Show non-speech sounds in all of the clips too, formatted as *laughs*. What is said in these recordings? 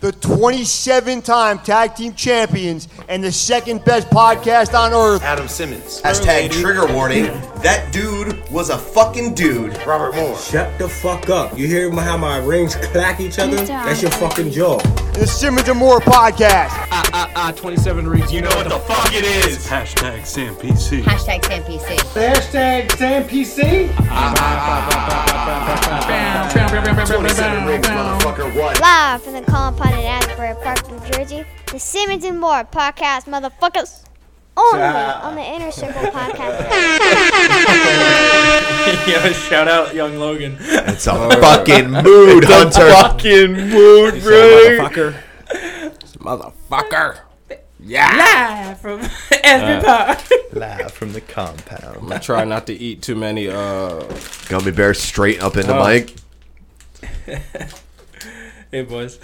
the 27 time tag team champions, and the second best podcast on earth. Adam Simmons. Hashtag trigger warning. That dude was a fucking dude. *laughs* Robert Moore. Shut the fuck up. You hear my- how my rings clack each other? Mr. That's your fucking jaw. The Simmons and Moore podcast. Ah, ah, 27 reads. You know what the fuck it is. Hashtag Sam PC. Hashtag SamPC. Motherfucker, what? Live from the Colin Pond in Asbury Park, New Jersey, the Simmons and More podcast, motherfuckers. Only on the Inner Circle podcast. Yo, shout out young Logan. It's a fucking mood, Hunter. Fucking mood, bro. Motherfucker. Motherfucker. Live from Asbury Park. *laughs* Live from the compound. I try not to eat too many. Uh, Gummy bear straight up in the mic. Oh. *laughs* Hey boys.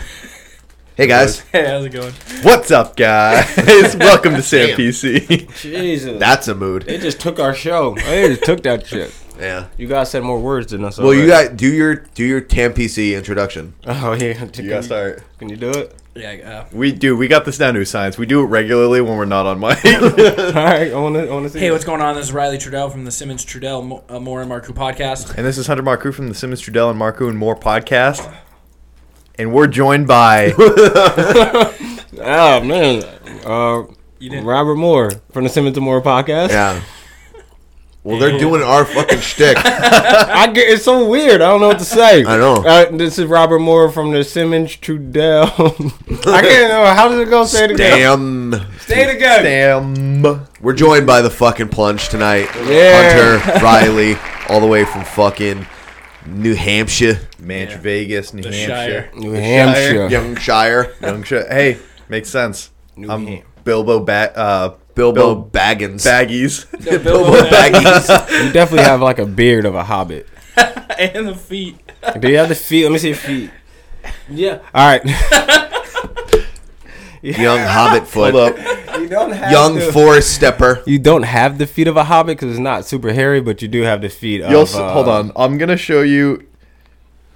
Hey guys, Hey, how's it going? what's up, *laughs* guys? Welcome to Sam PC. Jesus, *laughs* That's a mood. they just took our show. They just took that shit. Yeah. You guys said more words than us. Well, you already. got do your do your Tam PC introduction. Oh yeah, can you, start. can you do it? Yeah. uh, We do. We got this down to a science. We do it regularly when we're not on *laughs* mic. All right, I want to. I want to see. Hey, what's going on? This is Riley Trudell from the Simmons Trudell Mo- uh, More and Marku podcast. and this is Hunter Marku from the Simmons Trudell and Marku and More podcast. And we're joined *laughs* by Oh man, uh, You didn't. Robert Moore from the Simmons and Moore podcast. Yeah. Well, they're doing our *laughs* fucking shtick. I get it's so weird. I don't know what *laughs* to say. I know. Uh, this is Robert Moore from the Simmons Trudell. *laughs* I can't know. How does it go? Say it again. Damn. Say it again. Sam. We're joined by the fucking plunge tonight. Yeah. Hunter Riley, all the way from fucking New Hampshire, Manch Vegas, New The Hampshire. Shire. *laughs* New Hampshire. Youngshire, Hampshire. Hey, makes sense. New I'm Ham- Bilbo ba- uh, Bilbo Bil- Baggins. *laughs* Baggies. Bilbo *laughs* Baggins. You definitely have like a beard of a hobbit. and the feet. Do you have the feet? Let me see your feet. Yeah. All right. *laughs* *laughs* Young Hobbitfoot. Hold up. *laughs* You don't have Young Forest Stepper. You don't have the feet of a hobbit because it's not super hairy, but you do have the feet of. You'll s- uh, hold on. I'm gonna show you.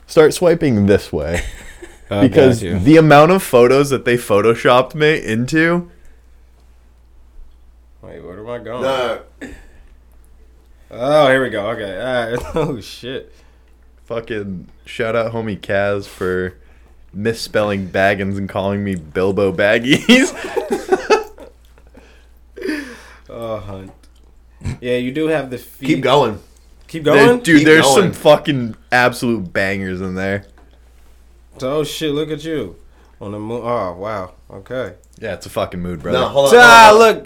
Start swiping this way uh, because got you. the amount of photos that they photoshopped me into. Wait, where am I going? Oh, here we go. Okay. All right. *laughs* Oh shit. Fucking shout out homie Kaz for misspelling Baggins and calling me Bilbo *laughs* Baggies. Oh, hunt. Yeah, you do have the feet. Keep going. Keep There- going. dude, Keep there's some going. fucking absolute bangers in there. Oh shit! Look at you on the moon. Oh wow. Okay. Yeah, it's a fucking mood, brother. No, hold on. Ah, hold on.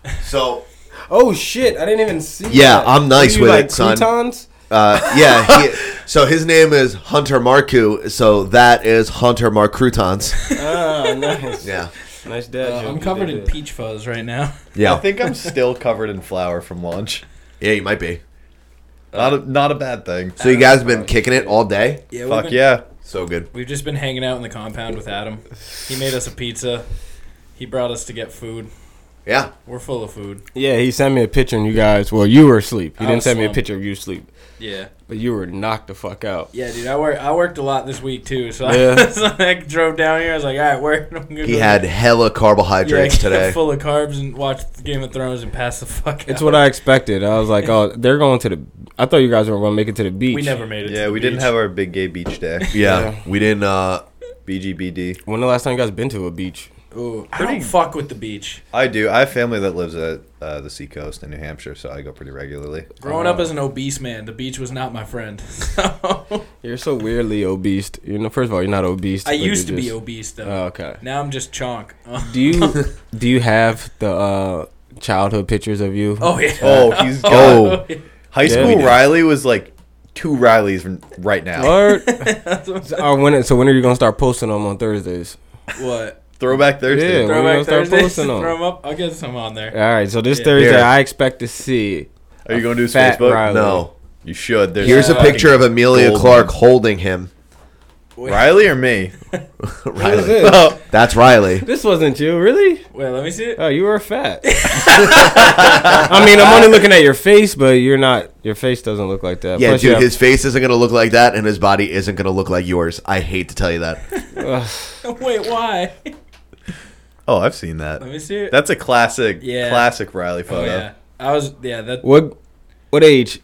look. So, Oh shit! I didn't even see. Yeah, that. I'm nice Do you with like it, son. Croutons? uh, *laughs* yeah. He, so his name is Hunter Marku. So that is Hunter Marcrutons. *laughs* Ah, nice. Yeah. Nice dad. Uh, joke I'm you covered did in there. peach fuzz right now. I Yeah. think I'm still covered in flour from lunch. Yeah, you might be. Not a, not a bad thing. So you guys have been kicking it all day? Yeah, Fuck yeah. So good. We've just been hanging out in the compound with Adam. He made us a pizza. He brought us to get food. Yeah. We're full of food. Yeah, he sent me a picture, and you guys. Well, you were asleep. He I didn't was send me a slumped. picture of you asleep, Yeah. but you were knocked the fuck out. Yeah, dude, I work. I worked a lot this week too, so, Yeah. I, *laughs* so I drove down here. I was like, all right, work. *laughs* I'm gonna He go- had hella carbohydrates *laughs* Yeah, get today. Full of carbs and watched Game of Thrones and passed the fuck out. It's what I expected. I was like, oh, they're going to the. I thought you guys were going to make it to the beach. we never made *laughs* it. Yeah, to we the didn't beach. have our big gay beach day. Yeah. We didn't uh BGBD. When the last time you guys been to a beach? Ooh, I don't fuck with the beach. I do. I have family that lives at uh, the seacoast in New Hampshire, so I go pretty regularly. Growing Uh, up as an obese man, the beach was not my friend. *laughs* So You're so weirdly obese. You know, first of all, you're not obese. I but used to you're be just- obese though. Oh, okay. Now I'm just chonk. *laughs* Do you do you have the uh, childhood pictures of you? oh yeah. Oh, *laughs* he's gone. Oh. High Yeah, school we did. Riley was like two Rileys from right now. *laughs* Lord. Uh, when so when are you gonna start posting them on Thursdays? What? Throwback Thursday. Yeah. We're Throwback gonna start Thursdays? *laughs* posting 'em. Throw 'em up. I'll get some on there. All right, so this Yeah. Thursday Here. I expect to see. Are you going to do his Fat Facebook? Riley. no. You should. There's Here's a fucking- picture of Amelia Gold. Clark holding him. Riley or me? What is Riley. this? That's Riley. *laughs* This wasn't you, really? Wait, let me see it. Oh, you were fat. *laughs* I mean, I'm only looking at your face, but you're not. Your face doesn't look like that. Yeah, Plus, dude, you *laughs* have- his face isn't gonna look like that, and his body isn't gonna look like yours. I hate to tell you that. *laughs* Wait, why? *laughs* Oh, I've seen that. Let me see it. That's a classic, Yeah. classic Riley photo. oh, yeah. I was, yeah, that. What what age?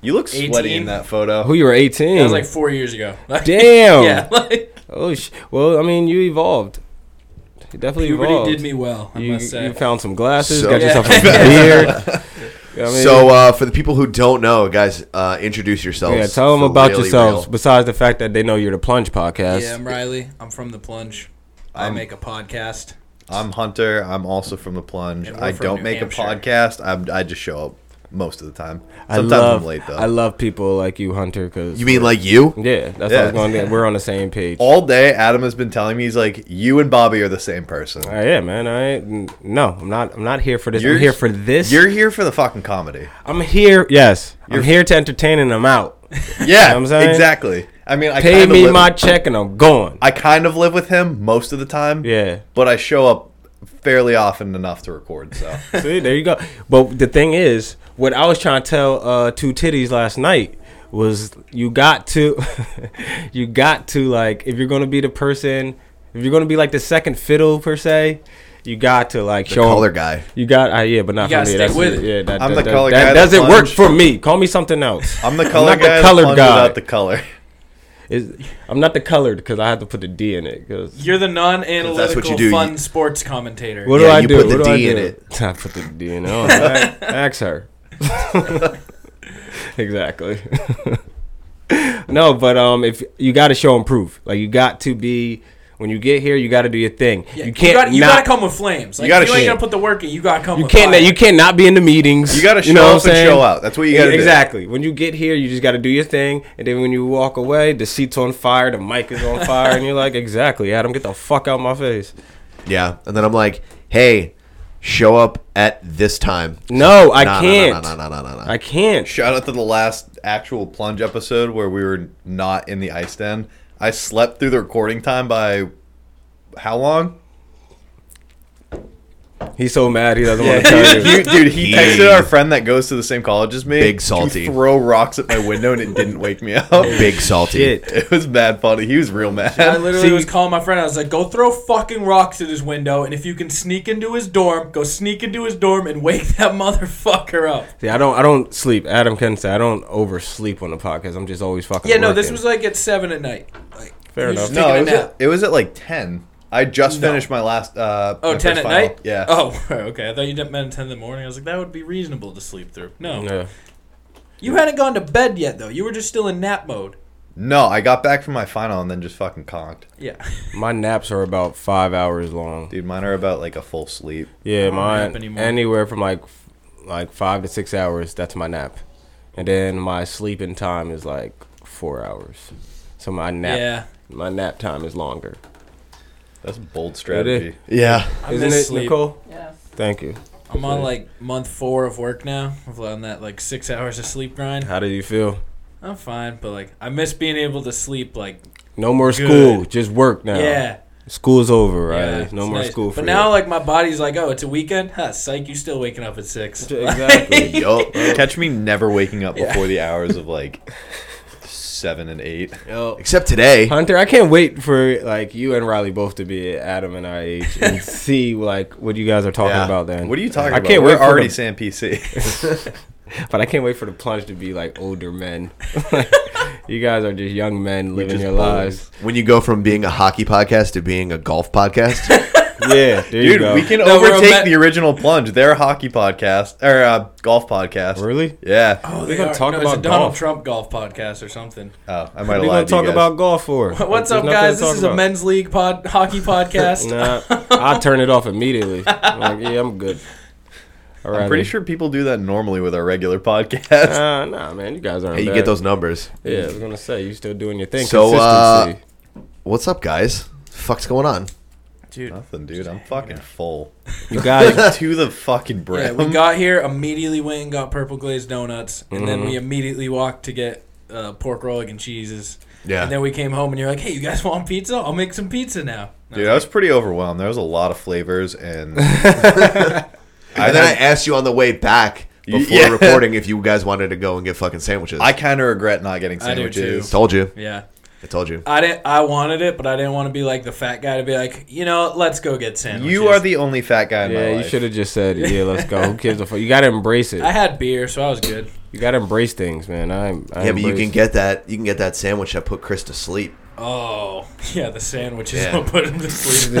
You look sweaty 18. in that photo. Oh, you were 18. That was like four years ago. *laughs* Like, Damn. Yeah, *laughs* like, oh, sh- well, I mean, you evolved. You definitely puberty evolved. did me well, I you, must say. you found some glasses, So- got Yeah. yourself a beard. *laughs* You know *laughs* what I mean? So uh, for the people who don't know, guys, uh, introduce yourselves. oh, yeah, tell them for about really yourselves. real. Besides the fact that they know you're the Plunge podcast. yeah, I'm Riley. I'm from The Plunge. I I'm- make a podcast. I'm Hunter. I'm also from the plunge. And we're I from don't New make Hampshire. a podcast. I'm, I just show up most of the time. I Sometimes love, I'm late though. I love people like you, Hunter. Cause You mean like you? yeah, that's what I Yeah. was going. To, we're on the same page. Uh, All day, Adam has been telling me he's like, you and Bobby are the same person. I am, man. I ain't, no, I'm not. I'm not here for this. You're- I'm here for this. You're here for the fucking comedy. I'm here. Yes, I'm here to entertain, and I'm out. Yeah, I'm saying? exactly. I mean, I Pay kinda me live- my check, and I'm going. I kind of live with him most of the time. Yeah. but I show up fairly often enough to record. So See, there you go. But the thing is, what I was trying to tell uh, two titties last night was you got to, *laughs* you got to like if you're gonna be the person, if you're gonna be like the second fiddle per se, you got to like show 'em- Color guy. You got uh, yeah, but not You for gotta me. stick That's with it. it. Yeah, that, I'm that- the that- color that guy that doesn't work plunged. for me. Call me something else. I'm the color not the guy. The colored colored guy. without the color. Is- I'm not the colored because I had to put the D in it. 'cause- You're the That's what you non-analytical do. fun You- sports commentator. what Yeah, do I you do? put the what do D I in do? I put the D in it. *laughs* Oh, a- ask her. *laughs* exactly. *laughs* no, but um, if you got to show and prove, like you got to be when you get here, you got to do your thing. Yeah, you can't gotta, you not. gotta come with flames. Like, You gotta if you ain't shit. gonna put the work in. You gotta come. you with can't. fire. You can't not be in the meetings. You gotta show up what I'm and show out. That's what you gotta do. exactly. When you get here, you just gotta do your thing, and then when you walk away, the seat's on fire, the mic is on fire, and you're like, exactly, Adam, get the fuck out my face. Yeah. And then I'm like, hey, show up at this time. No, I Nah, nah, nah, can't. nah, nah, nah, nah, nah. I can't. Shout out to the last actual plunge episode where we were not in the ice den. I slept through the recording time by how long? He's so mad he doesn't want to tell *laughs* Dude, you. he- dude, he He- texted our friend that goes to the same college as me. Big to salty. throw rocks at my window and it didn't wake me up. *laughs* Big salty. Shit. It was bad funny. He was real I mad. literally See- was calling my friend. I was like, "Go throw fucking rocks at his window, and if you can sneak into his dorm, go sneak into his dorm and wake *laughs* that motherfucker up." See, I don't. I don't sleep. Adam can say I don't oversleep on the podcast. I'm just always fucking. Yeah, no, this working. was like at seven at night. Like, Fair he enough. was just No, it taking a was, nap. at, it was at like ten. I just finished my last. Uh, Oh, my 10 first at final. night? Yeah. Oh, *laughs* okay. I thought you didn't meant 10 in the morning. I was like, that would be reasonable to sleep through. No. Yeah. You hadn't gone to bed yet, though. You were just still in nap mode. No, I got back from my final and then just fucking conked. Yeah. My naps are about five hours long. Dude, mine are about like a full sleep. Yeah, don't nap mine anymore. anywhere from like f- like five to six hours. That's my nap, and then my sleeping time is like four hours. So my nap, Yeah. my nap time is longer. That's a bold strategy. Yeah. I Isn't miss it, sleep. Nicole? Yeah. Thank you. I'm on like month four of work now. I've on that like six hours of sleep grind. How do you feel? I'm fine, but like I miss being able to sleep. Like No more Good. school, just work now. yeah, School's over, Oh, right? yeah, no it's more nice. school for But you. now like my body's like, oh, it's a weekend. Huh, psych, you still waking up at *laughs* six? *laughs* exactly. Yup. Catch me never waking up before the hours of *laughs* like seven and eight. Yo, Except today. Hunter, I can't wait for like you and Riley both to be at Adam and IH *laughs* and see like what you guys are talking Yeah. about then. What are you talking I about? can't We're wait for already the- saying PC. *laughs* But I can't wait for the plunge to be like older men. *laughs* you guys are just young men living just your boys. lives. *laughs* *laughs* When you go from being a hockey podcast to being a golf podcast, Yeah, there you Dude, go. we can No, we're a overtake ma- the original plunge. Their hockey podcast or uh, golf podcast. really. Yeah. Oh, We gonna are- talk no, it's a about Donald golf. Trump golf podcast or something. Oh, I What might are have we lied gonna to talk you guys. about *laughs* golf for? What's There's nothing up, to guys? talk This is a about. men's league pod *laughs* hockey podcast. Nah, *laughs* I turn it off *laughs* immediately. I'm like, yeah, I'm good. All I'm pretty sure people do that normally with our regular podcast. Uh, nah, man, you guys aren't. hey, you bad. get those numbers. Yeah, I was gonna say you still doing your thing. So, uh, Consistency. What's up, guys? fuck's going on? Dude, Nothing, dude. I'm fucking full. you *laughs* *laughs* guys, to the fucking Yeah, brim. we got here immediately. Went and got purple glazed donuts, and then we immediately walked to get uh, pork roll egg and cheeses. Yeah. And then we came home, and you're like, "Hey, you guys *laughs* want pizza? I'll make some pizza now." And I Dude, I was pretty overwhelmed. There was a lot of flavors, *laughs* and I, And then I had- asked you on the way back Y- before yeah. recording if you guys wanted to go and get fucking sandwiches. I, kind of regret not getting I do, too. sandwiches. told you. was like, yeah. I told you. I didn't. I wanted it, but I didn't want to be like the fat guy to be like, you know, let's go get sandwiches. You are the only fat guy in my Yeah, you life. should have just said, "Yeah, let's go." Who cares? The fuck? You gotta embrace it. I had beer, so I was good. You gotta embrace things, man. I'm. I yeah, but you embrace- can get that. You can get that sandwich that put Chris to sleep. Oh, *laughs* yeah, the sandwiches Yeah. will put him to sleep.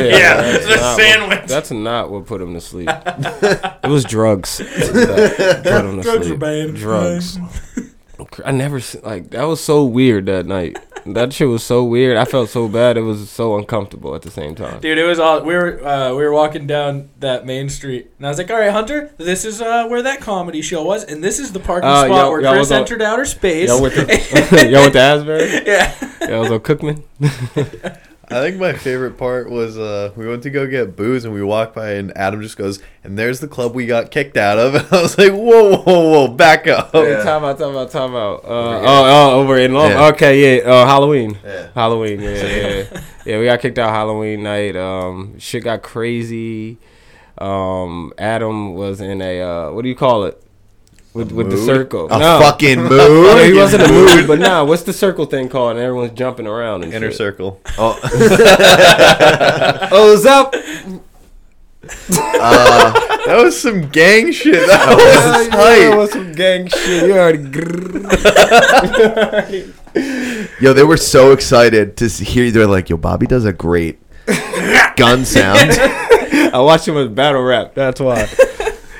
*laughs* Yeah, Yeah, that's the not what- sandwich. That's not what put him to *laughs* sleep. it was drugs. that put him to Drugs sleep. are banned. Drugs. I never s- like that was so weird that night. That shit was so weird. I felt so bad. It was so uncomfortable at the same time. Dude, it was all we were uh, we were walking down that main street, and I was like, "All right, Hunter, this is uh, where that comedy show was, and this is the parking Uh, spot y'all- where y'all Chris was on- entered outer space." Y'all went *laughs* to *laughs* y'all went to Asbury. yeah, Y'all was on Cookman. I think my favorite part was uh, we went to go get booze and we walked by and Adam just goes, and there's the club we got kicked out of. *laughs* And I was like, whoa, whoa, whoa, back up. Time out, time out, time out. Uh, oh, oh, over in Long. Yeah. Okay, yeah. Uh, Halloween. Yeah. Halloween. Yeah, yeah, yeah. Yeah, we got kicked out Halloween night. Um, shit got crazy. Um, Adam was in a uh, what do you call it? With with the mood? circle. A no. fucking No, mood. he wasn't a mood, but nah. What's the circle thing called? And everyone's jumping around. *laughs* And Inner shit. circle. oh, Oh, it's up. That was some gang shit. *laughs* That was Yeah, it tight. was some gang shit. You already. grrr. yo, they were so excited to see, hear. They're like, "Yo, Bobby does *laughs* a great gun sound." I watched him with battle rap. That's *laughs* why.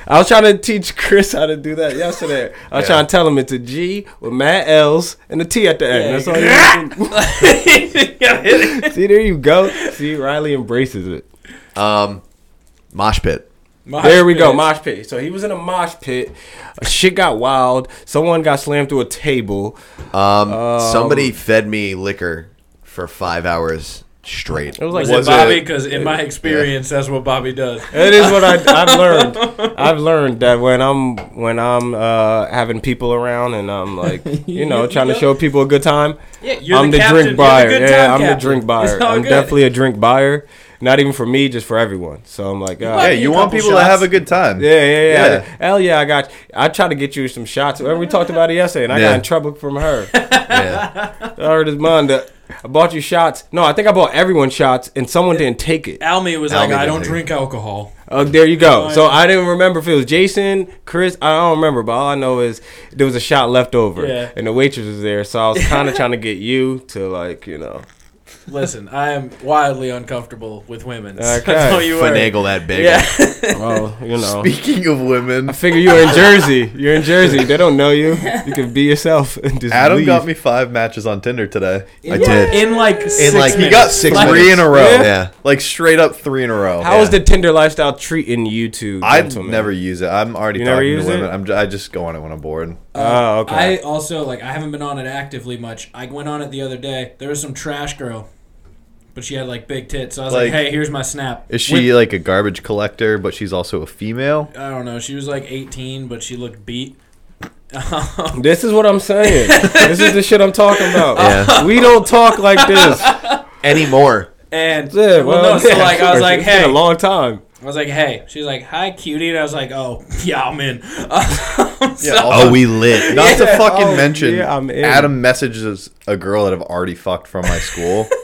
I was trying to teach Chris how to do that yesterday. I was trying to tell him it's a G with mad L's and a T at the end. That's all you have to do. *laughs* See, there you go. See, Riley embraces it. Um, mosh pit. Mosh There we go, pit. mosh pit. So he was in a mosh pit. Shit got wild. Someone got slammed through a table. Um, somebody fed me liquor for five hours straight. It was like Was, Was it Bobby? it- Because in my experience, that's what Bobby does. It is what I, I've learned. I've learned that when I'm when I'm uh, having people around and I'm like, you *laughs* know, trying to show people a good time. Yeah, you're I'm the, the captain. You're drink the buyer. good yeah, time I'm the captain. *laughs* drink buyer. It's all I'm good. definitely a drink buyer. Not even for me, just for everyone. So I'm like, ah, Hey, Hey, you a want couple people to shots. have a good time. yeah, yeah, yeah, Yeah. Hell yeah, I got. You. I tried to get you some shots. Remember we talked about it yesterday, and I Yeah. got in trouble from *laughs* her. Yeah. I heard his mind. that I bought you shots. No, I think I bought everyone shots, and someone didn't take it. Almy was Almy like, "I did don't too. drink alcohol." Oh, there you go. So I didn't remember if it was Jason, Chris. I don't remember, but all I know is there was a shot left over, Yeah. and the waitress was there. So I was *laughs* kind of trying to get you to like, you know, Listen, I am wildly uncomfortable with women. Okay. *laughs* I know you are. Finagle that big. Yeah. well, you know. Speaking of women, I figure you're in Jersey. You're in Jersey. They don't know you. You can be yourself and just Adam leave. got me five matches on Tinder today. I did. in like six In like minutes. He got six six three minutes. in a row. Yeah. Like straight up three in a row. How is the Tinder lifestyle treating you two? I gentlemen? never use it. I'm already You never talking to use women. it? I'm j- I just go on it when I'm bored. Oh, okay. I also like I haven't been on it actively much. I went on it the other day. There was some trash girl, but she had like big tits. So I was like, Like- "Hey, here's my snap." Is she like a garbage collector, but she's also a female? *laughs* I don't know. She was like 18, but she looked beat. *laughs* this is what I'm saying. this is the shit I'm *laughs* talking about. Yeah. We don't talk like this. Anymore. And Yeah, *laughs* well, no, so yeah, like I was sure. like, It's been "Hey," a long time. I was like, "Hey." She's like, "Hi, cutie," and I was like, "Oh, *laughs* yeah, I'm in." yeah, Oh, we *laughs* lit. Not to Yeah. fucking Oh, mention, yeah, I'm in. Adam messages a girl that I've already fucked from my *laughs* school Fair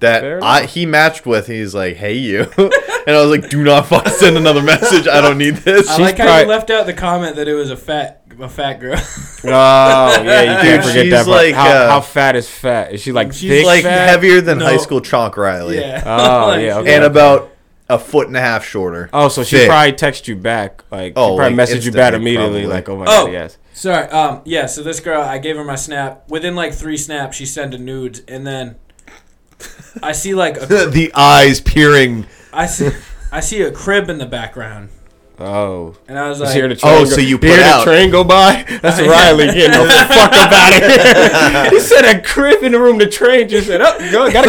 that I, enough. he matched with. He's like, "Hey, you," *laughs* and I was like, "Do not fuck send another message. I don't need this." I like how probably- you left out the comment that it was a fat a fat girl. *laughs* Oh yeah, *laughs* you Dude, can't forget she's that. part. like, how, uh, how fat is fat? Is she like She's thick? She's *laughs* like fat? heavier than No. high school Chonk Riley, yeah. *laughs* Oh, yeah, she's okay. and about a foot and a half shorter. Uh, Oh, so she Thick. probably texted you back. Like Oh, she probably like, messaged you back instantly, immediately. probably. Like, oh my Oh. god, yes. Sorry. Um. Yeah. So this girl, I gave her my snap. Within like three snaps, she sent a nudes, and then I see like a, the eyes peering. I see I see a crib in the background, Oh. and I was You like, hear the Oh, train go- so you hear put the out. train go by? That's *laughs* Riley getting the fuck up out of here. he said a crib in the room. The train just said, "Oh, go, gotta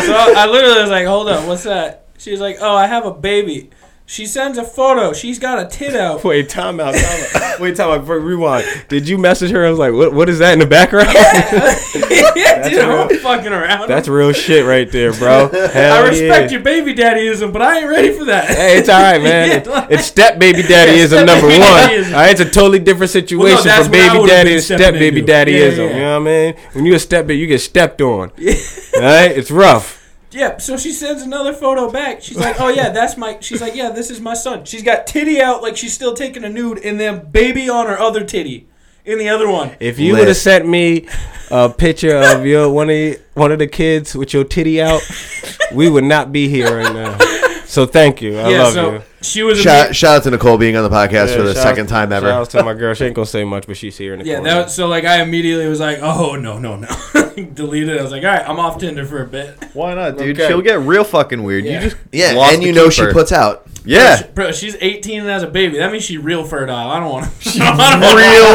*laughs* so I literally was like, "Hold up, what's that?" She was like, "Oh, I have a baby." She sends a photo. She's got a *laughs* tit out. Wait, time out. Time *laughs* out. Wait, time out. Before, rewind. Did you message her? I was like, what, what is that in *laughs* the background? yeah, dude, I'm real. fucking around. That's real shit right there, bro. Hell I respect yeah. your baby daddyism, but I ain't ready for that. Hey, it's all *laughs* right, man. Yeah, It- like- it's step baby daddyism step number baby one. daddyism. All right, it's a totally different Well, no, situation that's from what I baby would've daddy been and step stepping baby into. Yeah, daddyism. yeah, yeah. You know what I mean? When you a step baby, you get stepped on. all right, it's rough. Yep. So she sends another photo back. She's like, "Oh yeah, that's my." She's like, "Yeah, this is my son." She's got titty out like she's still taking a nude, and then baby on her other titty, in the other one. If you Lit. would have sent me a picture of your one of the, one of the kids with your titty out, we would not be here right now. So thank you. I yeah. love so you. she was. Shout, a shout out to Nicole being on the podcast Yeah, for the shout- second time ever. Shout out to my girl. She ain't gonna say much, but she's here in the yeah. corner. That was, so like I immediately was like, "Oh no, no, *laughs* no!" Deleted. it. I was like, "All right, I'm off Tinder for a bit." *laughs* Why not, dude? Okay. She'll get real fucking weird. Yeah. You just yeah, lost and the you know she keeper. puts out. yeah Bro, she's 18 and has a baby. That means she's real fertile. I don't *laughs* want to. She's real.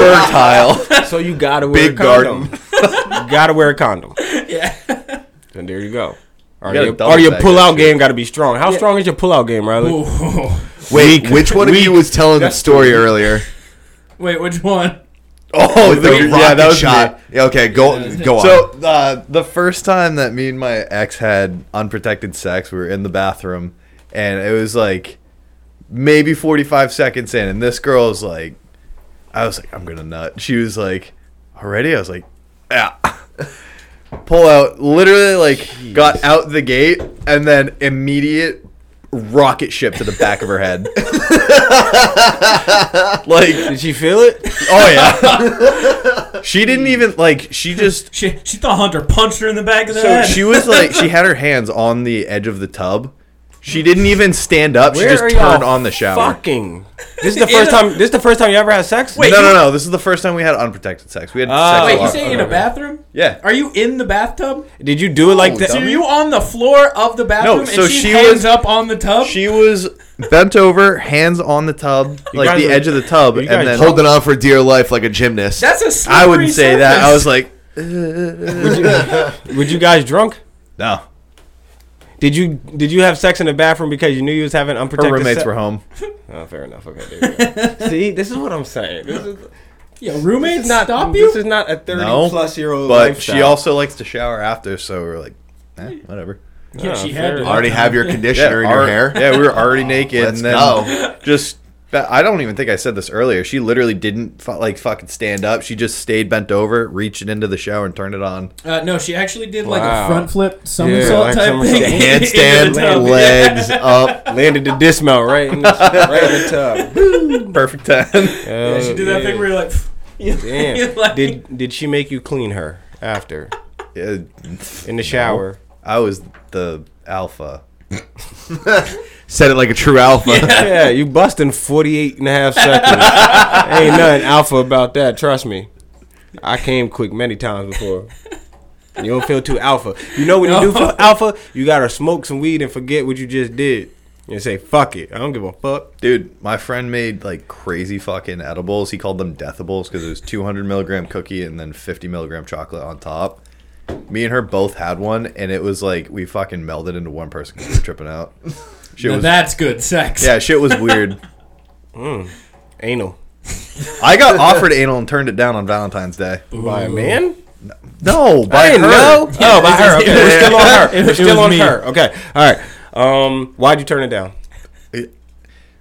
real fertile. So you gotta wear Big a condom. you gotta wear a condom. Yeah. And there you go. Or gotta your, double or your back pull that out shit. game gotta be strong. How strong is your pull out game, Riley? Ooh. Wait, which one of you was telling the story earlier? *laughs* Wait, which one? *laughs* Oh, The yeah, that rocket was me. shot. Yeah, okay, go go on. So uh, the first time that me and my ex had unprotected sex, we were in the bathroom, and it was like maybe 45 seconds in, and this girl was like, I was like, I'm gonna nut. She was like, already? I was like, yeah. *laughs* Pull out, literally like got out the gate, and then immediate rocket ship to the back of her *laughs* head. like, Did she feel it? oh yeah. Oh, *laughs* she didn't even like. She just She, she thought Hunter punched her in the back of the so head. she was like, she had her hands on the edge of the tub. She didn't even stand up. Where she are just y'all turned on the shower. Fucking. *laughs* This is the first In a- time. This is the first time you ever had sex. Wait, No, no, no. This is the first time we had unprotected sex. We had Ah. sex. Wait, a you lot. say in a bathroom? Yeah. Are you in the bathtub? Did you do it like No, that? So dummy. you on the floor of the bathroom so and she, she hangs was- up on the tub? She was bent over, hands on the tub, like guys the are- edge of the tub, and guys then Holding on for dear life like a gymnast. That's a slippery I wouldn't say that. I was surface. like, Were you guys drunk? no. Did you Did you have sex in the bathroom because you knew you was having Her unprotected? roommates se- were home. Oh, fair enough. Okay. There *laughs* you go. See, this is what I'm saying. This is, Yeah, this roommates is not stop This you? is not a thirty No, plus year old. But lifestyle. she also likes to shower after, so we are like, eh, whatever. yeah, she had fair. to. already have your conditioner in your our- hair. Yeah, we were already naked. Let's and then go. Just, but I don't even think I said this earlier. She literally didn't fu- like fucking stand up. She just stayed bent over, reached into the shower, and turned it on. Uh, no, she actually did like Wow. a front flip somersault like type somersault. thing. *laughs* into the tub. *laughs* *laughs* Handstand, *laughs* legs up. landed the dismount right in the, right in the tub. Perfect time. Yeah, she did that thing where you're like, *laughs* Damn. *laughs* like- did did she make you clean her after Yeah, in the shower? I was the alpha. *laughs* Said it like a true alpha. Yeah, you busting 48 and a half seconds. Ain't nothing alpha about that, trust me. I came quick many times before. You don't feel too alpha. You know what you do No. for alpha? You gotta smoke some weed and forget what you just did. And say, fuck it. I don't give a fuck. Dude, my friend made like crazy fucking edibles. He called them deathables because it was 200 milligram cookie and then 50 milligram chocolate on top. Me and her both had one, and it was like we fucking melded into one person 'cause we were tripping out. Shit "Now was that's good sex. *laughs* yeah, shit was weird. Anal. I got offered anal and turned it down on Valentine's Day. By a man? No, by I didn't her. know. oh, by her. Okay, *laughs* we're yeah. still on her. We're was still on me. her. Okay. All right. Um, why'd you turn it down?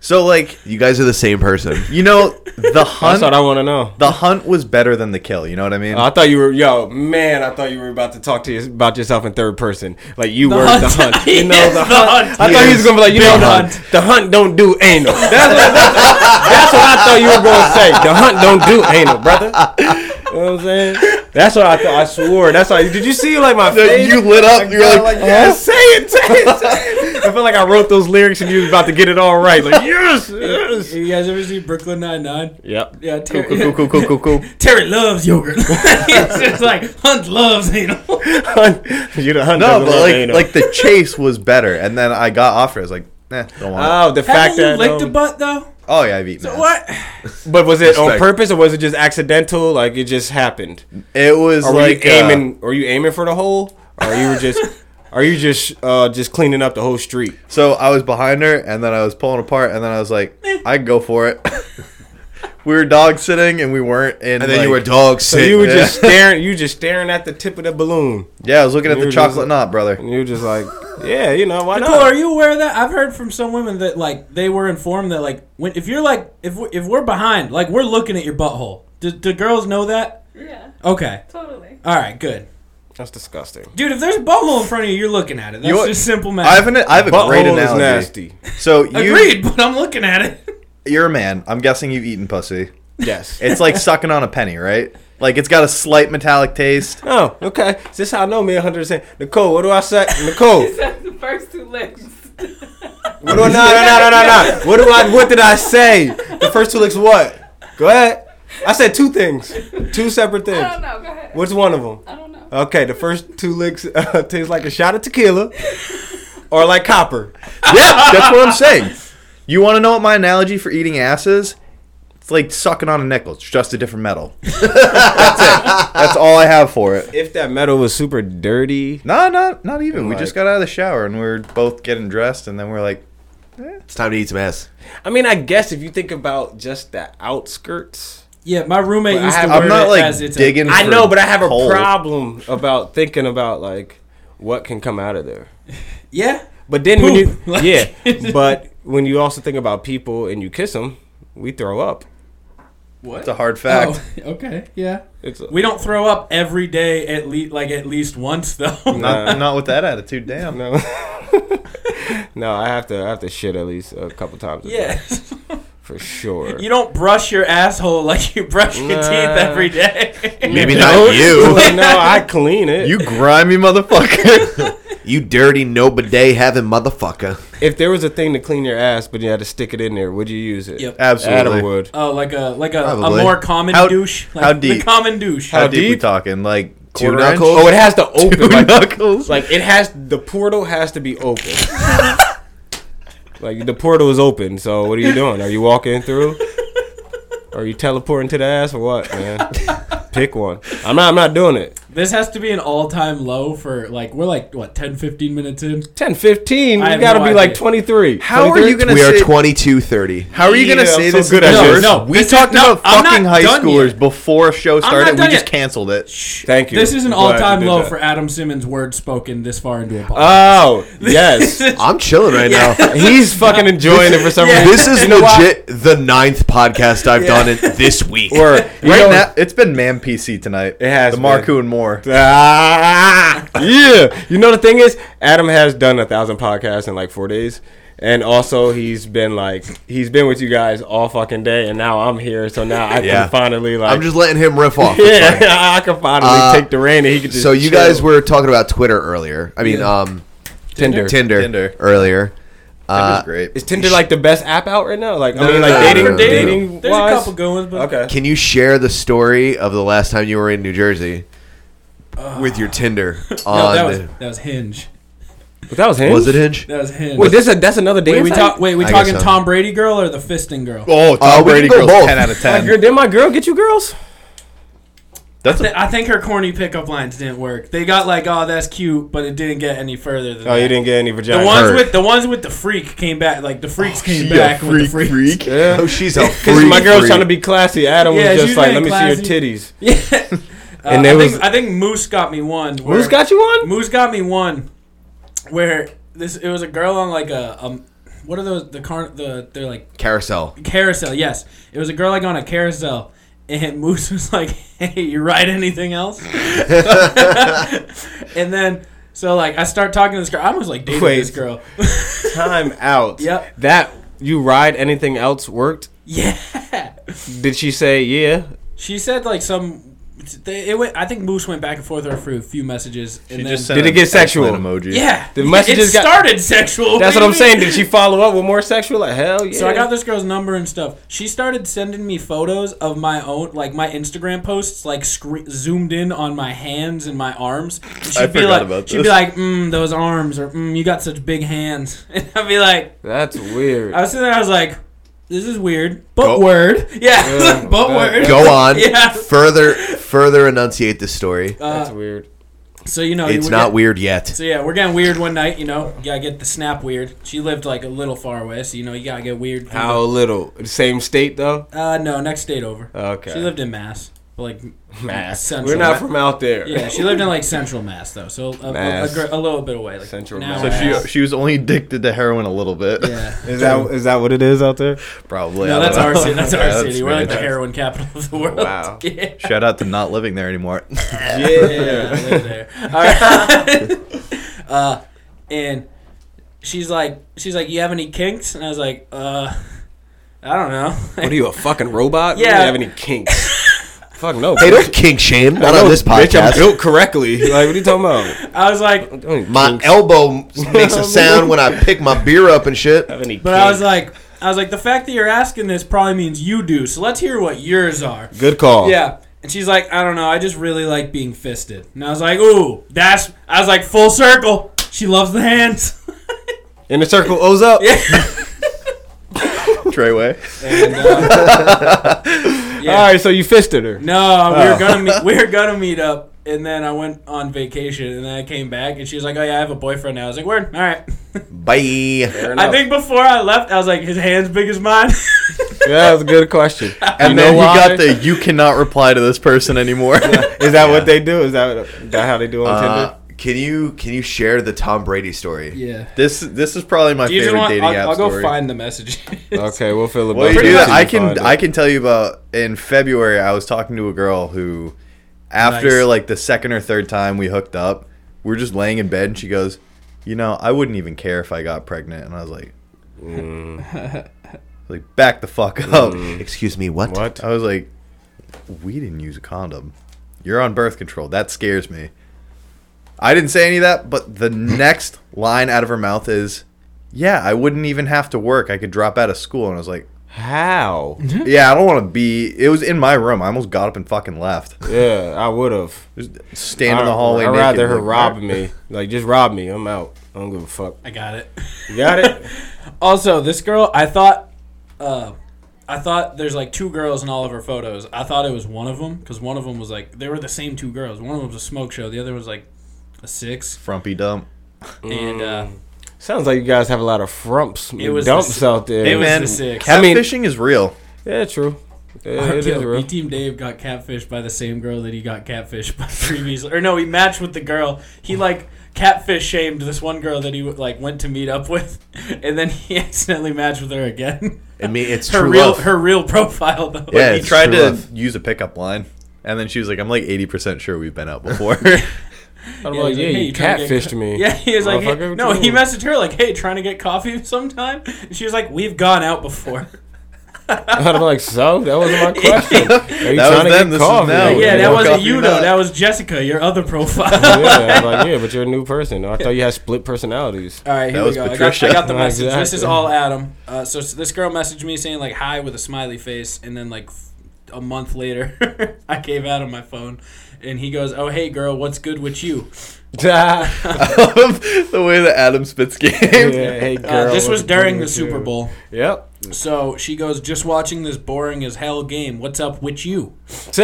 So like, You guys are the same person. you know, the That's what hunt I Uh, want to know. the hunt was better than the kill, you know what I mean? I thought you were, yo, man. I thought you were about to talk to your, about yourself in third person, like you were the hunt. hunt. You know Yes, the the hunt. hunt. I thought you was gonna be like, you know, Big the hunt. hunt. The hunt don't do anal. That's what, that's, that's what I thought you were gonna say. The hunt don't do anal, brother. You know what I'm saying? That's what I thought. I swore. That's why. Did you see like my face? you lit up. You're I like, was *laughs* like, yes, say it, say it, say it. I feel like I wrote those lyrics and you was about to get it all right. Like, yes, yes. *laughs* You guys ever see Brooklyn Nine Nine? Yep. Yeah, Terry, cool, cool, cool, cool, cool. Terry loves yogurt. *laughs* it's just like Hunt loves anal. Hunt. *laughs* You the *laughs* hunt. No, doesn't but love like, anal. like the chase was better, and then I got offered. I was like, eh, don't want it. Oh, the fact Haven't you that licked um, a butt though? Oh yeah, I've eaten. ass. What? But was it on Respect. purpose or was it just accidental? Like it just happened? It was Or were like you uh, aiming? Or you aiming for the hole? Or you were just? *laughs* Or are you just uh, just cleaning up the whole street? So I was behind her, and then I was pulling apart, and then I was like, I can go for it. *laughs* we were dog sitting, and we weren't. And, And then you were like- dog So you were Yeah. just staring. You were just staring at the tip of the balloon, *laughs* Yeah, I was looking at You the were just- chocolate knot, brother. and you were just like, yeah, you know why Nicole, not? are you aware of that? I've heard from some women that like they were informed that like when if you're like if we're, if we're behind, like we're looking at your butthole. Do, do girls know that? Yeah, Okay, totally. all right, good, That's disgusting. dude. If there's a butthole in front of you, you're looking at it. That's You know just what? simple I have math. an, I have a great Butthole is analogy. *laughs* nasty. So you, Agreed, *laughs* but I'm looking at it. you're a man. I'm guessing you've eaten pussy. Yes. It's like sucking on a penny, right? Like it's got a slight metallic taste. Oh, okay. Is this how I know me 100%? Nicole, what do I say? Nicole, That's the *laughs* first two licks. what do I, no, no, no, no, no, no. What do I, what did I say? The first two licks, what? Go ahead. I said two things, two separate I things. don't know. Go ahead. What's one of them? I don't know. Okay, the first two licks uh, *laughs* tastes like a shot of *laughs* tequila or like copper. Yeah, that's what I'm saying. You want to know what my analogy for eating ass is? It's like sucking on a nickel. It's just a different metal. *laughs* that's it. That's all I have for it. If that metal was super dirty, No, not not even. We Like- just got out of the shower and we were both getting dressed, and then we are like, It's time to eat some ass. I mean, I guess if you think about just the outskirts. Yeah, my roommate But I used have- to I'm word I'm not it like as it's a- digging. I for know, but I have a coal. problem about thinking about like what can come out of there. yeah, But then when you Poop. *laughs* Like- yeah, but when you also think about people and you kiss them, we throw up. It's a hard fact. Oh, *laughs* okay, yeah. It's a, We don't throw up every day at least like at least once *laughs* though. Not, not with that attitude. Damn. Oh. no. no, I have to I have to shit at least a couple times a day yeah. *laughs* for sure. *laughs* You don't brush your asshole like you brush your Nah. teeth every day. Maybe No. not you. no, *laughs* I clean it. You grimy motherfucker. *laughs* You dirty no bidet having motherfucker. if there was a thing to clean your ass, but you had to stick it in there, would you use it? Yep. Absolutely. Adam would. Oh, like a like a, a Probably. more common How- douche. Like how The deep? common douche. How How deep, we deep? talking? Like Two quarter inch? knuckles? Oh, it has *laughs* to open. Two like, knuckles. like it has the portal has to be open. *laughs* like the portal is open. So what are you doing? Are you walking through? Are you teleporting to the ass or what, *laughs* man? Pick one. I'm not. I'm not doing it. This has to be an all time low for like we're like what 10, 15 minutes in. 10, 15. I You have gotta no be idea. like 23. How are you gonna? We are say, 2230. How are you gonna Yeah, I'm say so this? good is at the this. worst? No, we this is- talked no, about I'm not fucking high done schoolers yet. before show started. We done just yet. canceled it. Thank you. This is an I'm glad you all time did low that. for Adam Simmons words spoken this far into *laughs* a podcast. *laughs* Oh yes, I'm chilling right now. *laughs* he's fucking enjoying it for some reason. *laughs* This is legit the ninth podcast I've done in this *laughs* week. Or *laughs* you Right know- now, it's been man PC tonight. It has the been. Marku and more. Ah, *laughs* yeah. You know the thing is, Adam has done a thousand podcasts in like four days, and also he's been like he's been with you guys all fucking day, and now I'm here, so now I Yeah. can finally like *laughs* I'm just letting him riff off. yeah, *laughs* I can finally Uh, take the reign, and he can just So you chill. guys were talking about Twitter earlier. I mean, um, Tinder. Tinder, Tinder. earlier. That was Uh, great. Is Tinder like the best app out right now? Like I No, mean, no, like no, dating, no, no, no, no. dating. There's a couple good ones, but Okay. Can you share the story of the last time you were in New Jersey with your *sighs* Tinder? On no, that was that was Hinge. But that was him. was it Hinge? That was Hinge. Wait, this a, that's another dating. wait, we site? talk. Wait, we I guess talking so. Tom Brady girl or the fisting girl? Oh, Uh, Tom we Brady can go girls both. ten out of My girl- ten. Did my girl get you girls? That's Th- a, I think her corny pickup lines didn't work. They got like, "Oh, that's cute," but it didn't get any further than Oh, that. you didn't get any The vagina. ones Hurt. with the ones with the freak came back. Like the freaks Oh, came she back a with the freaks. freak. Yeah. Oh, she's a Because freak. my girl's freak. trying to be classy. Adam was Yeah, she's just like, let being me see your classy. titties. *laughs* *laughs* Yeah. And and there I, was- think, I think Moose got me one. where- Who's got you on? Moose got me one where this it was a girl on like a um what are those the car the they're like carousel. carousel. Yes, it was a girl like on a carousel, and Moose *laughs* was like, "Hey, you ride anything else?" and then so like I start talking to this girl. I was like dating Wait. this girl. Time out. Yep. That you ride anything else worked? *laughs* yeah, Did she say yeah? she said like some. They, it went, I think Moose went back and forth with her for a few messages. And She then, just said, sent Did it an get excellent sexual? Emoji. yeah, The messages it got- started sexual. That's what do I'm you saying. mean? Did she follow up with more sexual? Like hell yeah. So I got this girl's number and stuff. She started sending me photos of my own, like my Instagram posts, like scre- zoomed in on my hands and my arms. And she'd I be forgot like, about she'd this. be like, mm, those arms, or mm, you got such big hands. *laughs* And I'd be like, That's weird. I was sitting there, I was like, this is weird, but Go- word, *laughs* yeah, Yeah, *laughs* but that- word. Go on. *laughs* Yeah. Further, further enunciate the story. Uh, That's weird. So you know, It's we're not getting- weird yet. So yeah, we're getting weird one night. You know, you gotta get the snap weird. She lived like a little far away, so you know you gotta get weird. How little? Same state though. Uh, no, next state over. Okay. She lived in Mass, like *laughs* Mass. Central We're not Ma- from out there. Yeah, she lived in like Central Mass though, so a, a, a, Mass. gr- a little bit away, like Central an hour So Mass. and a she she was only addicted to heroin a little bit. half. Yeah. Is that is that what it is out there? Probably. I don't No, that's our know. city. That's our Yeah, city. We're like the really bad. heroin capital of the world. Wow. *laughs* Yeah. Shout out to not living there *laughs* anymore. *laughs* yeah, I live there. All right. uh, and she's like, she's like, you have any kinks? And I was like, uh, I don't know. What are you a fucking robot? Yeah. You don't have any kinks. Fuck no. Hey, bitch. don't kink shame. Not No, on this Bitch, I'm podcast. built correctly. Like, what are you talking *laughs* about? *laughs* I was like, I don't My elbow makes a sound when I pick my beer up and shit. have any but I was like, I was like, the fact that you're asking this probably means you do. So let's hear what yours are. good call. Yeah. And she's like, I don't know. I just really like being fisted. And I was like, ooh, that's. I was like, full circle. She loves the hands. *laughs* Inner circle O's up. Yeah. Treyway. And, uh, yeah. All right, so you fisted her. No, we were gonna meet, we were gonna meet up, and then I went on vacation, and then I came back, and she was like, "Oh yeah, I have a boyfriend now." I was like, "Word, *laughs* all right." Bye. I think before I left, I was like, "His hands big as mine." yeah, *laughs* that's a good *laughs* question. And then You know he why? got the you cannot reply to this person *laughs* anymore. *laughs* Is that what they do? Is that, is that how they do on Uh, can you can you share the Tom Brady story? yeah. this this is probably my Do you just favorite want? dating I'll, app I'll go story. find the *laughs* message. Tinder? Okay, we'll fill it. Well, you do that. I can I can tell you about in February. I was talking to a girl who, after Nice. like the second or third time we hooked up, we were just laying in bed, and she goes, "You know, I wouldn't even care if I got pregnant." And I was like, *laughs* "Like back the fuck up." Excuse me, what? What? I was like, "We didn't use a condom. You're on birth control. That scares me." I didn't say any of that, but the next line out of her mouth is, "Yeah, I wouldn't even have to work. I could drop out of school." And I was like. *laughs* How? Yeah, I don't want to be. It was in my room. I almost got up and fucking left. yeah, I would have. Just stand in the I- hallway. I'd naked, rather her like, rob me. Like, just rob me. I'm out. I don't give a fuck. I got it. You got *laughs* it? Also, this girl, I thought, uh, I thought there's like two girls in all of her photos. I thought it was one of them because one of them was like they were the same two girls. One of them was a smoke show. The other was like a six. Frumpy dump. And Mm. uh, Sounds like you guys have a lot of frumps and It was dumps the- out there. it was Man, the six. I mean- Catfishing is real. yeah, true. Yeah, it is Yo, real. Team Dave got catfished by the same girl that he got catfished *laughs* by previously. Or no, he matched with the girl. Mm. He like catfish shamed this one girl that he like went to meet up with, *laughs* and then he accidentally matched with her again. I mean, it's Her true real love. her real profile though. Yeah, Like, he he- it's tried true to love. use a pickup line, and then she was like, "I'm like 80% sure we've been out *laughs* before." *laughs* I'm yeah, like, he's yeah, hey, you trying to get catfished co- me. *laughs* Yeah, he was like, hey- Motherfucker, what no, you he *laughs* doing? messaged her like, hey, trying to get coffee *laughs* sometime, and she was like, we've gone *laughs* out before. I'm like, so that was *laughs* my question. Are you That was trying then, to get this is coffee? now. Yeah, yeah, that More wasn't Oh, coffee you than though. that. That was Jessica, your other profile. *laughs* yeah, I'm *laughs* like, yeah, but you're a new person. I thought you had split personalities. *laughs* All right, here That we was go. I got, Patricia. I got the Oh, message. This exactly. is all Adam. Uh, so s- this girl messaged me saying like hi with a smiley face, and then like f- a month later, *laughs* I gave Adam my phone, and he goes, "Oh hey girl, what's good with you?" *laughs* yeah, the way that Adam spits game. hey, Uh, girl, this what was you during doing the too? Super Bowl. *laughs* Yep. So she goes, "Just watching this boring as hell game. What's up with you?"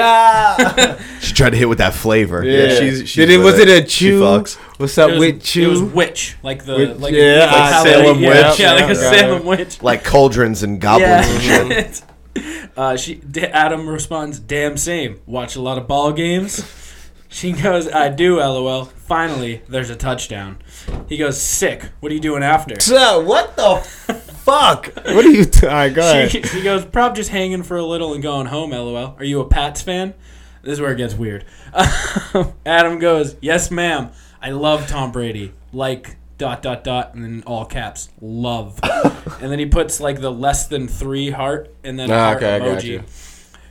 yeah, She tried to hit with that flavor. Yeah, she's- she's Did it, with was it. it a She chew? fucks. What's up It was, Uh, with you? It was witch, like the Witch- like yeah, like I- how Salem they- yeah, witch. yeah, like Yeah, a got it. Salem witch. Like cauldrons and goblins and shit. *laughs* uh, she D- Adam responds, "Damn same. Watch a lot of ball games." She goes, "I do, lol." Finally, there's a touchdown. He goes, "Sick. What are you *laughs* doing after?" So, what *laughs* the fuck? What are you? T- All right, go ahead. She, she goes, "Prob just hanging for a little and going home, lol." Are you a Pats fan? This is where it gets weird. *laughs* Adam goes, "Yes, ma'am. I love Tom Brady. Like." Dot dot dot and then all caps *laughs* love, and then he puts like the less than three heart and then a Ah, heart okay, I got emoji. you.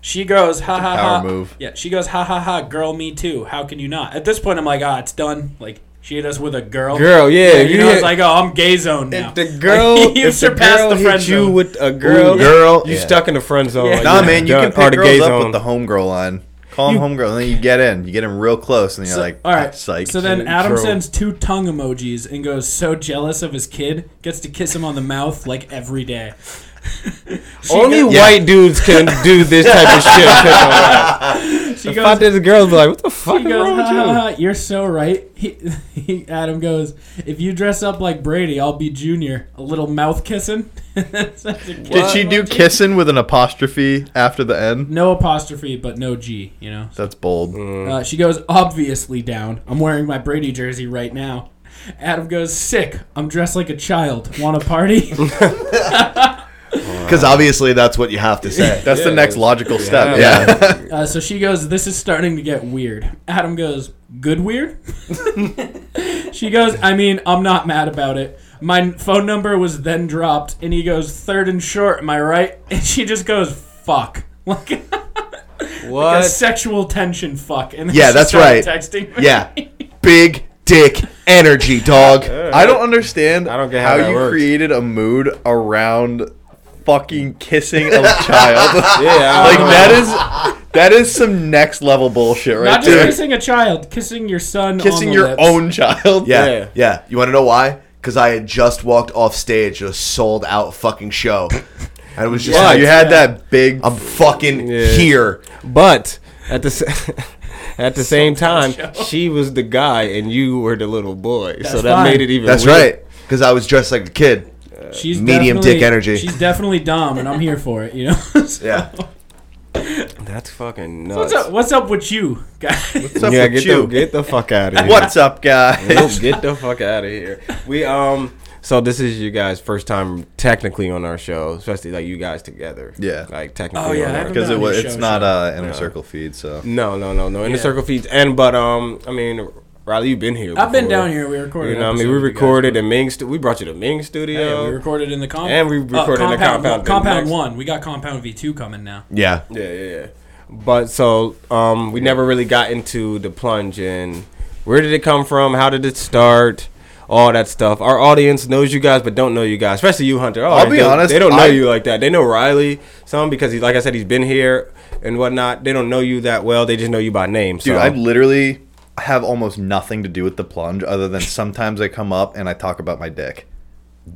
She goes, ha ha power ha. move. Yeah, she goes, ha ha ha. Girl, me too. How can you not? At this point, I'm like, ah, it's done. Like she hit us with a girl. Girl, yeah, Yeah, if you you know, hit- it's like, oh, I'm gay zone now. If the girl, *laughs* Like, if the girl hit you zone. with a girl, girl. you Yeah. stuck in the friend zone. Yeah. like, Nah, you're man, you done- can or pick the girls gay up zone. with the homegirl line. Call them homegirl, and then you get in. You get in real close, and you're So- like, all right. "Ah, psych." So then Adam True. sends two tongue emojis and goes so jealous of his kid, gets to kiss him on the mouth like every day. She Only *laughs* *laughs* goes- white dudes can do this type of shit. She if I did, the girls be like, "What the fuck He is goes, wrong with "Ha, ha, you?" ha, you're so right. He, *laughs* he, Adam goes, if you dress up like Brady, I'll be Junior. A little mouth kissing. *laughs* That's such a Did cute she do little G. kissing with an apostrophe after the end? No apostrophe, but no G. You know. That's bold. Mm. Uh, she goes, obviously down. I'm wearing my Brady jersey right now. Adam goes, sick. I'm dressed like a child. Want a party? Because obviously that's what you have *laughs* to say. That's the next logical step. Yeah. Yeah. *laughs* Uh, so she goes, This is starting to get weird. Adam goes, Good weird? she goes, I mean, I'm not mad about it. My phone number was then dropped, and he goes, Third and short, am I right? *laughs* And she just goes, Fuck. *laughs* Like a What? sexual tension, fuck. And then Yeah, she that's started right. Texting me. *laughs* Yeah. Big dick energy, dog. I don't understand I don't get how that you works. created a mood around fucking kissing *laughs* a child. Yeah, like that is that is some next level bullshit right Not just there. kissing a child, kissing your son. on Kissing the your lips. own child. Yeah, Yeah. yeah. You want to know why? Because I had just walked off stage, a sold out fucking show. And it was just Yeah, like, you had that big I'm fucking Yeah. here. But at the s- *laughs* at the same time, she was the guy and you were the little boy, so That's that made fine. it even. That's weird. right. Because I was dressed like a kid. She's Medium dick definitely- energy. She's definitely dumb, and I'm here for it, you know? *laughs* So- Yeah. That's fucking nuts. What's up, what's up with you, guys? What's up yeah, with get you? the get the fuck out of *laughs* here. What's up, *laughs* Nope, guys? get the fuck out of here. We um. So this is you guys' first time technically on our show, especially like you guys together. Yeah. Like technically. Oh, on yeah, I our- haven't Because it Not was your it's show, not uh inner circle feed, so No, no, no, no. In the Yeah. circle feeds and but um. I mean, Riley, you've been here. I've been before. down here. We recorded. You know, what I mean, episodes we with you guys. recorded in Ming. Stu- we brought you to Ming Studio. Yeah, we recorded in the compound. And we recorded in the compound, the Compound next- one. We got compound V two coming now. Yeah. Yeah, yeah, yeah. But so um, we never really got into the plunge and where did it come from? How did it start? All that stuff. Our audience knows you guys, but don't know you guys, especially you, Hunter. Oh, I'll they be don't- honest, they don't know I- you like that. They know Riley some because he, like I said, he's been here and whatnot. They don't know you that well. They just know you by name. So Dude, I literally have almost nothing to do with the plunge other than sometimes I come up and I talk about my dick.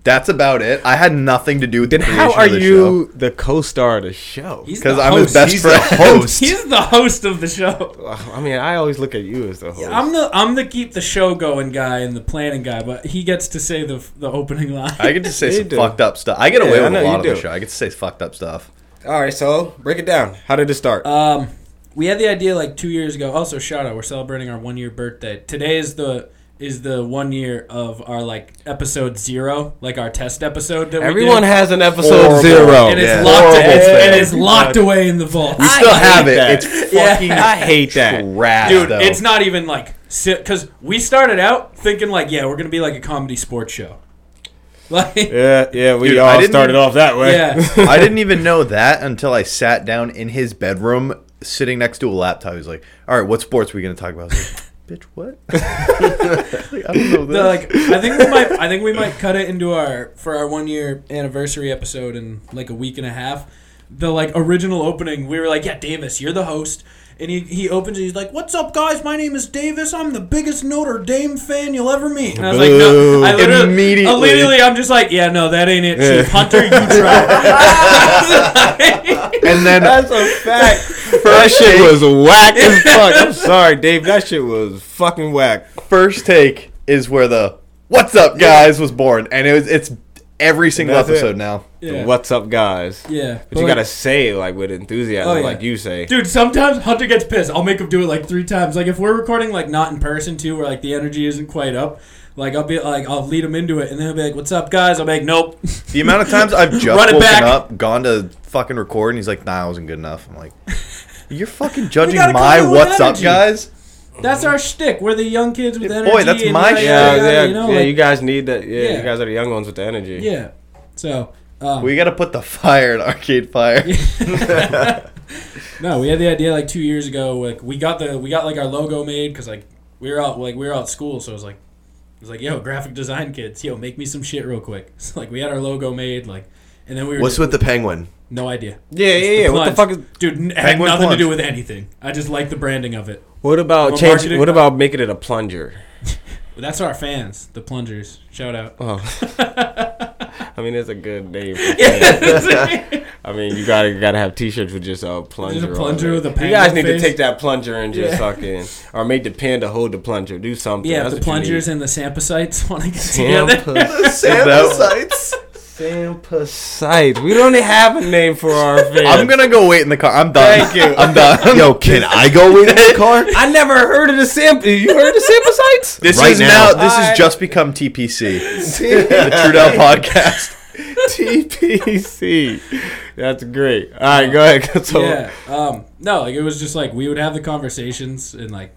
That's about it. I had nothing to do with then the how creation are of the you the co-star of the show? He's Because the I'm host. his best He's the friend. *laughs* host. He's the host of the show. I mean, I always look at you as the host. I'm the I'm the keep the show going guy and the planning guy, but he gets to say the the opening line. I get to *laughs* say You some do. fucked up stuff. I get Yeah, away I with know a you lot of the do. show. I get to say fucked up stuff. All right, so break it down. How did it start? Um, *laughs* we had the idea like two years ago. Also, shout out, we're celebrating our one year birthday. Today is the is the one year of our like episode zero, like our test episode that Everyone we did. has an episode Horrible. zero. and it's Oh, Yeah. locked. Horrible It's, thing. and it's locked away in the vault. We still hate have it. that. It's Yeah. fucking *laughs* I hate that. trash, Dude, though. it's not even like because we started out thinking like, yeah, we're gonna be like a comedy sports show. *laughs* Like, yeah, Yeah, yeah, we Dude, I all didn't- started off that way. *laughs* *laughs* I didn't even know that until I sat down in his bedroom, sitting next to a laptop. He's like, "All right, what sports are we gonna talk about?" I was like, *laughs* "Bitch, what?" Like, I don't know this. The, like I think we might, I think we might cut it into our for our one year anniversary episode in like a week and a half. The like original opening, we were like, yeah, Davis, you're the host. And he, he opens it. He's like, "What's up, guys? My name is Davis. I'm the biggest Notre Dame fan you'll ever meet." And I was like, "No, I literally, Immediately. immediately, I'm just like, yeah, no, that ain't it, Chief Hunter. You *laughs* try." and then That's a fact. that first shit take, was whack as *laughs* fuck. I'm sorry, Dave. That shit was fucking whack. *laughs* first take is where the "What's up, guys?" was born, and it was it's every single That's it. episode now. yeah. What's up, guys? Yeah, But you gotta say it like with enthusiasm, Oh, yeah. like you say. Dude, sometimes Hunter gets pissed. I'll make him do it like three times. Like if we're recording like not in person too, where like the energy isn't quite up, like I'll be like I'll lead him into it, and then he'll be like, "What's up, guys?" I'll be like, "Nope." *laughs* The amount of times I've just Run it woken back. up, gone to fucking record, and he's like, "Nah, I wasn't good enough." I'm like, "You're fucking judging gotta come my in with what's up, energy. guys." That's our shtick. We're the young kids with Yeah, energy. boy, that's and my yada, shit. yeah, yeah, yada, yada, yeah. You You, know, like, guys need that. Yeah, Yeah. you guys are the young ones with the energy. yeah. So. Um, We gotta put the fire in Arcade Fire. No, we had the idea like two years ago. Like we got the we got like our logo made because like we were out like we were out at school, so it was like it was like yo graphic design kids, yo make me some shit real quick. *laughs* So like we had our logo made like, and then we were *laughs* What's just- with the penguin? no idea. yeah, yeah. yeah. What the fuck Plunge. is? dude? N- had Penguin nothing plunge. to do with anything. I just like the branding of it. What about Well, changing? marketing- What about making it a plunger? That's our fans, the *laughs* plungers. Shout out. *laughs* Oh, I mean, it's a good name. For I mean, you gotta you gotta have T-shirts with just a plunger. There's a on plunger it. with a You panda guys need face. to take that plunger and just Yeah. fucking, or make the panda hold the plunger. Do something. Yeah, That's if the what you plungers need. and the *laughs* samposites want to get together. Sampa- Samposites. Sampasites. We don't have a name for our fans. I'm gonna go wait in the car. I'm done. Thank you. *laughs* I'm done. *laughs* Yo, can I go *laughs* wait in the car? I never heard of the samp. You heard of Sampasites? This Right is now. now. This Alright. has *laughs* just become TPC, *laughs* the Trudell podcast. TPC. That's great. All right, go ahead. So, *laughs* yeah. Um, no, like it was just like we would have the conversations and like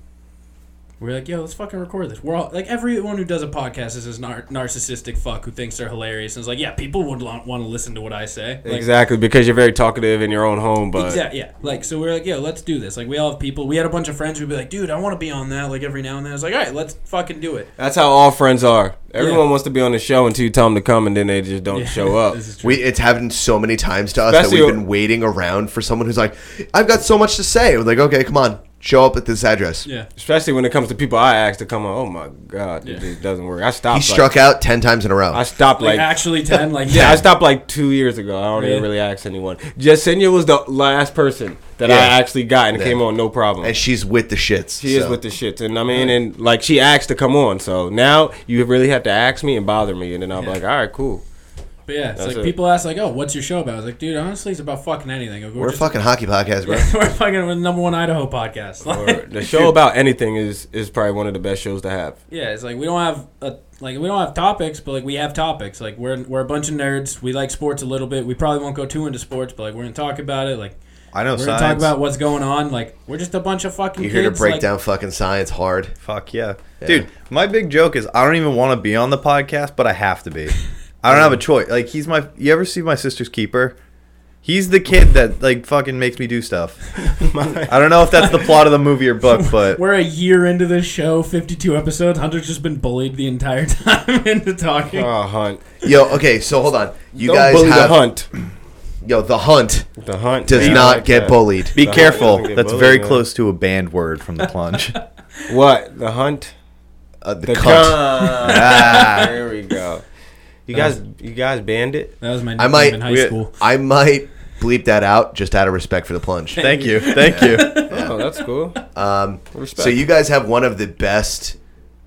we're like, yo, let's fucking record this. We're all like everyone who does a podcast is this nar- narcissistic fuck who thinks they're hilarious and is like, yeah, people would lo- want to listen to what I say. Like, exactly because you're very talkative in your own home, but Exactly. Yeah. Like, so we are like, yo, let's do this. Like, we all have people. We had a bunch of friends who'd be like, dude, I want to be on that. Like, every now and then. I was like, all right, let's fucking do it. that's how all friends are. Everyone Yeah. wants to be on the show until you tell them to come, and then they just don't show up. This is true. We it's happened so many times to us Especially- that we've been waiting around for someone who's like, I've got so much to say. We're like, okay, come on, show up at this address. yeah. Especially when it comes to people I ask to come on. Oh my god, it just doesn't work. I He stopped. struck Like, out ten times in a row. I stopped Like, like. actually *laughs* 10. Like, yeah, I stopped like two years ago. I don't even Really? really ask anyone. Jasenia was the last person that I Yeah. actually got and Yeah. came on no problem. and she's with the shits. She is so. with the shits, and I mean, and like she asked to come on, so now you really have to ask me and bother me, and then I'm Yeah. like, all right, cool. But yeah, it's That's like it. people ask, like, oh, what's your show about? I was like, dude, honestly, it's about fucking anything. Like, We're a just- *laughs* fucking hockey podcast, bro. we're fucking we're the number one Idaho podcast. Or Like, *laughs* the show about anything is is probably one of the best shows *laughs* to have. yeah, it's like we don't have a, like we don't have topics, but like we have topics. Like we're we're a bunch of nerds. We like sports a little bit. We probably won't go too into sports, but like we're gonna talk about it. Like I know we're science. gonna talk about what's going on. Like we're just a bunch of fucking. You're here to kids, break like- down fucking science hard. Fuck yeah. Dude, my big joke is I don't even want to be on the podcast, but I have to be. I don't have a choice. Like he's my you ever see my sister's keeper? He's the kid that like fucking makes me do stuff. I *laughs* don't know if that's the plot of the movie or book, but We're a year into this show, 52 episodes. Hunter's just been bullied the entire *laughs* time into talking. Oh, hunt! Yo, okay, so hold on. You Don't guys bully have the hunt. yo the hunt The hunt does man, not like get that. bullied. be The hunt careful. doesn't get That's bullied, very man. close to a banned word from the *laughs* plunge. What the hunt? Uh, the The *laughs* cunt. cunt. Ah. there we go. You guys, you guys banned it. That was my I nickname might in high we- school. I might bleep that out just out of respect for the plunge. Thank you. Thank *laughs* you. Oh, that's cool. Um, Respect. so you guys have one of the best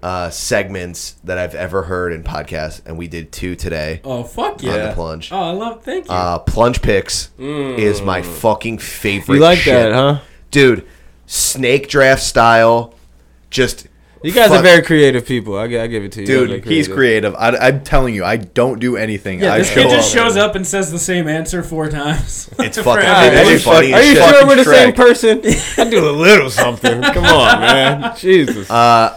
uh, segments that I've ever heard in podcasts, and we did two today Oh, fuck on the yeah. Oh, plunge. I love Thank you. Uh, plunge picks is my fucking favorite. You like shit. that, huh? dude? Snake draft style, just You guys Fuck. are very creative people. I, gi- I give it to you. You guys Dude, are he's creative. I, I'm telling you, I don't do anything. yeah, I this kid just up. shows up and says the same answer four times. *laughs* It's For fucking- every- Hey, Ah, Are you, it's funny are as you shit. sure we're the same Shrek. person? *laughs* I do a little something. Come on, *laughs* man. Jesus. Uh,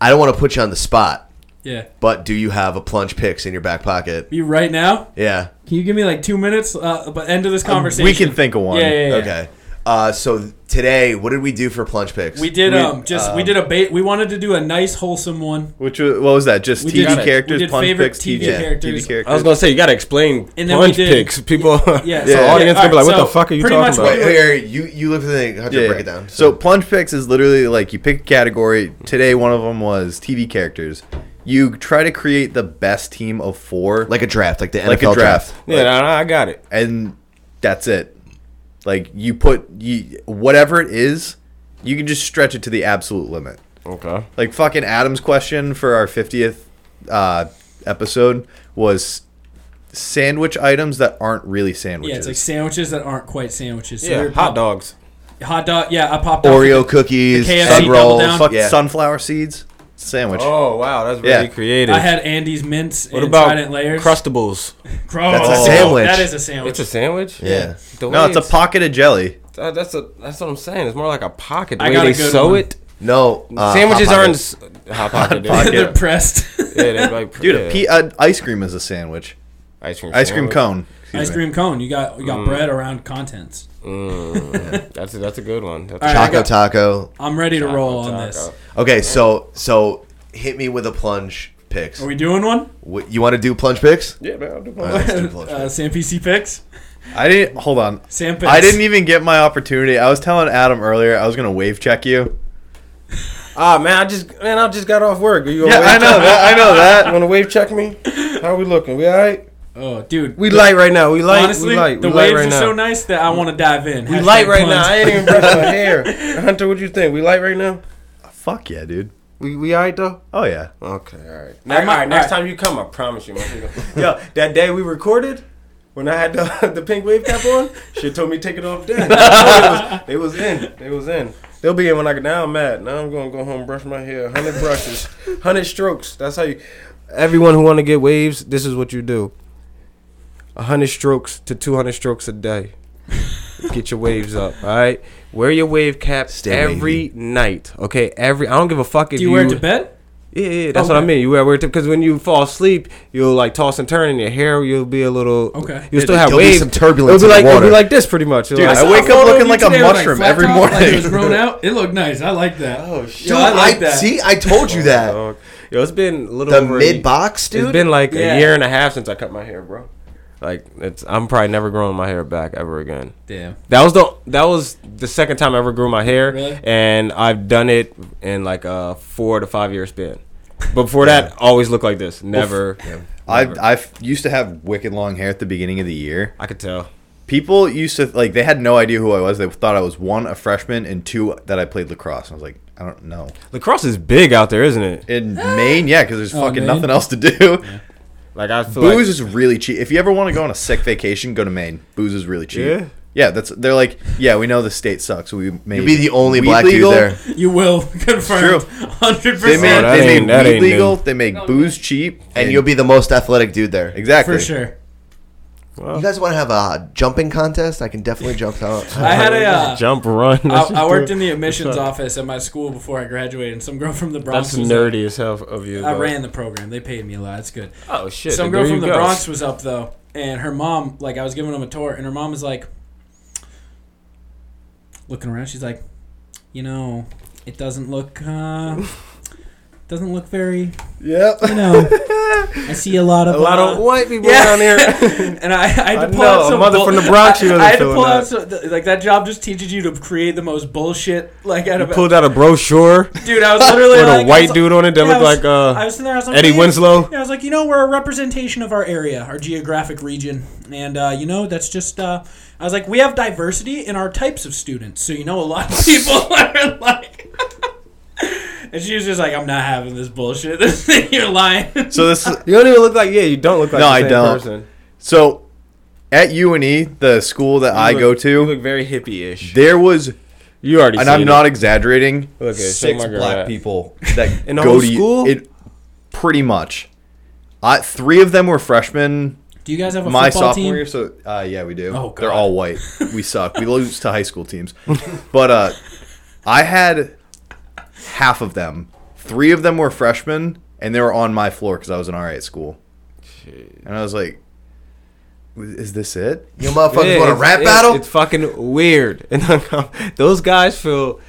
I don't want to put you on the spot, Yeah. but do you have a plunge picks in your back pocket? You right now? Yeah. Can you give me like two minutes? Uh, but end of this conversation. We can think of one. Yeah, yeah, yeah. Okay. Uh, so today, what did we do for plunge picks? We did um just we did a bait. We wanted to do a nice wholesome one, Which was, what was that? Just We TV did- characters, we did plunge favorite picks, TV, TV characters. characters. TV characters. I was gonna say you gotta explain And then we punch did- picks. People, yeah, *laughs* yeah, so- the audience gonna be yeah, like, alright, "What the so fuck are you pretty talking much about?" what- Wait, wait, wait, you you look at the thing. Hunter, Yeah, break it yeah. down. So plunge picks is literally like you pick a category. Today, one of them was TV characters. You try to create the best team of four, like a draft, like the NFL like a draft, yeah, no, no, I got it. and that's it. Like you put you whatever it is, you can just stretch it to the absolute limit. Okay. Like fucking Adam's question for our fiftieth uh, episode was sandwich items that aren't really sandwiches. yeah, it's like sandwiches that aren't quite sandwiches. So we Yeah, were hot pop- dogs. Hot dog. Yeah, I popped off Oreo *laughs* cookies, The KFC sun double rolls. down. Fuck yeah. sunflower seeds sandwich. Oh wow, that's Yeah. really creative. I had Andy's mints what and about Trident layers. crustables? Bro, That's a oh, sandwich. That is a sandwich. It's a sandwich. Yeah. The no, way it's a pocket of jelly. uh, that's a that's what I'm saying. It's more like a pocket. The I way got a they good sew one. it. No, uh, Sandwiches Hot aren't Pockets. s- hot pocket. dude. Pocket. *laughs* They're pressed. Yeah, they're like Dude, yeah. a pe- uh, ice cream is a sandwich. ice cream Ice cream sandwich. cone. excuse *laughs* Ice me. cream cone. You got you got bread around contents. That's a, that's a good one. That's All a- right, I Taco got- Taco. I'm ready to roll on Taco. this. Okay, so so hit me with a plunge picks. Are we doing one? What- you want to do plunge picks? Yeah, man. I'll do All right, let's do plunge Uh, Sam PC picks. *laughs* I didn't. Hold on. Sam picks. I didn't e- even get my opportunity. I was telling Adam earlier I was gonna wave check you. *laughs* Ah man, I just man, I just got off work. Are you Yeah, I know that. I know that. *laughs* Want to wave check me? How we looking? We all right? Oh, dude. We light right now. We light. Honestly, we light. the we light waves right are now. so nice that I want to dive in. We Hashtag light right puns. now. I ain't even brush my *laughs* hair. *laughs* Hunter, what you think? We light right now. Fuck yeah, dude. We we alright though. Oh yeah. Okay, alright. I might- Alright, next alright. time you come, I promise you, man. *laughs* Yo, that day we recorded, when I had the, *laughs* the pink wave cap on, she told me to take it off then. *laughs* they was in. They was in. They'll be in when I get now I'm mad. Now I'm gonna go home and brush my hair. Hundred brushes. Hundred strokes. That's how you everyone who wanna get waves, this is what you do. hundred strokes to two hundred strokes a day. Get your waves up, all right. Wear your wave cap Stay every night, okay? Every I don't give a fuck if Do you wear it to bed? yeah, yeah, that's what I Okay. mean. You wear weird because when you fall asleep, you'll like toss and turn, and your hair you'll be a little. Okay. You'll still have There'll be waves. some turbulence It'll be like in the it'll be water. like "Ah, this pretty much. Dude, I saw wake a up photo looking of you like a today with, mushroom flat every top, Like it morning. was grown out. It looked nice. I like that. Oh shit! Dude, I like that. see, I told you that. *laughs* Yo, it's been a little the over a- mid box, dude. It's been like Yeah. a year and a half since I cut my hair, bro. Like it's I'm probably never growing my hair back ever again. Damn. That was the that was the second time I ever grew my hair, Really? and I've done it in like a four to five year span. But before that, always looked like this. Never. I I f- used to have wicked long hair at the beginning of the year. I could tell. People used to like they had no idea who I was. They thought I was one a freshman and two that I played lacrosse. I was like, I don't know. Lacrosse is big out there, isn't it? In Maine, yeah, because there's fucking Maine. nothing else to do. Like I feel Booze like is really cheap. If you ever want to go on a sick vacation, go to Maine. Booze is really cheap. Yeah? Yeah, that's they're like, yeah, we know the state sucks. We made You'd be the only weed black legal. dude there. You will *laughs* True. confirm. Hundred They made, Oh, that percent they ain't- made that weed ain't new. legal. They make booze cheap, And you'll be the most athletic dude there. exactly for sure. You guys want to have a jumping contest? I can definitely jump out. I had a. Uh, jump run. I, I worked in the admissions office at my school before I graduated, and some girl from the Bronx. *laughs* That's was nerdy as hell of you. Up. I though. ran the program. They paid me a lot. It's good. Oh shit! Some then girl there from you the go. Bronx was up though, and her mom, like, I was giving them a tour, and her mom was like, looking around. She's like, you know, it doesn't look, *laughs* uh, doesn't look very, Yep. *laughs* you know. I see a lot of A lot uh, of white people Yeah. down *laughs* here. and I, I had I to pull know, out a some mother bull- from the Bronx, I, you I would've had to felt pull that. out some, th- like that job just teaches you to create the most bullshit like out I of pulled out a brochure dude. I was literally with like, a I white was- dude on it that yeah, looked I was- like uh, I was sitting there, I was like, Eddie "Hey." Winslow. Yeah, I was like, you know, we're a representation of our area, our geographic region, and uh, you know, that's just. Uh, I was like, we have diversity in our types of students, so you know, a lot of *laughs* people are like. *laughs* and she was just like, I'm not having this bullshit. *laughs* You're lying. So this is, You don't even look like yeah. You don't look like No, the I same don't. Person. so at UNE, the school that I You go look- to, You look very hippie-ish. there was, You already. and seen I'm it. not exaggerating, Look at it, show six my girl black that. *laughs* people that In the go whole to U- school? It, pretty much. I three of them were freshmen. Do you guys have a my football sophomore team? year, so uh, yeah, we do. Oh, They're God. all white. We suck. We lose to high school teams. But uh, I had half of them. Three of them were freshmen, and they were on my floor because I was an RA at school. And I was like, "Is this it?" You motherfuckers Yeah, want a it's- rap it's- battle? It's fucking weird. *laughs* And I'm- those guys feel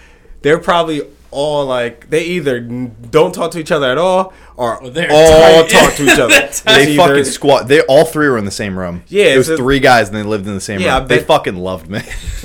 they're probably all like they either n- don't talk to each other at all or they're all tight. talk *laughs* to each other. They It's fucking either- squat. They all three were in the same room. Yeah, it was it's a- three guys, and they lived in the same Yeah, I room. They bet- fucking loved me,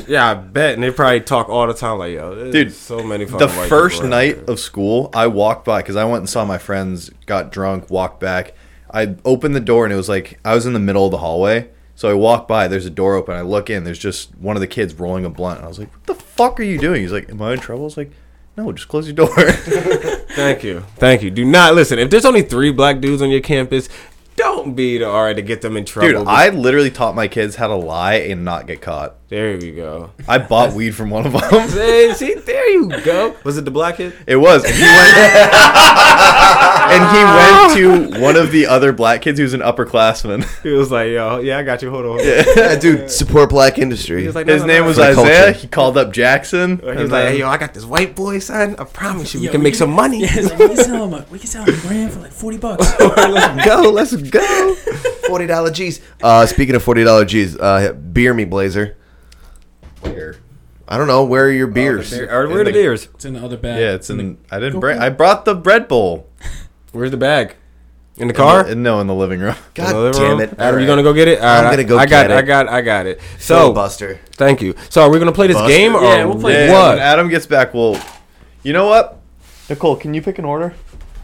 yeah, I bet. And they probably talk all the time like yo, there's dude. So many fucking The white people first around night here. of school, I walked by because I went and saw my friends, got drunk, walked back. I opened the door and it was like I was in the middle of the hallway. So I walk by, there's a door open. I look in, there's just one of the kids rolling a blunt. And I was like, "What the fuck are you doing?" He's like, "Am I in trouble?" I was like, "No, just close your *laughs* door." Thank you, thank you. Do not listen. If there's only three black dudes on your campus, don't be the RA to get them in trouble. Dude, I literally taught my kids how to lie and not get caught. there you go. I bought weed from one of *laughs* them. Hey, See, there you go. Was it the black kid? It was. And he went, *laughs* and he went to one of the other black kids who's an upperclassman. He was like, yo, yeah, I got you. Hold on. Hold on. Yeah, dude, support black industry. He was like, no, His no, name no. was For the culture. Isaiah. He called up Jackson. He was and like, then- hey, yo, I got this white boy, son. I promise you, we Yeah, can make some money. *laughs* Yeah, it's like, we can sell them. A, we can sell them a grand for like forty bucks. *laughs* let's go, let's go. forty dollar G's. Uh, speaking of forty dollar G's, uh, beer me, Blazer. I don't know. Where are your beers? Or where are the beers? It's in the other bag. Yeah, it's in. I didn't Go bring. for I brought the bread bowl. Where's the bag? In the car? In the- no, in the living room. God In the living damn room? it! Are All you right. gonna go get Ah, it? All I'm right, gonna go I got get it. I it. got. I got it. So, So, Buster, thank you. So, are we gonna play this Buster? game or Yeah, we'll play Yeah, what? When Adam gets back, we'll. You know what? Nicole, can you pick an order?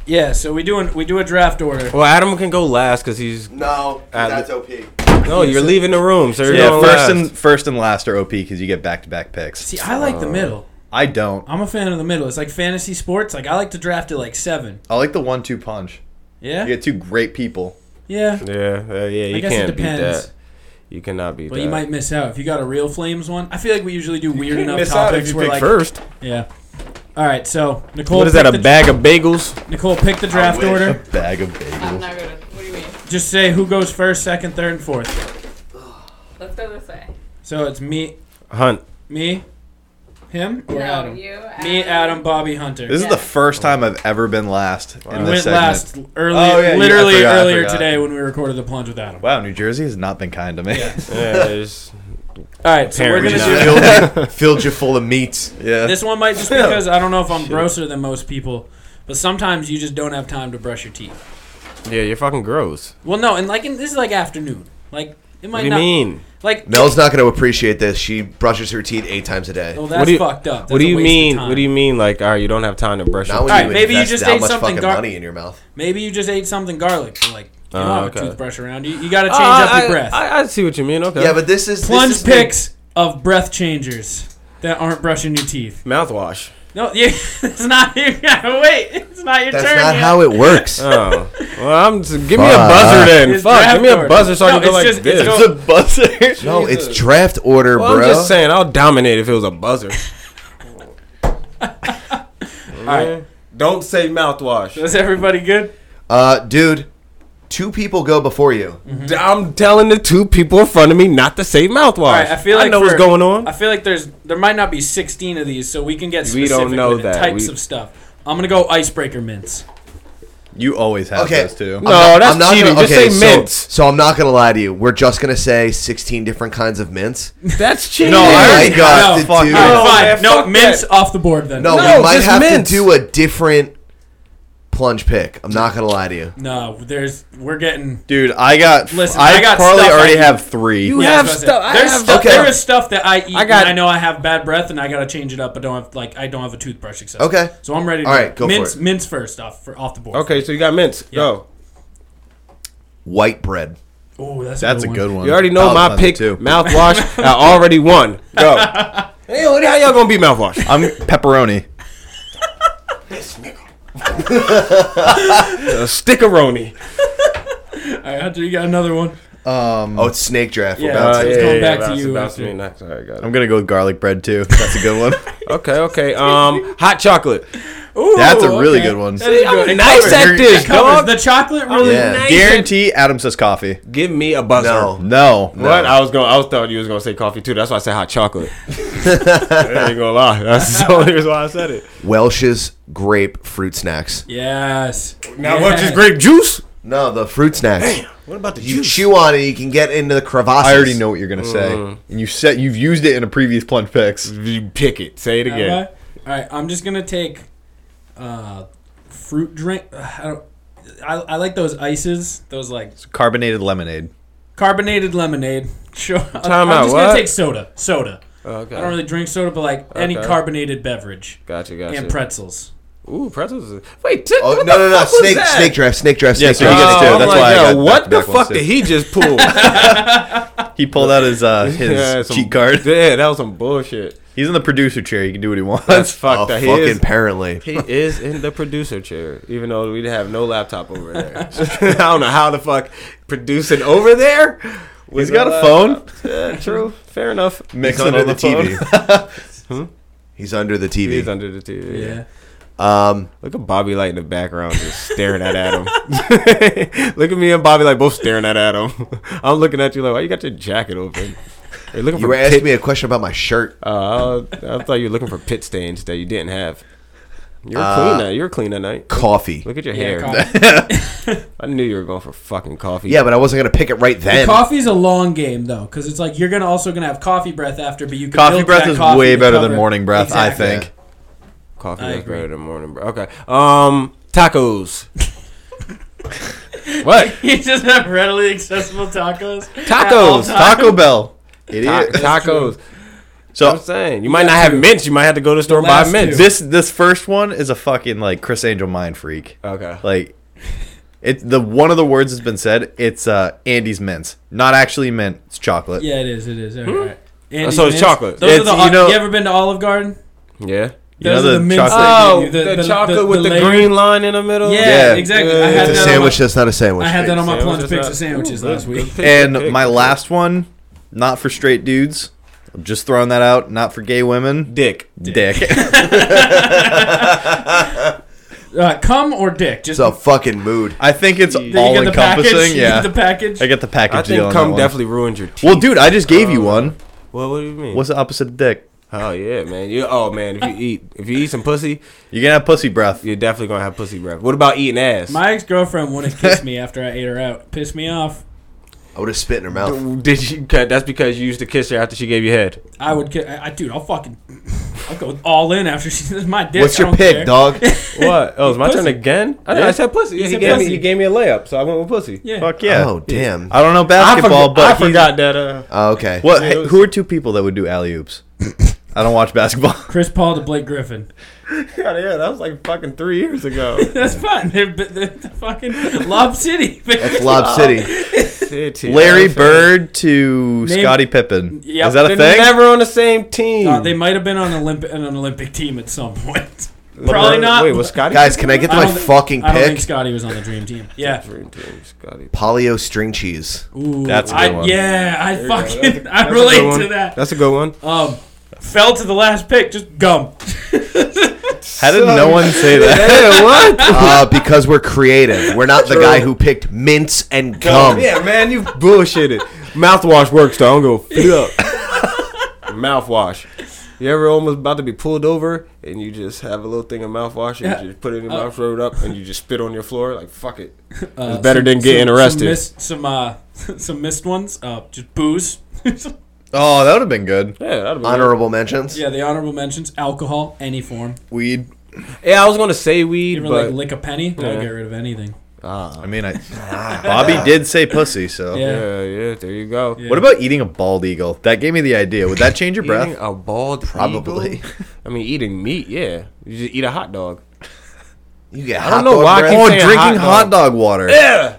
Yeah, so we do an, we do a draft order. Well, Adam can go last because he's No, Uh, that's OP. no. You're leaving the room, so you're Yeah, going first last. and first and last are OP because you get back to back picks. See, I like Uh. the middle. I don't. I'm a fan of the middle. It's like fantasy sports. Like I like to draft at like seven. I like the one two punch. Yeah, You get two great people. yeah. yeah, uh, yeah. You I guess can't it beat depends. that. You cannot beat But that. you might miss out if you got a real flames one. I feel like we usually do weird can't enough miss out if topics you where pick like first. yeah. All right, so Nicole. What is pick that? A the- bag of bagels? Nicole, pick the draft Wish A order. bag of I'm bagels. not gonna. What do you mean? Just say who goes first, second, third, and fourth. Let's go this way. So it's me, Hunt. me, him, or No, Adam. you. Me, Adam, Bobby, Hunter. This is the first time I've ever been last in I this went segment. last early, Oh, yeah, you- I literally forgot, I earlier forgot. today when we recorded the plunge with Adam. Wow, New Jersey has not been kind to me. Yeah. *laughs* *laughs* Yeah, it's- All right, so we're Apparently not. gonna do filled, you, filled you full of meats. Yeah. This *laughs* one might just be because I don't know if I'm grosser than most people, but sometimes you just don't have time to brush your teeth. yeah, you're fucking gross. Well, no, and like in, this is like afternoon. Like it might What do you not mean? like. Mel's not going to appreciate this. She brushes her teeth eight times a day. Well, that's what do you, fucked up. what do you mean? What do you mean? Like, all right, you don't have time to brush Not your when teeth. Alright, you maybe you invest just that ate much something fucking gar- money in your mouth. Maybe you just ate something garlic. but, like you don't Oh, have okay. a toothbrush around you. You got to change Oh, up I, your breath. I, I see what you mean. Okay. Yeah, but this is this Plunge is the- picks of breath changers that aren't brushing your teeth. mouthwash. No, *laughs* yeah, it's not. You gotta *laughs* wait. It's not your That's turn. not yet. how it works. Oh, well, I'm just, give me a Fuck. buzzer then. It's Fuck, give me a draft order. buzzer so I No, can go like it's just- this. it's go- It's a *laughs* buzzer. no, it's draft order, Well, bro. I'm just saying, I'll dominate if it was a buzzer. All right. Don't say mouthwash. Is everybody good? Uh, dude, two people go before you. I'm telling the two people in front of me not to say mouthwash. All right, I feel like know what's for- going on. I feel like there's there might not be 16 of these, so we can get We specific don't know with the that. types We- of stuff. I'm gonna go icebreaker mints. You always have Okay. those two. No, that's cheating. Gonna, Just say so- mints. So, I'm not gonna lie to you. We're just gonna say 16 different kinds of mints. *laughs* That's cheating. No, I already might have got- to no, fuck do- it. All oh, No, right, man, fine. no fuck mints that. off the board then. No, No, we might just have mints. to do a different plunge pick. I'm not gonna lie to you. No, there's we're getting. Dude, I got. Listen, I, I got probably stuff already I- have three. You- Yeah, have that's what stuff- I I said. There's have- stuff. Okay. There is stuff that I eat. I, I got- and I know I have bad breath, and I gotta change it up. But don't have like I don't have a toothbrush accessory. Okay. So I'm ready. To All right, go for mints, it. Mints first off for off the board. Okay, so you got mints. Go. White bread. Oh, that's That's a good one. You already know I'll my find pick. the two. Mouthwash. I already won. Go. hey, what- how y'all gonna beat mouthwash? *laughs* I'm pepperoni. A stickeroni. All right, Hunter, you got another one. Um, Oh, it's snake draft. We're Yeah. bouncing. Uh, it's going back to you after. me next. All right, got it. I'm gonna go with garlic bread too. That's a good one. *laughs* *laughs* Okay, okay. Um, hot chocolate. Ooh, That's a really okay. good one. That is good. It nice covers- at this, it covers dog. the chocolate really Yeah. Nice at- Guarantee Adam says coffee. Give me a buzzer. No. No. What I was going, I was thought you was gonna say coffee too. That's why I said hot chocolate. I ain't gonna lie. That's the only reason why I said it. Welsh's grape fruit snacks. Yes. Now yes. what's this grape juice? No, the fruit snacks. What about the You chew on it, you can get into the crevasses. I already know what you're gonna say, Mm. and you said you've used it in a previous plunge picks. You pick it. Say it Okay. again. All right, I'm just gonna take uh, fruit drink. *sighs* I don't. I, I like those ices. Those like Carbonated lemonade. carbonated lemonade. *laughs* Sure. Time I'm Time out, just what? gonna take soda. Soda. Okay. I don't really drink soda, but like any Okay. carbonated beverage Gotcha, and gotcha. pretzels. Ooh, pretzels. is- Wait, t- *laughs* Oh what no the no no! fuck was Snake that? snake draft snake draft. Yeah, snake so you get draft. to Oh, two. I'm That's like, why I yo, got what the back-to-back ones fuck too. did he just *laughs* pull? He pulled out his uh, his *laughs* Yeah, some- cheat card. Yeah, that was some bullshit. He's in the producer chair. He can do what he wants. *laughs* That's fucked Oh, up. He fucking is- apparently. He is in the producer chair, even though we have no laptop *laughs* over there. *laughs* I don't know how the fuck producing over there. He's got a phone. Yeah, true. Fair enough. *laughs* He's Mixing under on the, the, TV. TV. He's under the *laughs* He's TV. under the TV. Yeah. Yeah. Um, Look at Bobby Light in the background, just staring at Adam. *laughs* Look at me and Bobby Light both staring at Adam. *laughs* I'm looking at you like, why you got your jacket open? Are you looking you for were asking pit? me a question about my shirt. Uh, I, I thought you were looking for pit stains that you didn't have. You were Uh, clean. That, you were clean that night. Coffee. Look at your Yeah, hair. coffee. I knew you were going for fucking coffee. Yeah, but I wasn't gonna pick it right The then. coffee's a long game though, because it's like you're gonna also gonna have coffee breath after, but you can Coffee milk breath that is coffee way to better cover- than morning breath, Exactly. I think. Coffee I is agree. better than morning bread. Okay. Um, *laughs* tacos. what? *laughs* You just have readily accessible tacos. Tacos. Taco Bell. Idiot. Ta- tacos. So I'm saying you might not have mints. You might have to go to the store and buy last mints. two. this this first one is a fucking like Chris Angel mind freak. Okay. Like it the one of the words has been said, it's uh Andy's mints. Not actually mint, it's chocolate. Yeah, it is. It Hmm? is. All right. Andy's so it's mints. chocolate. Those It's- are the, you you, know- you ever been to Olive Garden? yeah. You Those know are the the mints chocolate- that Oh, they give the, you, chocolate with the, layer- green line in the middle. Yeah, Yeah. exactly. I Yeah. had It's a that on sandwich My, that's not a sandwich. I had that on my Sandwich, plunge that's picks not- of sandwiches Ooh, last good, week. good pick, And good pick. my last one, not for straight dudes. I'm just throwing that out, not for gay women. dick. Dick. *laughs* Uh, cum or dick? Just It's a fucking mood. I think it's Did you all get the package? encompassing. *laughs* You Yeah. get the package. I get the package I deal. think on that cum one. definitely ruined your teeth. Well, dude, I just gave you one. What, what do you mean? What's the opposite of dick? oh yeah, man. You oh man, if you eat if you eat some pussy, You're gonna have pussy breath. you're definitely gonna have pussy breath. What about eating ass? My ex girlfriend wouldn't kiss me after I ate her out. Pissed me off. I would have spit in her mouth. Did you? That's because you used to kiss her after she gave you head. I would, ki- I, I dude, I'll fucking, I'll go all in after she *laughs* says my dick. What's I your don't pick, care. dog? What? Oh, it's my turn Pussy. again. I, know, I said pussy. Yeah, he said gave me pussy. he gave me a layup, so I went with pussy. Yeah. Fuck yeah. Oh damn. I don't know basketball, I forgot, but I he's- forgot that. Uh, Oh, okay. What? hey, who are two people that would do alley oops? I don't watch basketball. Chris Paul to Blake Griffin. *laughs* God, yeah, that was like fucking three years ago. *laughs* That's fine. They're, they're, they're fucking Lob City. That's Lob City. City, Larry I'm saying. Bird to Name- Scottie Pippen. Yep. Is that a They're thing? never on the same team. Uh, they might have been on Olymp- an Olympic team at some point. But Probably Bird- not. Wait, was Scotty? Guys, can I get to I my don't think- fucking I don't think pick? Scotty was on the dream team. Yeah. Dream team, Scotty. Polio string cheese. Ooh, That's a good I, one. Yeah, I you go. fucking, I *laughs* That's a good relate one. to that. That's a good one. *laughs* Um, fell to the last pick. Just gum. How did no one say *laughs* that? Hey, what? Uh, because we're creative. We're not the guy who picked mints and gum. Yeah, man, you bullshitted. Mouthwash works though. I don't give *laughs* a fuck. mouthwash. You ever almost about to be pulled over and you just have a little thing of mouthwash and Yeah. you just put it in your Uh, mouth, roll it up, and you just spit on your floor? Like, fuck it. *laughs* Uh, better than getting arrested. Some missed, some, uh, *laughs* some missed ones. Uh, just booze. *laughs* Oh, that would have been good. Yeah, that'd be Honorable mentions. yeah, the honorable mentions: alcohol, any form. Weed. Yeah, I was going to say You weed, ever but. like lick a penny? That'll get rid of anything. I mean, *laughs* I, Bobby did say pussy, so. Yeah. yeah, yeah, there you go. What about eating a bald eagle? That gave me the idea. Would that change your *laughs* Eating breath? a bald Probably. eagle? I mean, eating meat, yeah. You just eat a hot dog. You get I hot don't know dog why I breath. keep Oh, saying drinking hot hot dog, water. Yeah.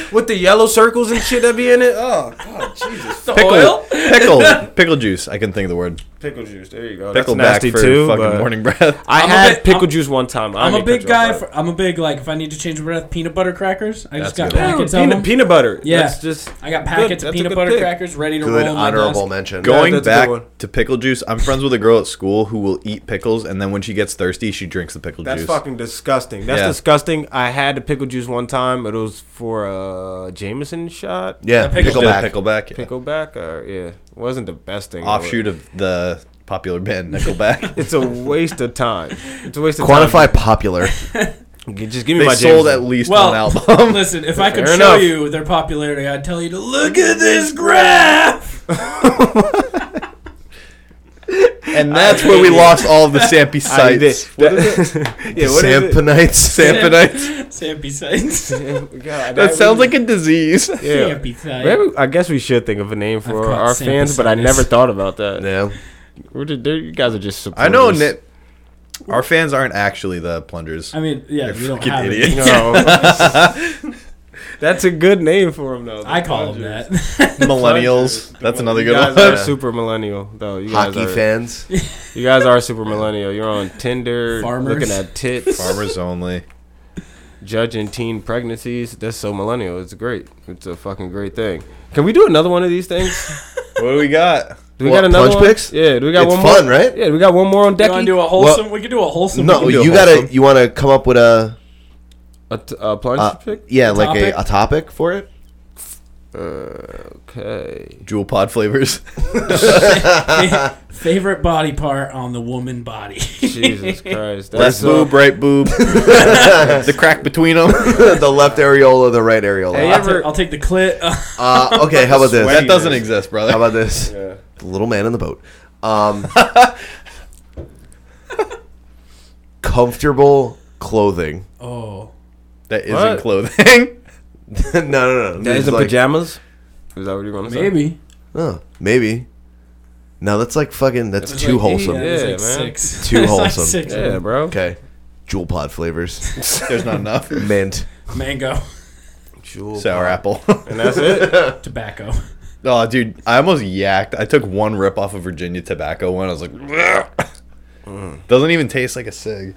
*laughs* With the yellow circles and shit that be in it. Oh, God, Jesus. The Pickle, oil? *laughs* pickle, pickle juice. I couldn't think of the word. Pickle juice. There you go. Pickle That's back nasty for too. fucking but morning *laughs* breath. I I'm a had big- pickle I'm- juice one time. I I'm a didn't big cut you off, guy. but- For, I'm a big like if I need to change my breath, peanut butter crackers. I just That's got good. Yeah, packets of peanut, them. peanut butter. Yeah. That's just I got good. packets of That's a peanut good butter pick. crackers ready to Oh Good roll. on my honorable desk. mention. Going that's a good one. back to pickle juice, I'm friends with a girl at school who will eat pickles, and then when she gets thirsty, she drinks the pickle That's juice. fucking disgusting. That's Yeah. disgusting. I had the pickle juice one time. It was for a Jameson shot. Yeah, pickle- Still pickleback. Pickleback. yeah. Pickleback. Or, yeah. Wasn't the best thing. offshoot of the popular band *laughs* Nickelback. It's a waste of time. It's a waste of time. Quantify popular. Quantify. Just give me they my sold at Jameson. least Well, one *laughs* album. *laughs* listen, if I could Fair show enough. you their popularity, I'd tell you to look at *laughs* this graph. and that's where we lost all of the Sampy *laughs* I did. sites. That- *laughs* yeah, what is it? *laughs* Sampanites. Sampanites. *laughs* Sampy sites. God, That sounds was- like a *laughs* disease. yeah. Sampy sites. Maybe, I guess we should think of a name for caught our sample fans, but I sickness. never thought about that. Yeah. We're just, they're- you guys are just I know supporters. that our fans aren't actually the plungers. I mean, yeah, we don't fucking have idiot. *laughs* it. No. *laughs* That's a good name for him, though. *laughs* I call them that. *laughs* Millennials. That's another You good guys one. are super millennial, though. You guys Hockey *laughs* are. fans. You guys are super millennial. You're on Tinder, Farmers. looking at tits, Farmers only. judging teen pregnancies. That's so millennial. It's great. It's a fucking great thing. Can we do another one of these things? What do we got? Do we What, got another punch one? picks? Yeah. Do we got It's one fun, more? right? Yeah. Do we got one more on You deck? want to do a wholesome? we could do a We wholesome. No, can do a you gotta. wholesome. You want to come up with a. a, t- a plunge uh, pick? yeah, like topic? a, a topic for it. *laughs* Okay. Jewel pod flavors. *laughs* favorite body part on the woman body. *laughs* *laughs* Jesus Left Christ. That's so- boob, right *laughs* boob. the crack between them. the left areola, the right areola. Hey, I'll, ever- ta- I'll take the clit. *laughs* Uh, okay, how about this? that doesn't exist, brother. How about this? Yeah. The little man in the boat. Um, comfortable clothing. *laughs* oh, that isn't What? *laughs* clothing. no, no, no. That It's isn't like- pajamas. Is that what you're gonna say? maybe. Oh, maybe. No, that's like fucking. That's It's too like- wholesome. Yeah, it's Yeah, like man. Six. Too It's like wholesome. six. Yeah, bro. Okay. Jewel pod flavors. There's not enough. Mint. Mango, *laughs* Jewel Sour pod. apple. And that's it. tobacco. oh, dude, I almost yacked. I took one rip off of Virginia tobacco one. I was like, doesn't even taste like a cig.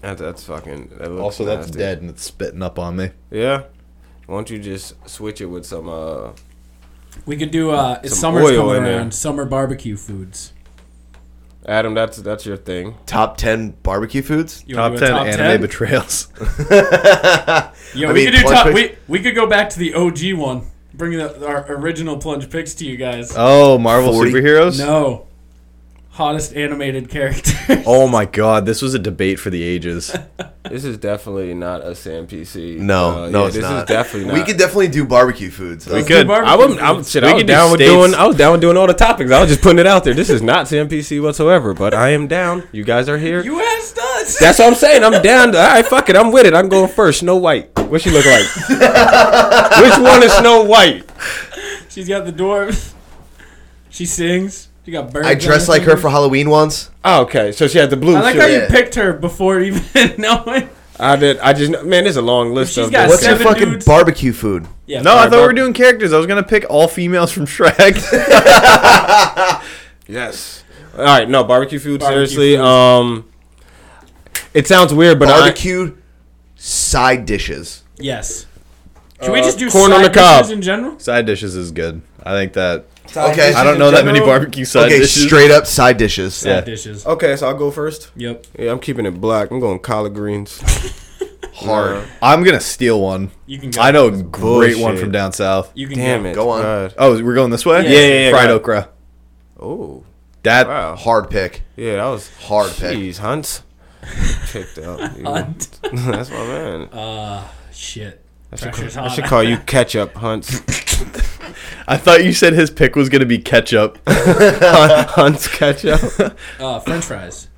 That, that's fucking. That looks Also, that's nasty. dead and it's spitting up on me. Yeah. Why don't you just switch it with some? uh We could do. uh It's Some summer's oil coming in there. around. Summer barbecue foods. Adam, that's that's your *laughs* thing. Top ten barbecue foods. You Top wanna do ten a anime *laughs* 10? betrayals. Yeah, I we mean, could do plunge top. picks. We, we could go back to the OG one. Bring the, our original plunge picks to you guys. Uh, Oh, Marvel 40? superheroes. no, hottest animated character. Oh *laughs* my god, this was a debate for the ages. This is definitely not a Sam PC. No, Uh, no, yeah, it's this not. is definitely not. We could definitely do barbecue foods. though. could. I would. I'm, shit, We I was could do down with states. doing. I was down with doing all the topics. I was just putting it out there. This is not Sam PC whatsoever, but I am down. You guys are here. You asked us. That's what I'm saying. I'm down. To, all right, fuck it. I'm with it. I'm going first. Snow White. What she look like? Which one is Snow White? She's got the dwarves. She sings. She got birds. I on dressed like her fingers. for Halloween once. Oh, okay, so she had the blue I like shirt. how you Yeah. picked her before even *laughs* knowing. I did. I just man, there's a long list She's of got this. What's your seven fucking dudes. barbecue food? Yeah. uh, No, I thought we were Barb- doing characters. I was gonna pick all females from Shrek. *laughs* Yes. All right. No barbecue food. Barbecue seriously. food. Um. It sounds weird, but Barbecued side dishes. Yes. Should we just do Uh, corn on side the cob. dishes in general? side dishes is good. I think that Okay, I don't know that many barbecue side okay, dishes. straight up side dishes. Side Yeah. dishes. I, okay, so I'll go first. Yep. Yeah, I'm keeping it black. I'm going collard greens. Hard. I'm gonna steal one. You can go. I know a great one bullshit. from down south. You can Damn go. it. Go on. Oh, we're going this way. Yeah, yeah, yeah, Fried go. okra. Oh. That Wow. Hard pick. Yeah, that was Hard pick. Jeez, Hunt. Picked *laughs* up. dude. Hunt. *laughs* Uh, That's my man. Shit. Pressure's I on. should call you Ketchup Hunt. *laughs* I thought you said his pick was gonna be ketchup. Hunt's Ketchup. Uh, French fries.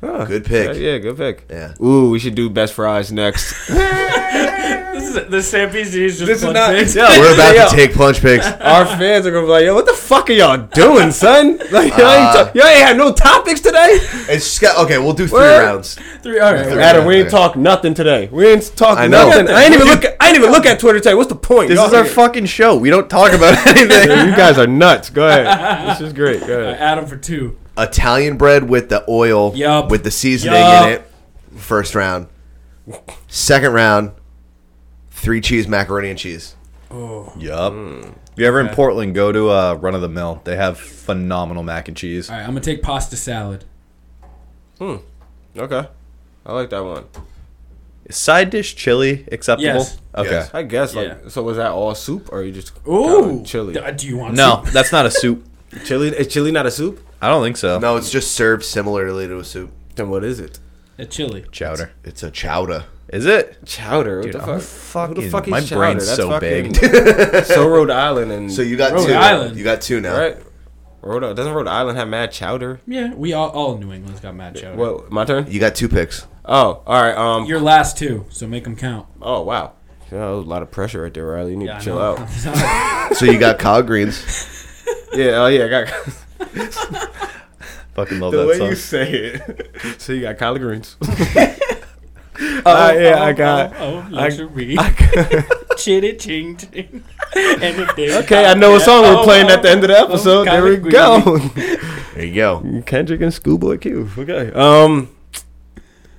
Good pick. Yeah, yeah, good pick. Yeah. Ooh, we should do best fries next. *laughs* This is the Sam PC is just one *laughs* thing. Yeah, We're about yeah. to take plunge *laughs* picks. Our fans are gonna be like, yo, what the fuck are y'all doing, son? *laughs* Like, y'all, ain't, y'all ain't have no topics today. It's just got, okay. We'll do three Where? rounds. Three. All right. Three. Adam, we ain't Okay. talk nothing today. We ain't talk I know. nothing. I ain't even look. At, I ain't even look at Twitter today. What's the point? This Y'all is our here. fucking show. We don't talk about anything. Yeah, you guys are nuts. Go *laughs* ahead. This is great. Go ahead. Adam for two. Italian bread with the oil, Yup. with the seasoning Yup. in it. First round. Second round. Three cheese macaroni and cheese. yup. If you're ever in Portland, go to uh, Run of the Mill. They have phenomenal mac and cheese. All right. I'm gonna take pasta salad. Okay, I like that one. Is side dish chili acceptable? Yes. Okay. Yes. I guess. Like, Yeah. so was that all soup, or you just Ooh. kinda chili? D- uh, Do you want? No, soup? that's not a soup. Chili is chili not a soup? I don't think so. No, it's just served similarly to a soup. Then what is it? A chili. Chowder. It's a chowder. Is it? Chowder. Dude, what I'm the fuck? Who the fucking- fuck is my chowder? brain's so *laughs* fucking- so Rhode Island and So you got Rhode two. Island. You got two now. right. Rhode Island doesn't Rhode Island have mad chowder? Yeah. We all all New England's got mad chowder. What? My turn. You got two picks. Oh, all right. Um. Your last two, so make them count. oh wow. Yeah, that was a lot of pressure right there, Riley. You need I to chill know. out. *laughs* *laughs* So you got collard greens. yeah. Oh yeah. I *laughs* got Fucking love the way that you sauce. say *laughs* it. so you got collard greens. Uh, yeah, I got. Oh, oh, I- luxury. *laughs* Chitty *laughs* ching ching. And if they- Okay, I know what song we're playing at the end of Oh, the episode. there we collard go. There you go. *laughs* Kendrick and Schoolboy Q. Okay. Um,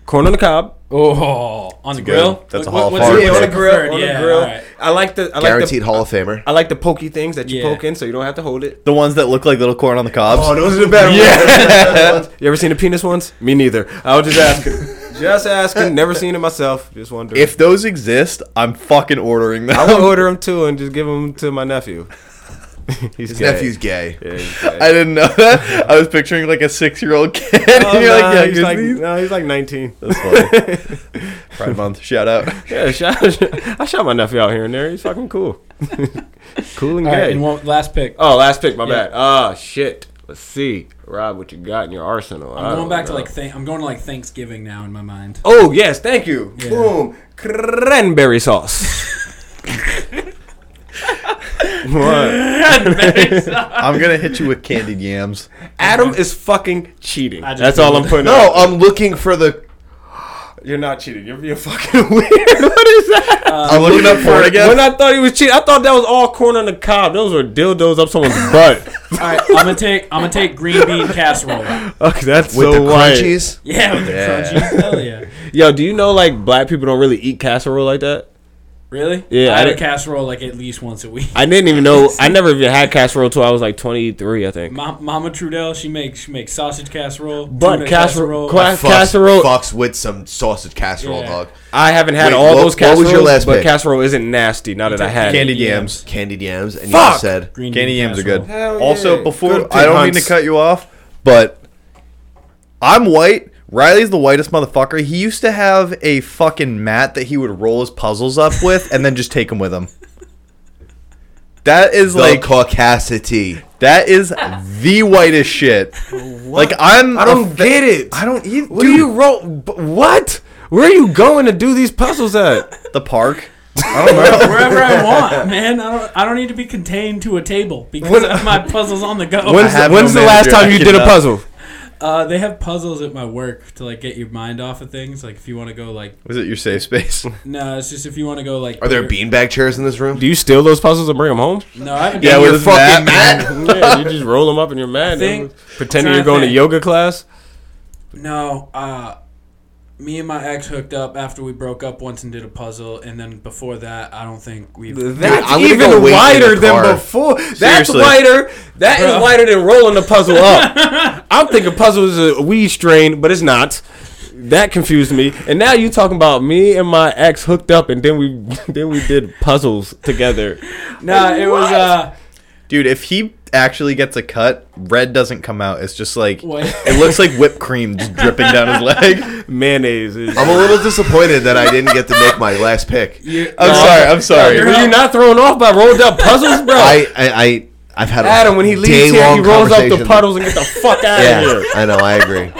corn on the cob. Oh, on the grill. That's a What- hall what's of your fame. Yeah, on the pick. grill. On Yeah, the grill. alright. I like the. I like Guaranteed the. Hall of Famer. I like the pokey things that you Yeah. poke in, so you don't have to hold *laughs* it. The ones that look like little corn on the cobs. those are the better *laughs* You ever seen the penis ones? Me neither. I was just asking. *laughs* just asking. Never seen it myself. Just wondering. If those exist, I'm fucking ordering them. *laughs* I would order them too and just give them to my nephew. *laughs* He's His gay. nephew's gay. Yeah, he's gay. I didn't know that. I was picturing like a six year old kid. *laughs* and *laughs* Oh, you're nah, like, yeah, he's here's like, these. no, he's like 19. That's funny. Pride Month, shout out. *laughs* Yeah, shout, I shot my nephew out *laughs* here and there. He's fucking cool. *laughs* cool and All right, gay. and one last pick. oh, last pick. My Yeah. bad. Ah, shit. Let's see, Rob, what you got in your arsenal? I I'm don't going back to know. like th- I'm going to like Thanksgiving now in *laughs* my mind. Oh yes, thank you. *laughs* Boom, cranberry sauce. What? *laughs* I'm gonna hit you with candied yams. Adam is fucking cheating. I just That's all I'm putting. No, uh, I'm looking for the. up. you're not cheating. You're, you're fucking *laughs* weird. what is that? I'm looking up for it again. When I thought he was cheating, I thought that was all corn on the cob. Those were dildos up someone's butt. All right, I'm gonna take I'm gonna take green *laughs* bean casserole. okay, that's With the so white. crunchies? Yeah, with the crunchies. Hell yeah. Yo, do you know like black people don't really eat casserole like that? Really? Yeah, I I had a didn't- casserole like at least once a week. I didn't even know. I never even had casserole till I was like 23, I think. *laughs* Ma- Mama Trudell, she makes she makes sausage casserole, But tuna casserole, I ca- fucks, casserole. fucks with some sausage casserole, Yeah. dog. I haven't had Wait, all what- those what was casseroles, your last but pick? casserole isn't nasty. Now that I had it. Candied yams. Candied yams, and you Fuck! just said Green Candied yams are casserole. good. Hell Also, yeah. before Good I don't mean Hunts. to cut you off, but I'm white. Riley's the whitest motherfucker. He used to have a fucking mat that he would roll his puzzles up with, and then just take them with him. That is the like caucasity. that is the whitest shit. Like I'm, I don't offe- get it. I don't eat. What do you roll? b- What? Where are you going to do these puzzles at? The park. I don't know. Wherever I want, man. I don't I don't need to be contained to a table because I have my puzzles on the go. When's, have when's no the last manager. time I you did a cannot- puzzle? Uh, they have puzzles at my work to like get your mind off of things. Like if you want to go like Was it your safe space? no, it's just if you want to go like Are there beanbag chairs in this room? Do you steal those puzzles and bring them home? No, I haven't. Yeah, done with You're his fucking mat. mad. yeah, you just roll them up and you're mad. think- pretending I'm you're trying going to to think. yoga class. No, uh, me and my ex hooked up after we broke up once and did a puzzle, and then before that, I don't think we've. *laughs* That's I'm gonna even go wait in wider the than car. before. That's Seriously. wider. That is Bruh. wider than rolling the puzzle *laughs* up. I'm thinking puzzle is a weed strain, but it's not. That confused me. And now you talking about me and my ex hooked up, and then we *laughs* then we did puzzles *laughs* together. No, it was uh, Dude, if he actually gets a cut, red doesn't come out. It's just like What? it looks like whipped cream just dripping down his leg. Mayonnaise. Is, I'm a little disappointed that I didn't get to make my last pick. *laughs* I'm sorry. I'm sorry. *laughs* Were you not thrown off by rolled up puzzles, bro? I, I, I, I've had a Adam, when he leaves here, he day-long rolls up the conversation. puddles and get the fuck out Yeah, of here. I know. I agree.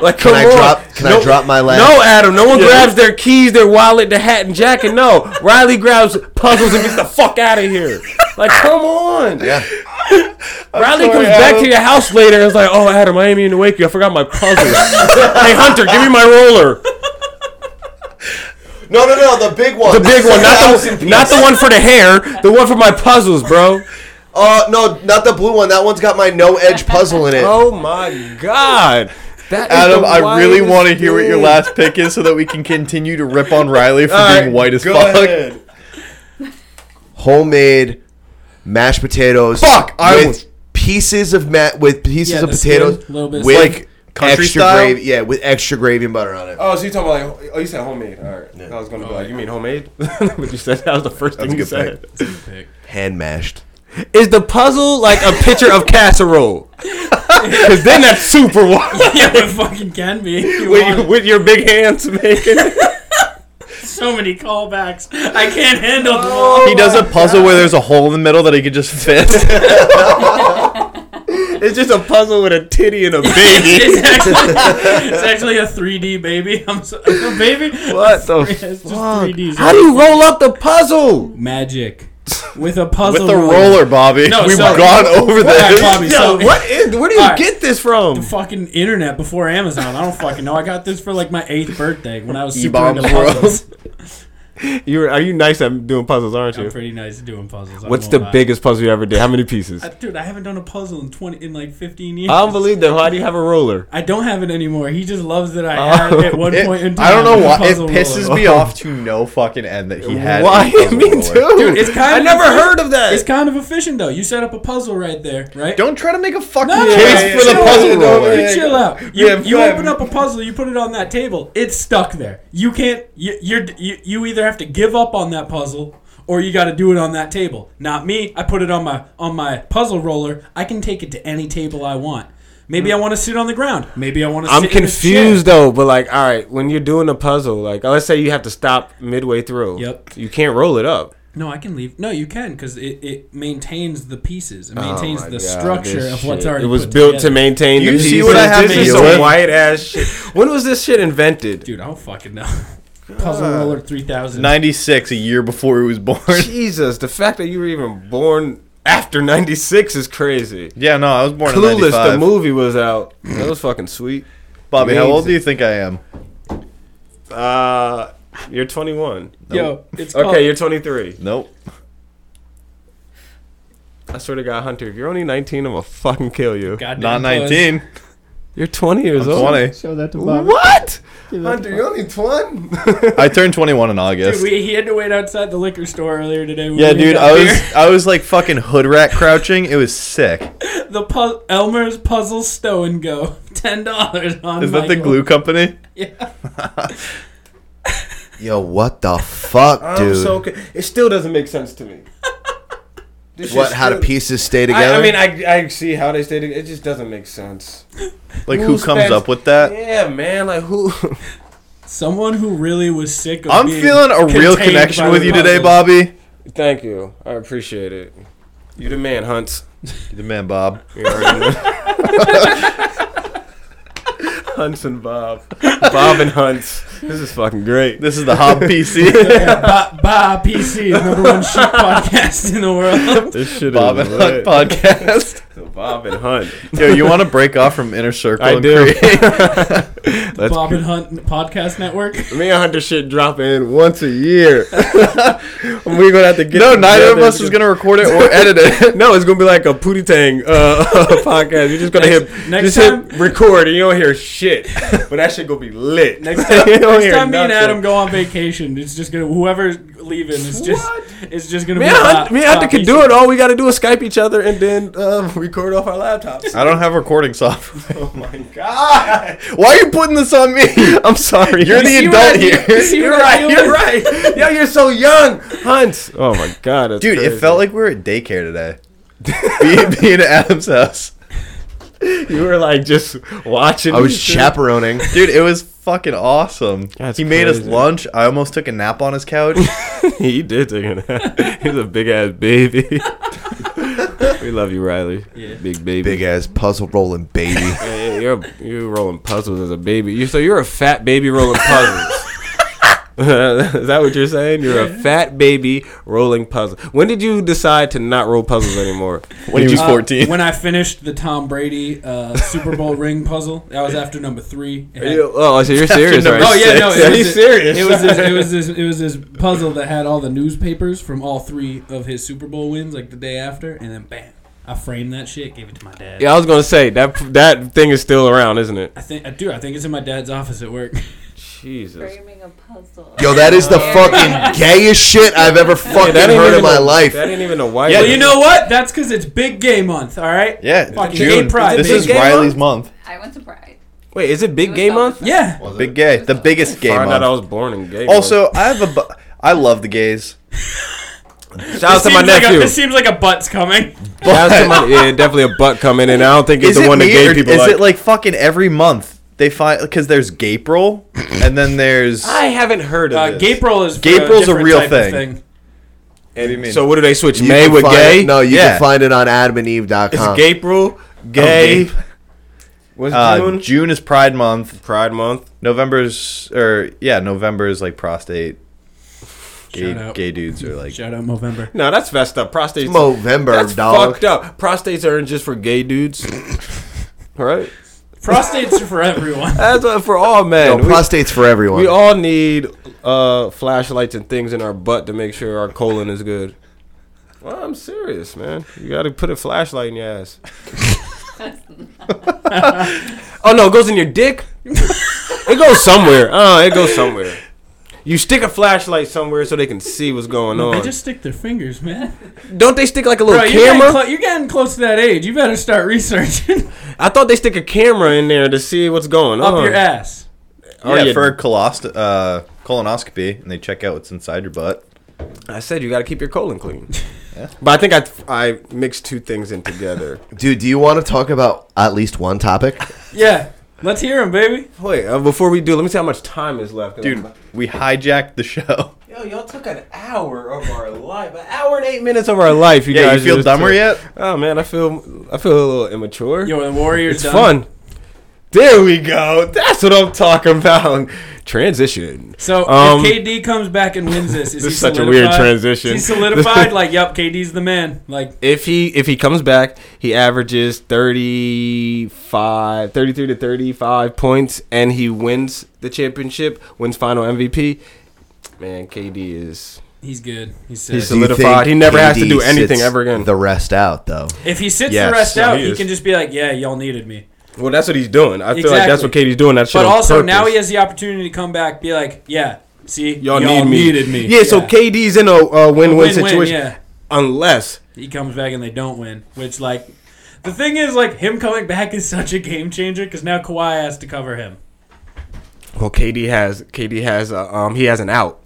Like, Can come I on. drop? Can I No- drop my last? No, Adam. No one grabs their keys, their wallet, their hat, and jacket. No, Riley grabs puzzles and gets the fuck out of here. Like, come on. Yeah. *laughs* Riley sorry, comes back Adam. to your house later and is like, "Oh, Adam, I didn't mean to wake you. I forgot my puzzle. *laughs* hey, Hunter, give me my roller, No, no, no. The big one. the big one, not the not the one for the hair, the one for my puzzles, bro." Uh, no, not the blue one. That one's got my no edge puzzle in it. *laughs* Oh my god. That is Adam, the I really wildest want to hear what your thing. last pick is so that we can continue to rip on Riley for All being right, white as go fuck. *laughs* ahead. Homemade mashed potatoes. Fuck, I with was- pieces of ma- with pieces Yeah, of the skin, potatoes little bit of with skin. Like country extra style? *laughs* gravy. Yeah, with extra gravy and butter on it. Oh, so you talking about like? Oh, you said homemade. All right, I was gonna be like, you mean *laughs* homemade? but you said that was the first thing you That's a said. good Hand mashed. Is the puzzle like a picture of casserole? Because then that's *laughs* super wild. yeah, it fucking can be. if you with, want. you- *laughs* with your big hands making. so many callbacks. I can't handle. them all. *laughs* Oh. He does a puzzle where there's a hole in the middle that he could just fit. *laughs* it's just a puzzle with a titty and *laughs* a baby. *laughs* It's actually, it's actually a 3D baby. I'm so, *laughs* a baby. what *laughs* the It's f- just 3D. How do you roll up the puzzle? magic with a puzzle With the roller, Bobby. No, We've so- gone over Alright, this. Bobby, so- Yo, what is? Where do you All right. get this from? Fucking internet before Amazon. I don't fucking know. I got this for like my eighth birthday when I was super E-bombs, into bro. puzzles. *laughs* You're are you nice at doing puzzles, aren't *laughs* I'm you? pretty nice at doing puzzles. I What's won't the lie. biggest puzzle you ever did? How many pieces? I- Dude, I haven't done a puzzle in twenty in like fifteen years. Unbelievable. Why do you have a roller? I don't have it anymore. He just loves that I had it at one Oh, It- point in time. I don't know a why. It puzzle pisses roller. me off to no fucking end that he had. a Why? puzzle *laughs* Me roller. too. Dude, it's kind I of never efficient. heard of that. It's kind of efficient though. You set up a puzzle right there, right? Don't try to make a fucking No, case yeah, yeah, for the yeah, puzzle yeah, roller. You chill out. You, Yeah, you fam. open up a puzzle. You put it on that table. It's stuck there. You can't. You you're, you you either have to give up on that puzzle or you got to do it on that table. Not me. I put it on my on my puzzle roller. I can take it to any table I want. Maybe I want to sit on the ground. Maybe I want to. I'm sit in this chair. confused though, but like, all right, when you're doing a puzzle, like, let's say you have to stop midway through. Yep. You can't roll it up. No, I can leave. No, you can because it, it maintains the pieces. It maintains the Oh God, Uh, structure this of what's shit. already. It was put built to together. maintain You the see pieces. what I have this to is deal some with? white ass shit. When was this shit invented? Dude, I don't fucking know. *laughs* Puzzle Roller 3000. 96, a year before he was born. Jesus, the fact that you were even born after '96 is crazy. yeah, no, I was born in Clueless, 95. the movie was out. That was fucking sweet. Bobby, how old Amazing. do you think I am? Uh, you're 21. Yo, it's called, Okay, you're 23. Nope. I swear to God, Hunter, if you're only 19, I'm gonna fucking kill you. Goddamn Not close. 19. You're 20 years I'm old. 20. Show that to Bob. What? Give that Hunter, to you're only 20. I turned 21 in August. Dude, we, he had to wait outside the liquor store earlier today. when yeah, we dude, got I beer. was I was like fucking hood rat crouching. It was sick. the pu- Elmer's Puzzle Stow and Go, *laughs* ten dollars on. Is that the Michael. glue company? Yeah. Yo, what *laughs* the fuck, I'm dude? Oh, so co- it still doesn't make sense to me. This what? is How do still- pieces stay I, together? I mean, I, I see how they stay together. It just doesn't make sense. Like who Who comes spends- up with that? Yeah, man. Like who? Someone who really was sick. of I'm being feeling a real contained by connection with the you today, puzzle. Bobby. *laughs* Thank you. I appreciate it. You the man, Hunts. You the man, Bob. You already know. Hunts and Bob. Bob and Hunts. This is fucking great. This is the Hob PC. Yeah, Bob, Bob PC, *laughs* number one shit podcast in the world. This shit Bob and is Hunt lit. podcast. Bob and Hunt. Yo, you want to break off from Inner Circle? I and do. create- That's Bob and Hunt Podcast Network. Me and Hunter shit drop in once a year. We're gonna have to get. No, neither of together. us is gonna record it *laughs* *laughs* or edit it. No, it's gonna be like a Pootie Tang uh, *laughs* podcast. You're just gonna Next- hit next just time- hit record and you don't hear shit. *laughs* But that shit gonna be lit. *laughs* Next time, You next don't hear time me and nothing. Adam go on vacation, it's just gonna whoever's leaving is just it's just gonna Me be and Hunter, Bob- me and Hunter Bob can PC. do it. All we gotta do is Skype each other and then uh, record off our laptops. *laughs* I don't have recording software. Oh my god! Why are you putting this on me? *laughs* I'm sorry. You're the see what adult I- you here. see You're what I right. do? You're right. Yo, you're so young, Hunt. Oh my god, that's Dude, it crazy. felt like we were at daycare today. being, being at Adam's house. you were like just watching. I was these two. chaperoning. *laughs* Dude, it was fucking awesome. That's he made us crazy. lunch. I almost took a nap on his couch. *laughs* he did take a nap. *laughs* He's a big ass baby. *laughs* we love you, Riley. Big baby. *laughs* Big ass puzzle rolling *laughs* baby. Yeah, yeah, you're you're rolling puzzles as a baby. You so you're a fat baby rolling puzzles. *laughs* Is that what you're saying? You're a fat baby rolling puzzles. When did you decide to not roll puzzles anymore? when he was Uh, 14. when I finished the Tom Brady uh, *laughs* Super Bowl ring puzzle, that was after number three. It had- You- oh, so you're serious, number right? Oh yeah, no, Are it you was, serious? *laughs* It was this, it was this, it was this puzzle that had all the newspapers from all three of his Super Bowl wins, like the day after, and then bam, I framed that shit, gave it to my dad. yeah, I was gonna say that that thing is still around, isn't it? I think, I do. I think it's in my dad's office at work. Jesus. Framing a puzzle. Yo, that is the fucking gayest shit I've ever fucking that ain't heard even in my a- life. That ain't even a white. Yeah, Well, you know what? That's because it's Big Gay Month. All right. yeah, Fucking June. gay pride. This Big is gay Riley's month. I went to Pride. Wait, is it Big was Gay on Month? the- Yeah. Big gay. The biggest gay Found out I month. was born in Gay. Also, I have a. Bu- I love the gays. Month. shout out to my Seems like a- nephew. *laughs* it seems like a butt's coming. Shout out to *laughs* my yeah, definitely a butt coming in. I don't think it's Is the it one that me gay or people is like. it like fucking every month they find because there's Gapril and then there's I haven't heard of Uh, this. Gapril's is for Gapril's a different real type of thing. And do you mean? So what do they switch? You May can with find gay? It, no, uh-huh. Oh, you Yeah. can find it on adamandeve.com. it's Gapril, gay. Gape. What's uh, June? June is Pride Month. Pride Month. November's or yeah, November is like prostate. Shout Gay, out. gay dudes are like Shout out Movember. No, that's messed up. Prostates. It's Movember, that's dog. fucked up. Prostates aren't just for gay *laughs* dudes. all right, Prostates are for everyone. that's uh, for all Yo, men. We- prostate's for everyone. we, all need uh, flashlights and things in our butt to make sure our colon is good. Well, I'm serious, man. You got to put a flashlight in your *laughs* ass. oh no, it goes in your dick. it goes somewhere. Oh, it goes somewhere. You stick a flashlight somewhere so they can see what's going They on. just stick their fingers, man. Don't they stick like a little Bro, you're camera? getting, clo- you're getting close to that age. You better start researching *laughs* I thought they stick a camera in there to see what's going up on. Oh, your ass. Or yeah your- for a colost- uh, colonoscopy and they check out what's inside your butt. I said you got to keep your colon *laughs* clean. But I think I I mixed two things in together. Dude, do you want to talk about uh, at least one topic? Yeah, let's hear him, baby. Wait, uh, before we do, let me see how much time is left. Dude, we hijacked the show. *laughs* yo, y'all took an hour of our life, an hour and eight minutes of our life. You Yeah, you guys feel just dumber took. yet? Oh man, I feel I feel a little immature. Yo, the it's Warriors done. fun. There we go. That's what I'm talking about. Transition. So Um, if KD comes back and wins this, This is he is such a solidified? weird transition. He's solidified. like, yep, KD's the man. Like, if he if he comes back, he averages 35, 33 to 35 points and he wins the championship, wins final MVP. Man, KD is he's good. He's sick. He's Do you solidified. think He never has to KD do anything sits ever again. The rest out though. if he sits Yes, the rest no, out, he he is. can just be like, yeah, y'all needed me. Well, that's what he's doing. I feel like that's what Exactly. KD's doing. That shit But on also now purpose. he has the opportunity to come back, be like, yeah, see, y'all, need me. needed me. Yeah, so KD's in a uh, win-win, Win-win, situation yeah. unless he comes back and they don't win, which like. The thing is, like him coming back is such a game changer because now Kawhi has to cover him. well KD has KD has uh, um he has an out.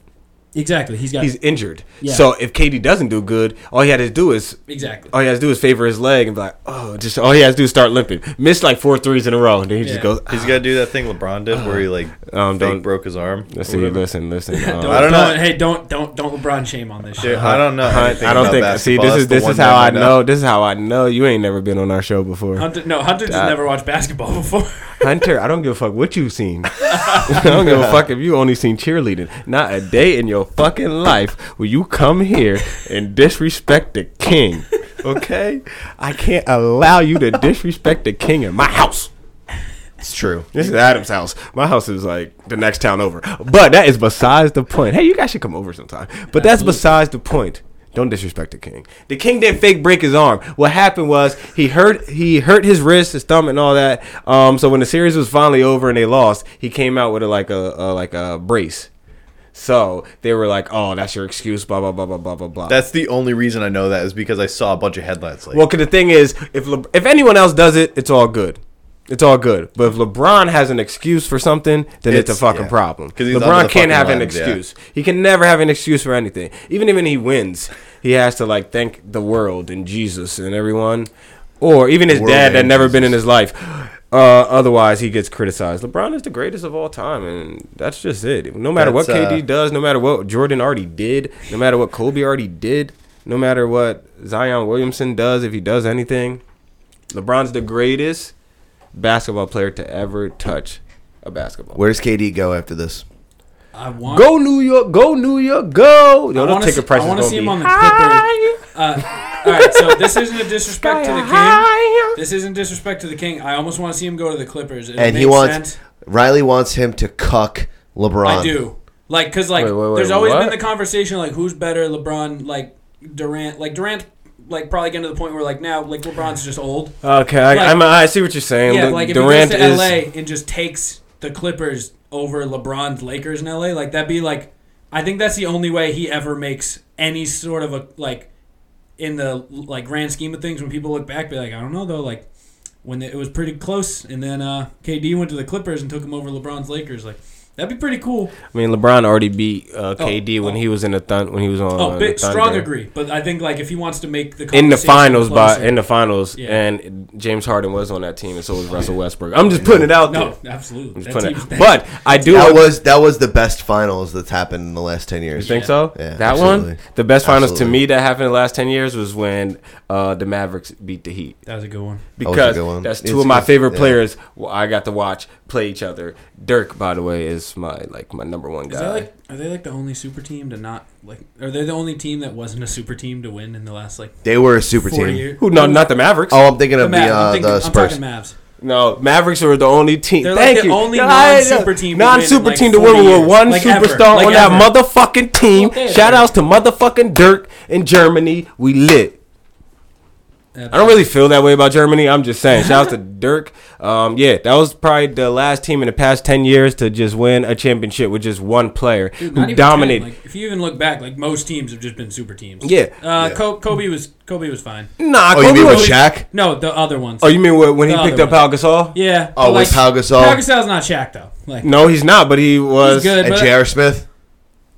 Exactly, he's got He's injured. Yeah. So if KD doesn't do good, all he had to do is exactly. all he has to do is favor his leg and be like, oh, just all he has to do is start limping. Missed like four threes in a row, and then he Yeah. just goes. "Ah." He's got to do that thing LeBron did Uh, where he like Um, fake don't- broke his arm. Let's or see. whatever. Listen, listen. *laughs* um, Don't, I don't know. don't- Hey, don't don't don't LeBron shame on this Dude, shit. I don't know. I, anything I don't about think. See, basketball. this That's is the this one is how I thing know. This is how I know you ain't never been on our show before, Hunter, no, Hunter just Uh, never watched basketball *laughs* before. Hunter. I don't give a fuck what you've seen. *laughs* I don't give a fuck if you only seen cheerleading. Not a day in your fucking life will you come here and disrespect the king. Okay, I can't allow you to disrespect the king in my house. It's true. This is Adam's house. My house is like the next town over. But that is besides the point. Hey, you guys should come over sometime. But that's besides the point. Don't disrespect the king. The king didn't fake break his arm. What happened was he hurt he hurt his wrist, his thumb, and all that. Um, so when the series was finally over and they lost, he came out with a, like a, a like a brace. So they were like, "Oh, that's your excuse." Blah blah blah blah blah blah blah. That's the only reason I know that is because I saw a bunch of headlines. Like, Well, because the thing is, if Le- if anyone else does it, it's all good. It's all good. But if LeBron has an excuse for something, then it's, It's- a fucking yeah. problem. 'Cause he's LeBron under the can't fucking have an lines, yeah. excuse. He can never have an excuse for anything. Even if he wins, he has to like thank the world and Jesus and everyone, or even his world dad that and never been Jesus. in his life. Uh, otherwise, he gets criticized. LeBron is the greatest of all time, and that's just it. No matter what That's, KD uh, does, no matter what Jordan already did, no matter what Kobe already did, no matter what Zion Williamson does, if he does anything, LeBron's the greatest basketball player to ever touch a basketball. Where's KD go after this? I want. Go New York, go New York, go! Yo, I those want ticket to. I prices want gonna to see be him on the Clippers. Uh, all right, so this isn't a disrespect to the king. high. This isn't disrespect to the king. I almost want to see him go to the Clippers. It And he makes wants sense. Riley wants him to cuck LeBron. I do. Like, cause like, Wait, wait, wait, there's always what? been the conversation like, who's better, LeBron, like Durant, like Durant, like probably getting to the point where like now, like LeBron's just old. Okay, I, Like- I'm, I see what you're saying. yeah, Look, like if Durant he goes is. to LA and just takes the Clippers over LeBron's Lakers in LA, like that'd be like, I think that's the only way he ever makes any sort of a like, in the like grand scheme of things, when people look back, be like, I don't know though, like. When it was pretty close, and then uh, KD went to the Clippers and took him over LeBron's Lakers. Like that'd be pretty cool. I mean, LeBron already beat uh, Oh, KD when oh. he was in the thun- when he was on. Oh, uh, big, the strong Thunder. agree. But I think like if he wants to make the In the conversation finals, by closer- in the finals, Yeah. and James Harden was on that team, and so was Russell Westbrook. I'm just putting it out there. no, absolutely. I'm just That putting team's- it. But I do. That was that was the best finals that's happened in the last ten years. you think so? Yeah, that one, absolutely. the best finals to Absolutely. me that happened in the last ten years was when uh, the Mavericks beat the Heat. that was a good one. was a because good one. that's two It's of my good, favorite yeah. players. wh- I got to watch play each other. Dirk, by the way, is my like my number one Is that guy. like are they like the only super team to not like are they the only team that wasn't a super team to win in the last like They were a super four team. years? Who? No, not the Mavericks. Oh, I'm thinking The of the, Mavs. uh, I'm, thinking, the I'm talking Spurs. Mavs. No, Mavericks were the only team. They're like Thank the you. only Yeah, I- non-super team to Non-super win, like, team to 40 win with years. one Like ever. superstar Like on that ever. motherfucking team. Well, there. Shout outs to motherfucking Dirk in Germany. We lit. I don't really feel that way about Germany. I'm just saying. Shout out *laughs* to Dirk. Um, yeah, that was probably the last team in the past ten years to just win a championship with just one player Dude, not who even dominated. 10. Like, if you even look back, like most teams have just been super teams. Yeah. Uh, Co- Kobe was Kobe was fine. nah, Oh, you Kobe mean with was- Shaq? No, the other ones. Oh, you mean when, when he The picked other up Pau Gasol? yeah. Oh, but, with Pau Gasol? Pau Gasol's not Shaq though. Like No, he's not. But he was. he's good. And but- J.R. Smith.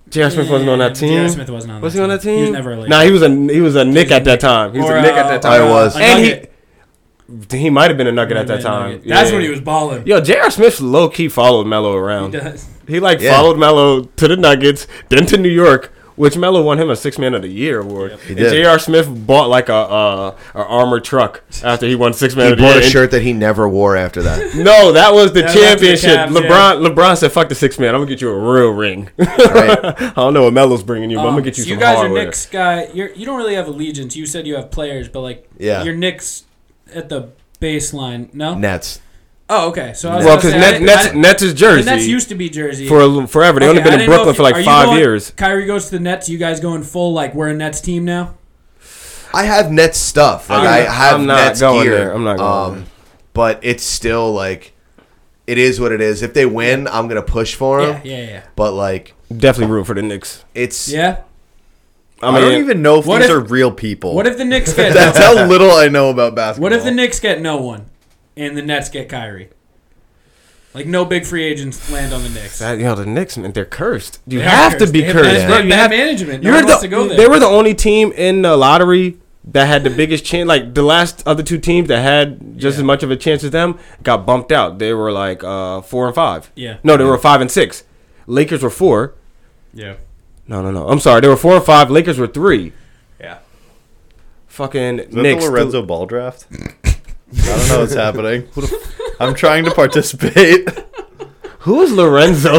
J.R. Smith wasn't on that Yeah, team. J.R. Smith wasn't on Was that he on team. that team? He was never a Laker. Nah, he was a he was a Nick was a at that Nick. time. He was Or, a Nick at that uh, time. I was. a and Nugget. he he might have been a Nugget at that time. That's Yeah. when he was balling. *laughs* Yo, J.R. Smith low key followed Melo around. He, like Yeah. followed Melo to the Nuggets, then to New York. which Melo won him a Six Man of the Year award. And did. J.R. Smith bought like a uh, a armored truck after he won Six Man He Oh, of the Year. bought a And- shirt that he never wore after that. No, that was the That was after the championship. Cavs, LeBron LeBron said, "Fuck the Six Man. I'm gonna get you a real ring." *laughs* Right. I don't know what Melo's bringing you, but I'm Um, gonna get you so some you guys hardware. are Knicks guy. You're, you don't really have allegiance. You said you have players, but like Yeah. you're Knicks at the baseline. No. Nets. Oh, okay. So I was Well, because because Nets, Nets, Nets is the Jersey Nets used to be Jersey for a l- forever. They Okay, only I been in didn't know Brooklyn if for you- are like you five going- years. Kyrie goes to the Nets. You guys going full like we're a Nets team now? I have Nets stuff. Like I'm I not- have I'm not Nets going gear. there. I'm not going Um, there. But it's still like, it is what it is. If they win, I'm gonna push for them. Yeah, yeah, yeah. But like, Definitely root for the Knicks. it's Yeah. I I, mean, don't even know if What these if- are real people. What if the *laughs* Knicks get That's how little I know about basketball. What if the Knicks get no one and the Nets get Kyrie? Like no big free agents land on the Knicks. That, uh, yo, the Knicks, man, they're cursed. You They are have to cursed. be They have cursed. bad- bro. bad You have- management. No you're one the, wants to go there. They were the only team in the lottery that had the biggest chance. Like the last other two teams that had just Yeah. as much of a chance as them got bumped out. They were like uh, four and five. Yeah. No, they were five and six. Lakers were four. Yeah. No, no, no. I'm sorry. They were four and five. Lakers were three. Yeah. Fucking Is that Knicks. the Lorenzo Ball draft? *laughs* I don't know what's happening. *laughs* Who the f- I'm trying to participate. Who's Lorenzo? *laughs*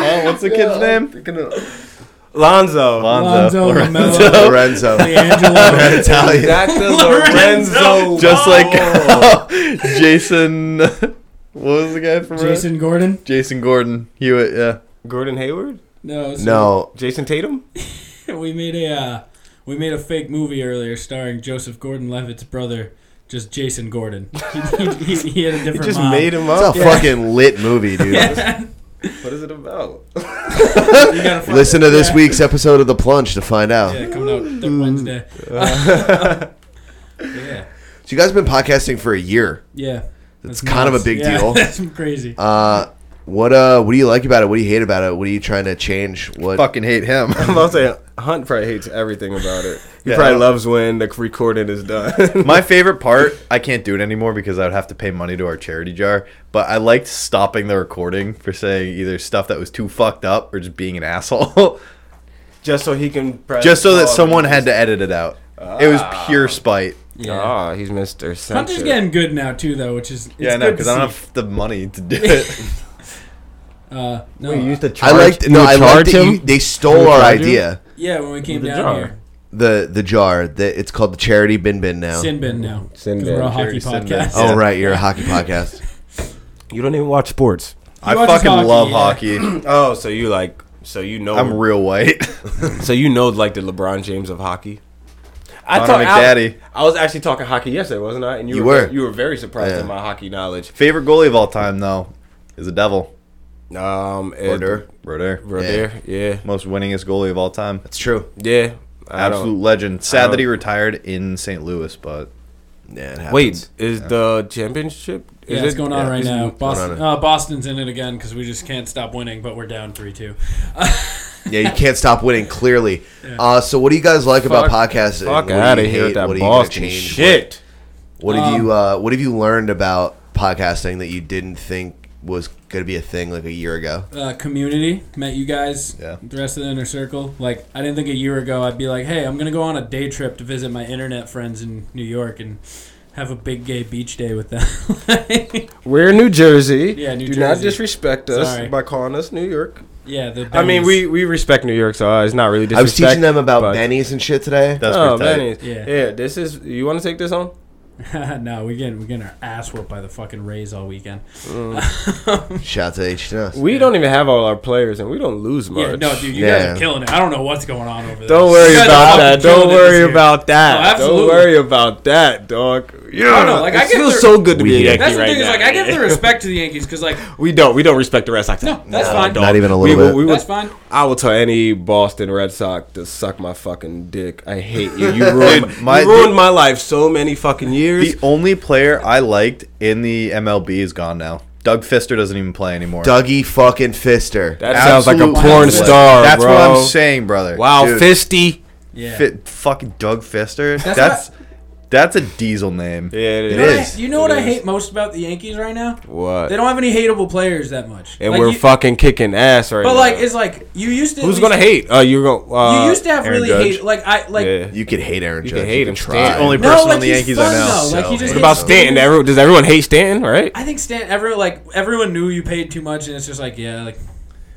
Oh, what's the kid's name? Lonzo. Lonzo. Lonzo *laughs* Lorenzo. Mello. *laughs* Lorenzo. *laughs* D'Angelo. Italian. Back *laughs* to Lorenzo. Just like *laughs* Jason. *laughs* What was the guy from Jason? Jason Gordon. Jason Gordon Hewitt. Yeah. Gordon Hayward, No. so No, Jason Tatum. *laughs* We made a uh, we made a fake movie earlier starring Joseph Gordon-Levitt's brother, just Jason Gordon. *laughs* He, he, he, he had a different. mom. him it's a fucking lit movie, dude. *laughs* What is it about? You gotta find Listen to this Yeah. week's episode of The Plunge to find out. Yeah, coming out th- *laughs* Wednesday. *laughs* yeah, So you guys have been podcasting for a year. yeah. It's kind of a nuts. big Yeah, *laughs* deal. That's crazy. Uh, what uh, what do you like about it? What do you hate about it? What are you trying to change? What Fucking hate him. *laughs* I'm about to say Hunt probably hates everything about it. He Yeah. probably loves when the recording is *laughs* done. My favorite part, I can't do it anymore because I would have to pay money to our charity jar. But I liked stopping the recording for saying either stuff that was too fucked up or just being an asshole. *laughs* just so he can press just so that someone had to edit it out. It was pure spite. uh, yeah. Ah, he's Mr. Censor. Hunter's getting good now too, though, which is it's Yeah, no, good because to I don't have the money to *laughs* do it. see. Uh, no, to I liked no, I liked that you, they You stole would our charge him? idea. yeah, when we came The down jar. here, The the jar that it's called the charity bin bin now. sin bin now. 'cause Sin bin. We're a hockey Charity sin bin. podcast. Oh right, you're a *laughs* hockey podcast. You don't even watch sports. I watches fucking hockey, love yeah. Oh. hockey. Oh, so you like so you know I'm real white. *laughs* so you know like the LeBron James of hockey. I Connor talk- McDaddy. I, I was actually talking hockey yesterday, wasn't I? And you, You were, were. you were very surprised Yeah. at my hockey knowledge. Favorite goalie of all time though is the Devil. Um, and- Order. Roder. Roder, yeah, Most winningest goalie of all time. It's true. yeah. I don't- Absolute legend. Sad that don't- he retired in St. Louis, but Yeah, it happens. Wait, is the championship? Is Yeah, it's going on yeah, right this is now. what's going Boston, uh, Boston's in it again because we just can't stop winning, but we're down three two. *laughs* Yeah, you can't stop winning. Clearly. Uh, so what do you guys like about Fuck- podcasting? What Fuck do you out of here with hate? that What are you gonna Boston change? shit. Um, What have you uh, What have you learned about podcasting that you didn't think was going to be a thing like a year ago? uh, community. Met you guys, Yeah. the rest of the inner circle. Like, I didn't think a year ago I'd be like, hey, I'm going to go on a day trip to visit my internet friends in New York and have a big gay beach day with them. *laughs* We're in New Jersey. Yeah, New Do not Jersey. disrespect us Sorry. by calling us New York. yeah, the I mean, Bennies. we, we respect New York, so uh, it's not really I was disrespect. teaching them about but- Benny's and shit today. that's Oh, pretty tight. Benny's. Yeah. Yeah. this is. You want to take this home? *laughs* no, we're getting, we're getting our ass whooped by the fucking Rays all weekend. *laughs* Shout out to HNS. We don't even have all our players, and we don't lose much. Yeah, no, dude, you Yeah. guys are killing it. I don't know what's going on over there. Don't You worry guys are about fucking that. killing Don't it this worry year. about that. No, Don't absolutely. worry about that, dog. Yeah, no, like, I it get feels the- so good to We be a get- Yankee That's the right thing is, now. like, *laughs* I give the respect to the Yankees because, like, we don't. We don't respect the Red Sox. no, that's fine. Not even a We little will, bit. we will, That's fine. I will tell any Boston Red Sox to suck my fucking dick. I hate you. *laughs* You ruined, Dude, my- you ruined my life so many fucking years. The only player I liked in the MLB is gone now. Doug Fister doesn't even play anymore. Dougie fucking Fister. that Absolute sounds like a porn legend. star, That's bro. what I'm saying, brother. Wow, Dude, fisty. Yeah. Fit, fucking Doug Fister. That's, That's That's a diesel name. Yeah, it It is. is. You know what It I is. hate most about the Yankees right now? What? They don't have any hateable players that much. and Like, we're you- fucking kicking ass right But now. like, it's like you used to. at who's least- gonna hate? Uh, you're gonna. Uh, You used to have Aaron really Judge? hate. Like I like. Yeah. You could hate Aaron You Judge. could hate him. try. Stan. Only No, person like, on the he's Yankees fun, I know. though. Like, he So just hate What about gets- Stanton? Everyone, does everyone hate Stanton? Right? I think Stan. Everyone like everyone knew you paid too much, and it's just like yeah, like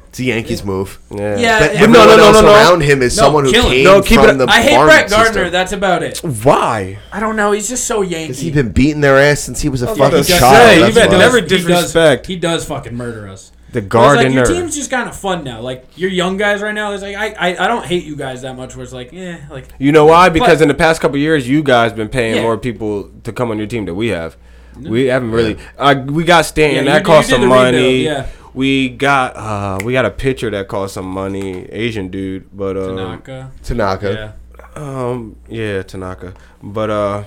It's a Yankees move. Yeah. yeah. But yeah. everyone no, no, no, else no, no. around him is No, someone who kill him. came No, keep from it- the I hate farming Brett Gardner. system. That's about it. Why? I don't know. He's just so Yankee. Has he been beating their ass since he was a Oh, about fucking to say, child? you've That's had why. never He does- disrespect. He does fucking murder us. The But it's gardener. Like, your team's just kind of fun now. Like your young guys right now. It's like I, I I don't hate you guys that much. Where it's like eh, like You know why? Because But- in the past couple of years, you guys been paying Yeah. more people to come on your team than we have. We haven't really. Uh, we got Stanton Yeah, you that did- cost you did some the rebuild, money. yeah. We got uh, we got a pitcher that cost some money, Asian dude, but um, Tanaka. Tanaka. Yeah. um yeah Tanaka, but uh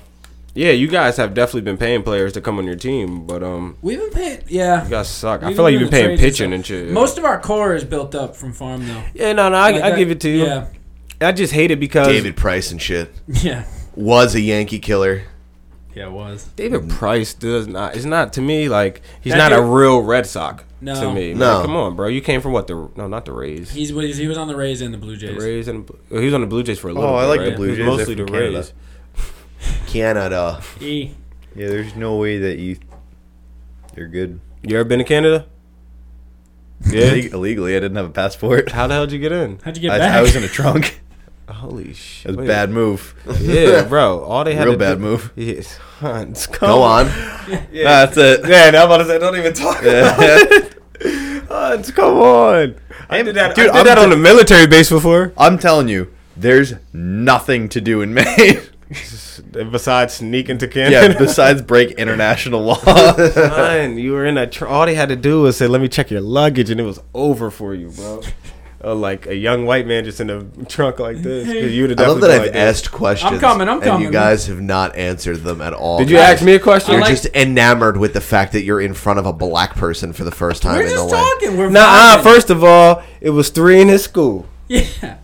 yeah, you guys have definitely been paying players to come on your team, but um We've been paying. Yeah. you guys suck. I We've feel like you've doing been paying trades pitching stuff. and shit. Most of our core is built up from farm though. yeah, no, no, I, Like I that- give it to you. Yeah, *laughs* I just hate it because David Price and shit yeah, was a Yankee killer. yeah. It was. David Price does not. It's not to me like he's That not a dude- real Red Sox No. to me. No. Like, come on, bro. You came from what the no, not the Rays. He's was he was on the Rays and the Blue Jays. the Rays and well, he was on the Blue Jays for a little. Oh, I bit, like right? the Blue He was Jays. They're Mostly the from Canada. Rays. Canada. E. Yeah, there's no way that you you're good. You ever been to Canada? Yeah, illegally. I didn't have a passport. How the hell did you get in? How'd you get I, back? I was in a *laughs* trunk. Holy It shit! was a bad move. Yeah, *laughs* *laughs* bro. All they had Real to bad do- *laughs* move. Yes. Hans, come Go on. Nah, that's it. Yeah, and I'm about to say, don't even talk. Yeah. Hans, come on. I did that. Dude, I did I'm that on t- the military base before. *laughs* I'm telling you, there's nothing to do in Maine. *laughs* Besides sneaking to Canada. *laughs* yeah, besides break international law. Son, you were in a tr- all they had to do was say, "Let me check your luggage," and it was over for you, bro. Uh, like a young white man just in a *laughs* trunk like *laughs* this. 'cause you would've I love definitely that been I've like this. asked *laughs* questions. I'm coming, I'm and coming. you guys have not answered them at all. Did you ask me a question? You're I like- just enamored with the fact that you're in front of a black person for the first time *laughs* We're in just the land. talking. We're Nah, vibing. first of all, it was three in his school. *laughs* Yeah,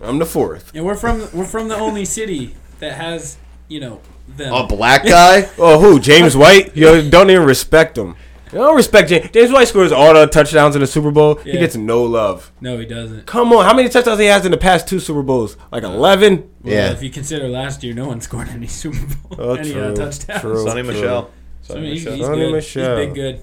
I'm the fourth. and we're from we're from the only city that has you know them. A black guy? Oh, who? James White? Yo, don't even respect him. You don't respect James. James White scores all the touchdowns in the Super Bowl. He Yeah. gets no love. no, he doesn't. Come on, how many touchdowns he has in the past two Super Bowls? Like Uh, eleven. Well, Yeah. If you consider last year, no one scored any Super Bowl *laughs* Oh, any true, uh, touchdowns. true. *laughs* Sonny Michelle. So, I mean, he's, he's Sonny good. Michelle. He's big good.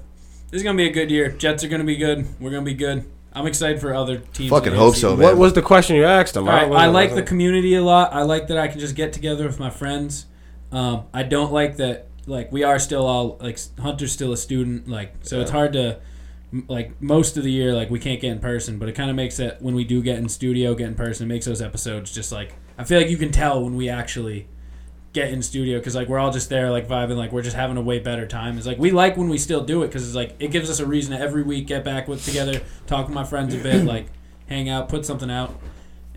This is gonna be a good year. Jets are gonna be good. We're gonna be good. I'm excited for other teams. Fucking in the hope AFC. so, man. What was the question you asked him? All right, don't know. I like the community a lot. I like that I can just get together with my friends. Um, I don't like that like we are still all like Hunter's still a student like so it's hard to m- like most of the year like we can't get in person, but it kind of makes it when we do get in studio, get in person, it makes those episodes just like I feel like you can tell when we actually get in studio because like we're all just there like vibing like we're just having a way better time it's like we like when we still do it because it's like it gives us a reason to every week get back with together talk with my friends a bit like *clears throat* hang out put something out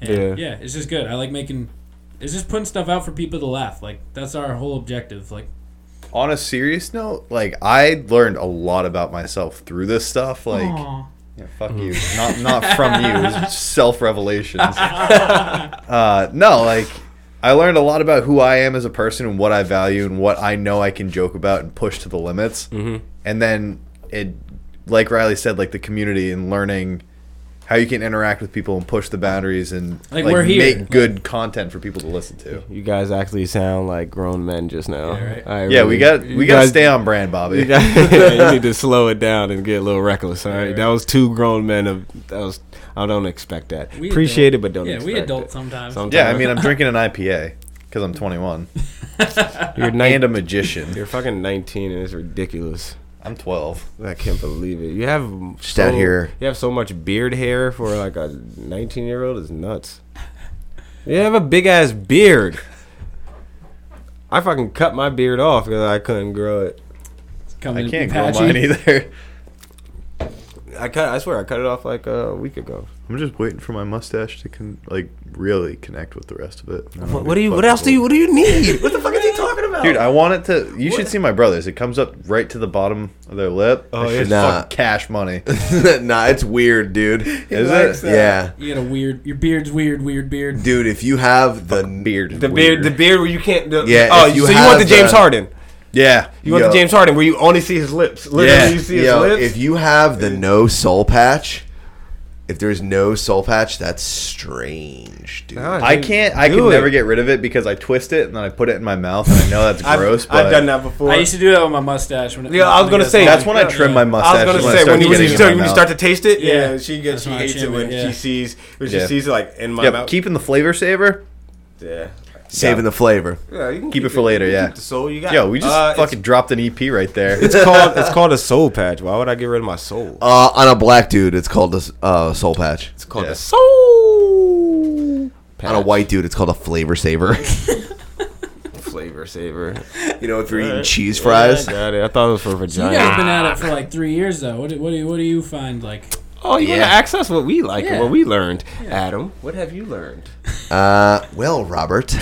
and Yeah. yeah. it's just good i like making it's just putting stuff out for people to laugh like that's our whole objective like On a serious note, like I learned a lot about myself through this stuff. Like, yeah, fuck you. Not not from you. It was self revelations. *laughs* uh, no, like I learned a lot about who I am as a person and what I value and what I know I can joke about and push to the limits. Mm-hmm. And then it, like Riley said, like the community and learning. How you can interact with people and push the boundaries and Like, we're here. make good content for people to listen to. You guys actually sound like grown men just now. Yeah, right. I Yeah, really- we got *laughs* you we got to guys- stay on brand, Bobby. You, got- you need to slow it down and get a little reckless. All right, that was two grown men. Of that was I don't expect that. We Appreciate adult- it, but don't. yeah expect we adults It. sometimes Sometimes. yeah, I mean, *laughs* I'm drinking an IPA because I'm 21 you're and a nine, magician. *laughs* You're fucking 19, and it's ridiculous. I'm 12. I can't believe it. You have Just out so- here. You have so much beard hair for like a 19 year old is nuts. You have a big ass beard. I fucking cut my beard off because I couldn't grow it. coming I in can't grow patchy. mine either. I cut. I swear, I cut it off like a week ago. *laughs* I'm just waiting for my mustache to con- like really connect with the rest of it. What, what do you? What else do you? What do you need? *laughs* What the fuck is he talking about? Dude, I want it to. You should see my brothers. It comes up right to the bottom of their lip. Oh, yeah. it's Nah. fucking cash *laughs* money. *laughs* nah, it's weird, dude. Is it? likes Yeah. *laughs* You got a weird. Your beard's weird. Weird beard. Dude, if you have the Beard. is the beard, weird. the beard where you can't. The, Yeah, Oh, if you you so you have want the James the- Harden? yeah. You want yo. the James Harden where you only see his lips? Literally, Yeah, you see his Yo, lips. if you have the no soul patch, if there's no soul patch, that's strange, dude. Nah, I can't. I Do can it. never get rid of it because I twist it and then I put it in my mouth, and I know that's *laughs* I've, gross. but I've done that before. I used to do that with my mustache. When it, Yeah, I was gonna got say- That's when I long. trim Yeah. my mustache. I was when gonna say start when you, when, getting you it in start, my when you mouth. start to taste it, yeah, Yeah. she gets, That's she when I hates it jam when it, she yeah. sees when she Yeah. sees it like in my Yep, mouth. keeping the flavor saver. yeah. Saving the flavor. Yeah, you can Keep it for later, you can yeah. Keep the soul you got. Yo, we just Uh, it's- fucking dropped an EP right there. *laughs* It's called *laughs* it's called a soul patch. Why would I get rid of my soul? Uh, on a black dude, it's called a s- uh, soul patch. it's called Oh, yeah. a soul patch. On a white dude, it's called a flavor saver. flavor saver. you know, if you're eating cheese fries. I got it. I thought it was for You vagina. guys been at it for like three years though. What do, what do you what do you find like? oh, you want to access what we like and Yeah. what we learned, Adam? *laughs* What have you learned? Uh, well, Robert,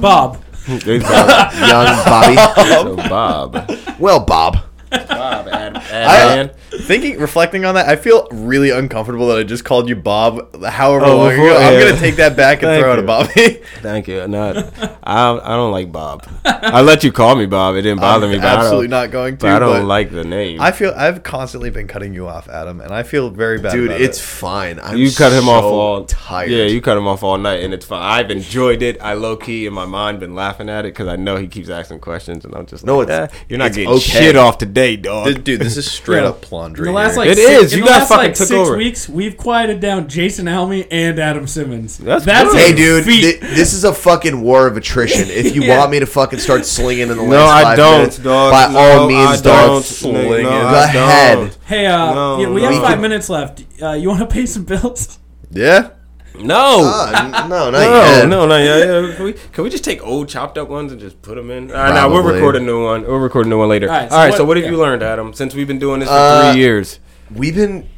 Bob, There's Bob. young Bobby. so Bob, Well, Bob. Bob, Adam, *laughs* I- Thinking, reflecting on that, I feel really uncomfortable that I just called you Bob. However Oh, long before- ago, I'm yeah. gonna take that back and Thank throw it you. at Bobby. *laughs* Thank you. No, *laughs* I I don't like Bob. I let you call me Bob. It didn't bother I'm me. But absolutely absolutely not. not going to. But I but don't like the name. I feel I've constantly been cutting you off, Adam, and I feel very bad. Dude, about it's it. fine. I'm you cut him off so all tired. Yeah, you cut him off all night, and it's fine. I've enjoyed it. I low key in my mind been laughing at it because I know he keeps asking questions, and I'm just No, like, it's- "Eh, you're not it's getting okay. shit off today, dog. Th- dude. This is straight Yeah. up in plundering. the last here. like It six, is. in You the guys last, fucking like took six over. weeks, we've quieted down Jason Helmy and Adam Simmons. That's good. a Hey, dude, feat. thi- this is a fucking war of attrition. If *laughs* you Yeah. want me to fucking start slinging in the no, last I five don't, minutes, dog. by No, all I means, don't. dog, Nigga, no, go I ahead. don't. hey, uh, No, yeah, we no. have five minutes left. Uh, you want to pay some *laughs* bills? yeah. No. Uh, n- no, not no, yet. no, no, yeah, yeah. Can we, can we just take old chopped up ones and just put them in? All right, now we'll Probably. record a new one. We'll record a new one later. All right, so, what, have yeah. you learned, Adam? Since we've been doing this for Uh, three years, We've been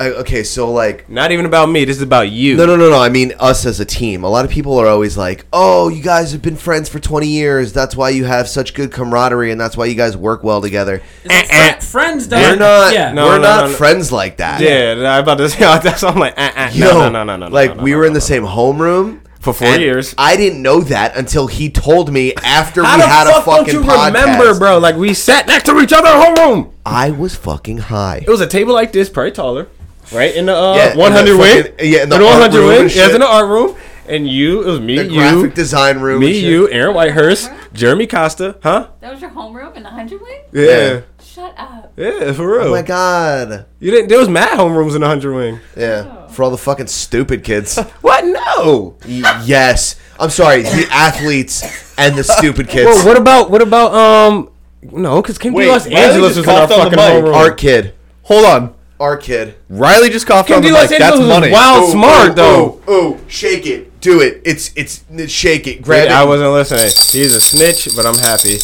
I, okay. So like, not even about me. This is about you. no, no, no, no. I mean, us as a team. A lot of people are always like, "Oh, you guys have been friends for 20 years. That's why you have such good camaraderie, and that's why you guys work well together." Fri- friends, don't. We're not. Yeah, Eh, no, we're no, not no. friends like that. Yeah, I'm about to *laughs* say that's. I'm like, uh, uh, Yo, no, no, no, no, no. Like no, no, we no, were in no, the same homeroom For four and years. I didn't know that until he told me after no. we How the fuck had a fucking don't you podcast. remember, bro? Like we sat next to each other in a whole room. I was fucking high. It was a table like this, probably taller, right? In the uh, Yeah, in the 100 wing. fucking- yeah, in the art 100 room wing. and Yes, shit. in the art room. And you, it was me, the you, graphic design room. and me, shit. you, Aaron Whitehurst, Jeremy Costa, huh? That was your homeroom in the hundred wing. Yeah, Shut up. yeah, for real. Oh my god. You didn't. There was mad homerooms in the hundred wing. Yeah, for all the fucking stupid kids. Y- What? No. yes, I'm sorry. The athletes and the stupid kids. Well, what about what about um? No, because Kim Wait, D. Los Riley Angeles just was in our coughed on the fucking mic. homeroom. Art kid. Hold on. Art kid. Riley just coughed Kim on the D. Los mic. That's Angeles was money. wild Ooh, smart ooh, though. ooh, ooh, shake it. Do it. It's it's shake it. Grab Dude, it. I wasn't listening. He's a snitch, but I'm happy.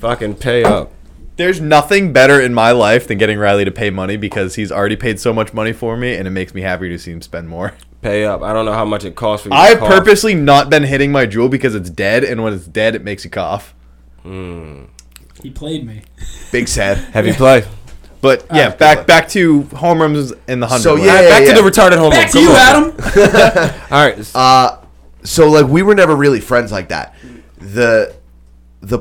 Fucking pay up. There's nothing better in my life than getting Riley to pay money because he's already paid so much money for me, and it makes me happy to see him spend more. Pay up. I don't know how much it costs for you. to I've cough. purposely not been hitting my jewel because it's dead, and when it's dead, it makes you cough. he played me. Big sad. Heavy *laughs* play. But yeah, back back to homerooms in the hundred. So, wing. yeah, back to the retarded homework. Back to Come you, on. Adam. *laughs* All right. Uh, so like we were never really friends like that. The the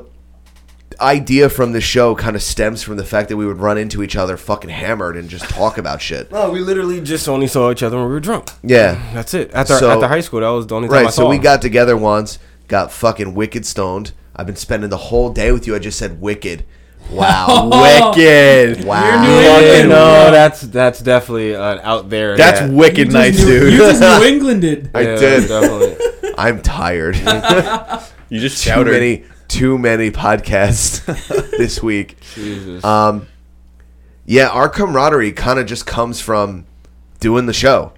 idea from the show kind of stems from the fact that we would run into each other fucking hammered and just talk about shit. no, we literally just only saw each other when we were drunk. Yeah. That's it. After So- after high school, that was the only time I Right. saw. So we him. got together once, got fucking wicked stoned. I've been spending the whole day with you. I just said wicked. Wow. wicked. wow. New Yeah, England. no, that's that's definitely uh, out there. That's yeah. You wicked just nice, New- dude. You just New Englanded. *laughs* I Yeah, did. definitely. I'm tired. You just too shouted. many too many podcasts *laughs* this week. Jesus. Um, yeah, our camaraderie kind of just comes from doing the show.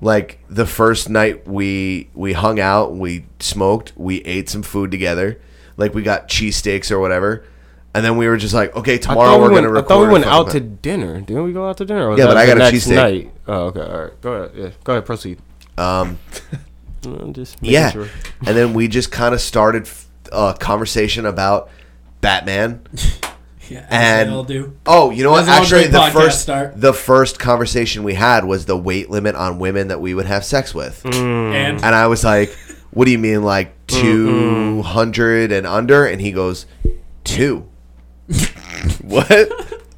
Like the first night we we hung out, we smoked, we ate some food together. Like we got cheesesteaks or whatever. And then we were just like, okay, I tomorrow thought, we're we went, gonna record. I thought we a went fucking out pod- to dinner. Didn't we go out to dinner? Or was Yeah, that but I the got a next cheesesteak. night? Oh, okay. All right. Go ahead. Yeah. Go ahead. Proceed. *laughs* Um, I'm just making yeah, sure. *laughs* and then we just kind of started f- a conversation about Batman. Yeah, as And- they all do. Oh, you know what? That's how a Actually, great the podcast first start. the first conversation we had was the weight limit on women that we would have sex with, Mm. And and I was like, "What do you mean, like two hundred and under?" And he goes, two. *laughs* *laughs* What?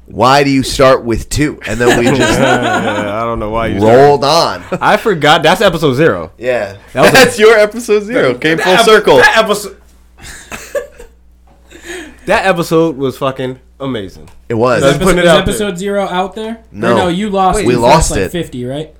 Why do you start with two? And then *laughs* we just I don't know why you. rolled on. I forgot. That's episode zero. Yeah, That *laughs* was a- That's your episode zero. Came full circle. That episode. *laughs* that episode was fucking amazing. it was. That's- episode, putting it is out episode zero out there? Or No. no, you lost. Wait, it. we You lost like it. Fifty, right?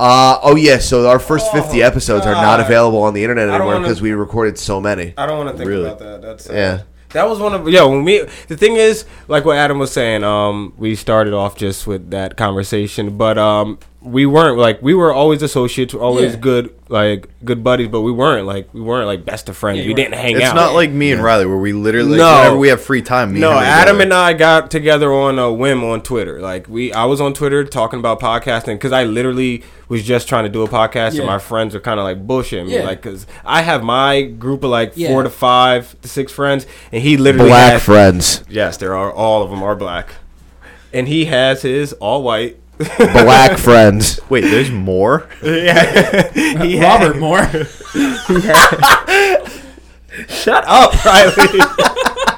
Uh, oh yeah, so our first 50 episodes are not God. available on the internet don't anymore wanna- because we recorded so many. I don't want to think Really? about that. That's uh, Yeah. That was one of yo. When we the thing is, like what Adam was saying, um, we started off just with that conversation, but um, we weren't like we were always associates, always Yeah. good like good buddies, but we weren't like we weren't like best of friends. Yeah, you we weren't. didn't hang It's out. not like me and Riley where we literally No. whenever we have free time. Me no, and him Adam together. and I got together on a whim on Twitter. Like we, I was on Twitter talking about podcasting because I literally was just trying to do a podcast, Yeah. and my friends were kind of like bullshitting me, Yeah. like because I have my group of like Yeah. four to five to six friends, and he literally had- friends, Yes, there are. All of them are black, and he has his all white. *laughs* black friends. Wait, there's more. *laughs* *laughs* yeah, he had- Robert Moore. *laughs* Shut up, *laughs* Riley. *laughs*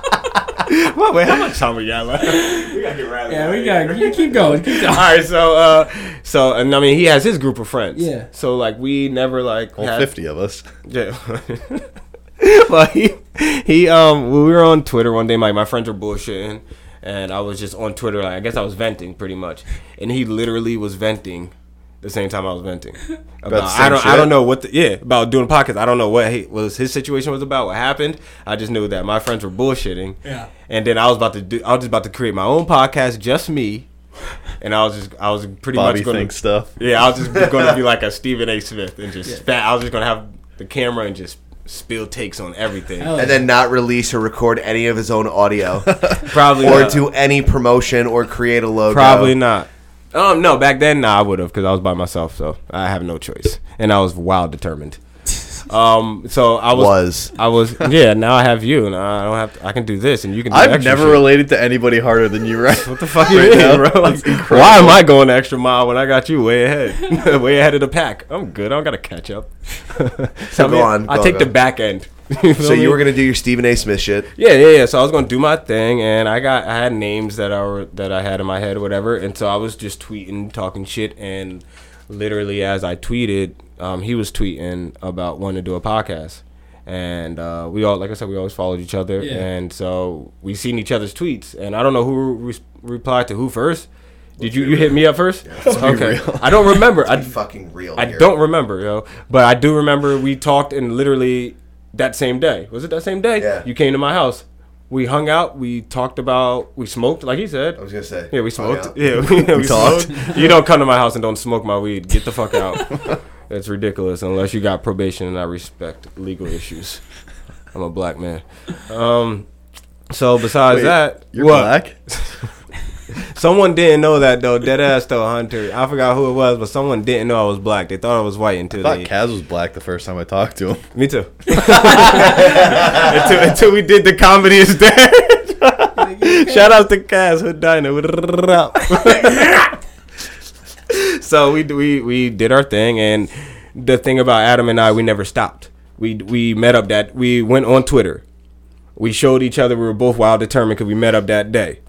Well, wait, how much time we got left? We gotta get Riley. yeah, out we of got. You keep going. Keep All *laughs* going. right, so uh, so and I mean he has his group of friends. Yeah. So like we never like Well, had- fifty of us. Yeah. *laughs* well, he he um we were on Twitter one day. My my friends were bullshitting, and I was just on Twitter. Like, I guess I was venting pretty much, and he literally was venting the same time I *laughs* was venting. About, the I same don't I shit? don't know what the, yeah about doing podcasts. I don't know what he, was his situation was about. What happened? I just knew that my friends were bullshitting. Yeah. And then I was about to do. I was just about to create my own podcast, just me. And I was just I was pretty Bobby much going thinks stuff. yeah, I was just going to be like a Stephen A. Smith and just spat. I was just going to have the camera and just spill takes on everything. Hell And then not release or record any of his *laughs* own audio Probably or not. do any promotion or create a logo. Probably not. Um, no, back then, nah, I would have because I was by myself, so I have no choice, and I was wild determined. Um, so I was, Was. I *laughs* was, yeah. Now I have you, and I don't have. To, I can do this, and you can. Do I've extra never shit. related to anybody harder than you, right? What *laughs* the fuck *laughs* you mean, now. bro? It's Like, incredible. why am I going the extra mile when I got you way ahead, *laughs* way ahead of the pack? I'm good. I don't gotta catch up. *laughs* so I Go mean, on, I go, take go. the back end. *laughs* You feel So me? you were gonna do your Stephen A. Smith shit. Yeah, yeah, yeah. So I was gonna do my thing, and I got I had names that I were, that I had in my head or whatever, and so I was just tweeting, talking shit, and literally as I tweeted, um, he was tweeting about wanting to do a podcast, and uh, we all like I said, we always followed each other, Yeah. and so we seen each other's tweets, and I don't know who re- replied to who first. Did you you hit me up 1st okay, I don't remember. I Fucking real. I here. don't remember, yo. But I do remember we talked and literally that same day. Was it that same day? Yeah. You came to my house. We hung out. We talked about. We smoked, like he said. I was gonna say. yeah, we Fuck smoked. yeah. Yeah, *laughs* we, we talked. smoked. You don't come to my house and don't smoke my weed. Get the fuck *laughs* out. That's ridiculous. Unless you got probation, and I respect legal issues. I'm a black man. Um. So besides Wait, that, You're what? black. Someone didn't know that though. Dead ass though, Hunter. I forgot who it was, but someone didn't know I was black. They thought I was white until I thought they. Kaz was black the first time I talked to him. Me too. *laughs* until, until we did the comedy is dead. Shout out to Cass Hood Diner. *laughs* so we we we did our thing, and the thing about Adam and I, we never stopped. We we met up that we went on Twitter. We showed each other we were both wild determined because we met up that day.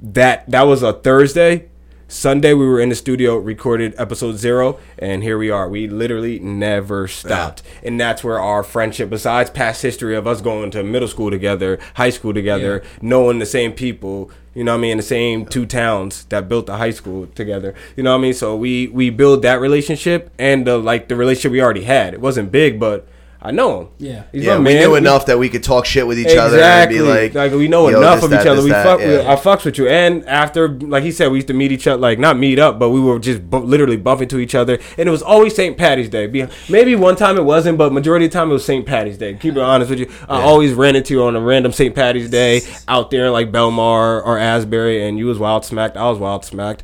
That that was a Thursday. Sunday we were in the studio, recorded episode zero, and here we are. We literally never stopped, and that's where our friendship, besides past history of us going to middle school together, high school together, knowing the same people, you know what I mean, the same two towns that built the high school together, you know what I mean. So we we build that relationship and the like the relationship we already had. It wasn't big, but I know him. Yeah. He's Yeah, my we man. knew enough that we could talk shit with each other and exactly. be like, we know "Yo, enough this, of that, each other. this, We that." fuck. Yeah. We, I fucks with you. And after, like he said, we used to meet each other, like not meet up, but we were just bu- literally bumping to each other. And it was always St. Patty's Day. Be- Maybe one time it wasn't, but majority of the time it was St. Patty's Day. Keep it honest with you, I always ran into you on a random St. Patty's Day out there like Belmar or Asbury, and you was wild smacked. I was wild smacked.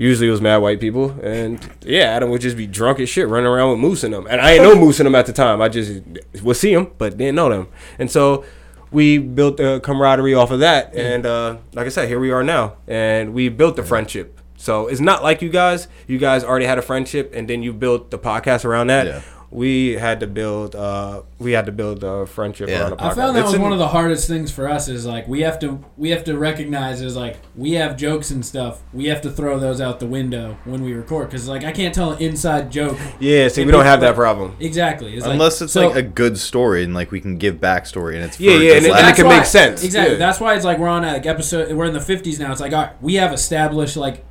Usually it was mad white people, and yeah, Adam would just be drunk as shit, running around with Moose in them, and I ain't know Moose in them at the time. I just would see them, but didn't know them, and so we built a camaraderie off of that. And uh, like I said, here we are now, and we built the friendship. So it's not like you guys, you guys already had a friendship, and then you built the podcast around that. Yeah. We had to build, uh, we had to build a friendship Yeah. around a podcast. I found that It's was an- one of the hardest things for us is like we have to we have to recognize is like we have jokes and stuff we have to throw those out the window when we record because like I can't tell an inside joke yeah, see, we don't have that problem. exactly It's like- Unless it's so- like a good story and like we can give backstory and it's Yeah, for yeah, just and it- and it laughs. can That's make why- sense. Exactly. Yeah. That's why it's like we're on a like, episode. We're in the fifties now. It's like all right, we have established like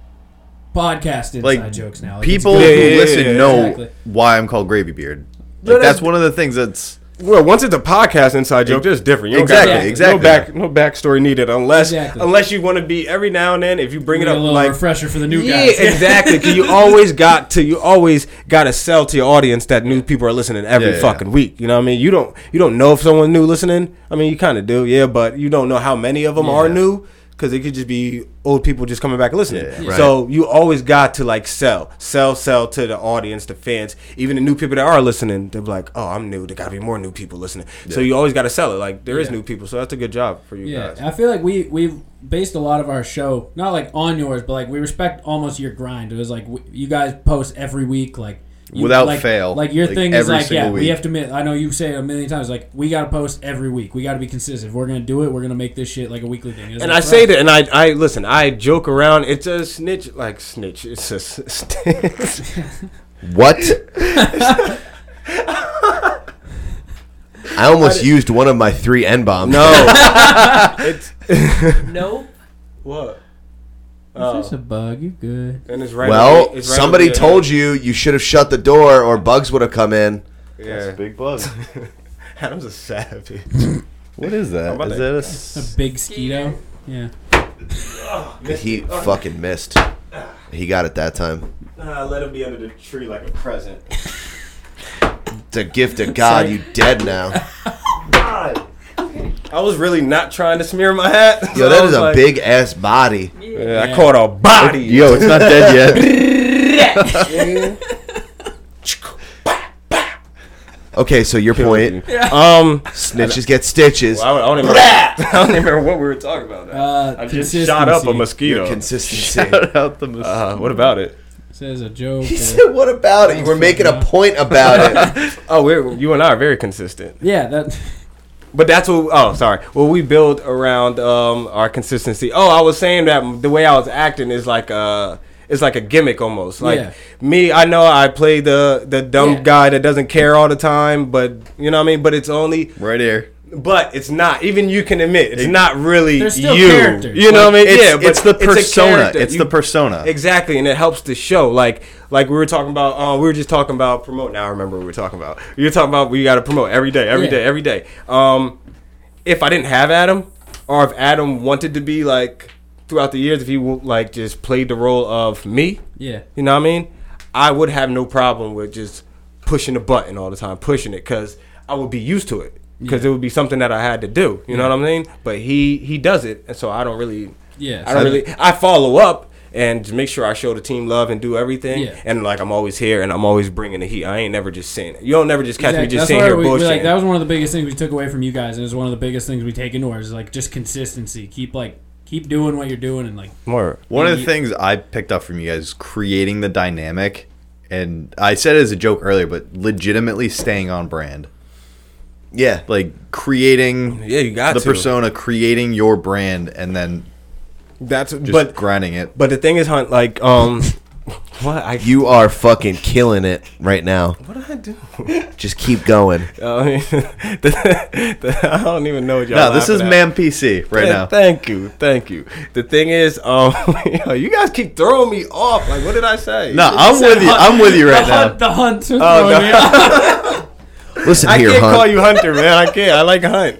podcast inside like jokes now. Like, it's people good. Yeah, who yeah, yeah, listen yeah, know exactly. why I'm called Gravy Beard. No, Like, that's that's- one of the things that's Well, once it's a podcast inside joke, there's different. You don't Exactly, gotta- exactly. No back, no backstory needed, unless Exactly. unless you want to be every now and then. If you bring Give it it a up, little like refresher for the new yeah, guys. *laughs* exactly. *laughs* 'cause you always got to, you always got to sell to your audience that new people are listening every Yeah, yeah, fucking week. You know what I mean? You don't, you don't know if someone new listening. I mean, you kind of do, yeah, but you don't know how many of them are new because it could just be old people just coming back and listening. Yeah, right. So you always got to like sell, sell, sell to the audience, the fans, even the new people that are listening. They're like, oh, I'm new. There got to be more new people listening. So you always got to sell it. Like there is new people, so that's a good job for you Yeah, guys. I feel like we we've based a lot of our show not like on yours, but like we respect almost your grind. It was like w you guys post every week, like you, Without like- fail. Like your Like, thing is every like yeah, single we week. have to. mi- I know you say it a million times, like we got to post every week. We got to be consistent. If we're gonna do it. We're gonna make this shit like a weekly thing. It was And like, I for say us, that, and I, I listen. I joke around. It's a snitch, like snitch. It's a *laughs* snitch. *laughs* What? I almost used one of my three N bombs. *laughs* no. it's Nope. what? It's just a bug. You're good. And it's right. Well, somebody told you you should have shut the door or bugs would have come in. Yeah. big bugs. *laughs* Adam's a savage. What is that? about Is that? that a A s- big skeeto. Yeah. He fucking missed. He got it that time. Nah, Uh, let him be under the tree like a *laughs* present. It's a gift of God. You dead now. I was really not trying to smear my hat. Yo, that is a big ass body. Yeah, I caught a body. Yo, it's not dead yet. *laughs* Okay, so your point. Um, Snitches get stitches. I don't, I don't *laughs* even. I don't even remember what we were talking about. Now. Uh, I just shot up a consistency. mosquito. *laughs* Consistency. Out the mosquito. Uh, what about it? Says a joke. He said, "What about it? You were making a point about it." Oh, we're, you and I are very consistent. yeah, that. *laughs* But that's what. Oh, sorry. Well, we build around um, our consistency. Oh, I was saying that the way I was acting is like a it's like a gimmick almost. Like Yeah. me, I know I play the the dumb Yeah. guy that doesn't care all the time, but you know what I mean. But it's only. Right here. But it's not. Even you can admit it's not really There's still you. characters. You know what I mean? It's, yeah. But it's the a persona. character. It's You- the persona. Exactly, and it helps the show. Like like we were talking about, uh, we were just talking about promote. Now I remember what we were talking about. You were talking about we got to promote every day, every Yeah. day, every day. Um, if I didn't have Adam, or if Adam wanted to be like throughout the years, if he wo- like just played the role of me, Yeah. you know what I mean? I would have no problem with just pushing the button all the time, pushing it, because I would be used to it. Because it would be something that I had to do, you know what I mean. But he he does it, and so I don't really Yeah. I don't really. I follow up and just make sure I show the team love and do everything. Yeah. And like I'm always here and I'm always bringing the heat. I ain't never just sitting. You don't never just catch me Exactly. just That's why sitting here we- we, bullshitting. Like, that was one of the biggest things we took away from you guys, and it's one of the biggest things we take into ours is like just consistency. Keep like keep doing what you're doing, and like more. One of the things I picked up from you guys is creating the dynamic, and I said it as a joke earlier, but legitimately staying on brand, Yeah, like creating Yeah, you got the to. persona, creating your brand, and then That's just but grinding it. but the thing is, hunt like um, *laughs* what I you are fucking killing it right now. what did I do? *laughs* Just keep going. *laughs* I, mean, *laughs* the, the, I don't even know what y'all. No, this laughing is at. man PC right *laughs* Yeah, now. Thank you, thank you. The thing is, um, *laughs* you guys keep throwing me off. Like, what did I say? Uh, *laughs* No, I'm with you. I'm with you right the hunt, now. the hunt. Oh, no. Listen I here, can't Hunt. call you Hunter, man. I can't. I like Hunt.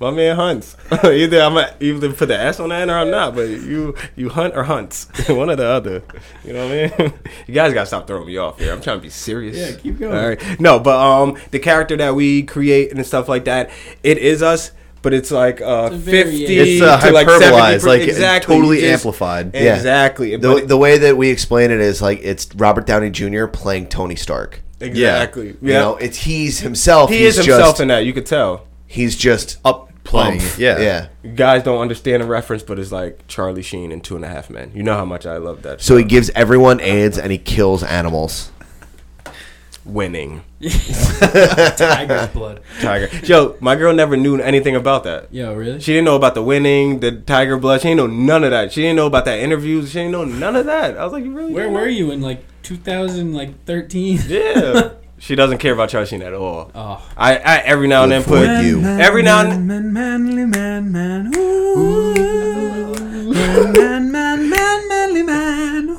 *laughs* My man hunts. *laughs* either I'm a, either put the S on that or I'm not. But you you hunt or hunts, *laughs* one or the other. You know what I mean? *laughs* you guys gotta stop throwing me off here. I'm trying to be serious. Yeah, keep going. All right. No, but um, the character that we create and stuff like that, it is us. But it's like uh, It's a fifty. variation. It's, uh, to like hyperbolized, 70%. like, exactly. totally You just- amplified. Yeah. Exactly. But The, it- the way that we explain it is like it's Robert Downey Jr. playing Tony Stark. exactly. Yeah. You know, it's he's himself. he he's is himself Just, in that. You could tell. he's just Up playing. oomph. Yeah. yeah. You guys don't understand the reference, but it's like Charlie Sheen and Two and a Half Men. You know how much I love that. So he gives everyone AIDS and he kills animals. winning Tiger's blood. tiger. Yo, my girl never knew anything about that. Yo, really? She didn't know about the winning, the tiger blood. She didn't know none of that. She didn't know about that interviews. She didn't know none of that. I was like, you really? Where didn't were know? you in like 2000, like 13? Yeah. she doesn't care about Charlie Sheen at all. Oh. I, I every now and then Good for put you. Every now and- man, manly man, man, ooh. man, man, man, man, manly man,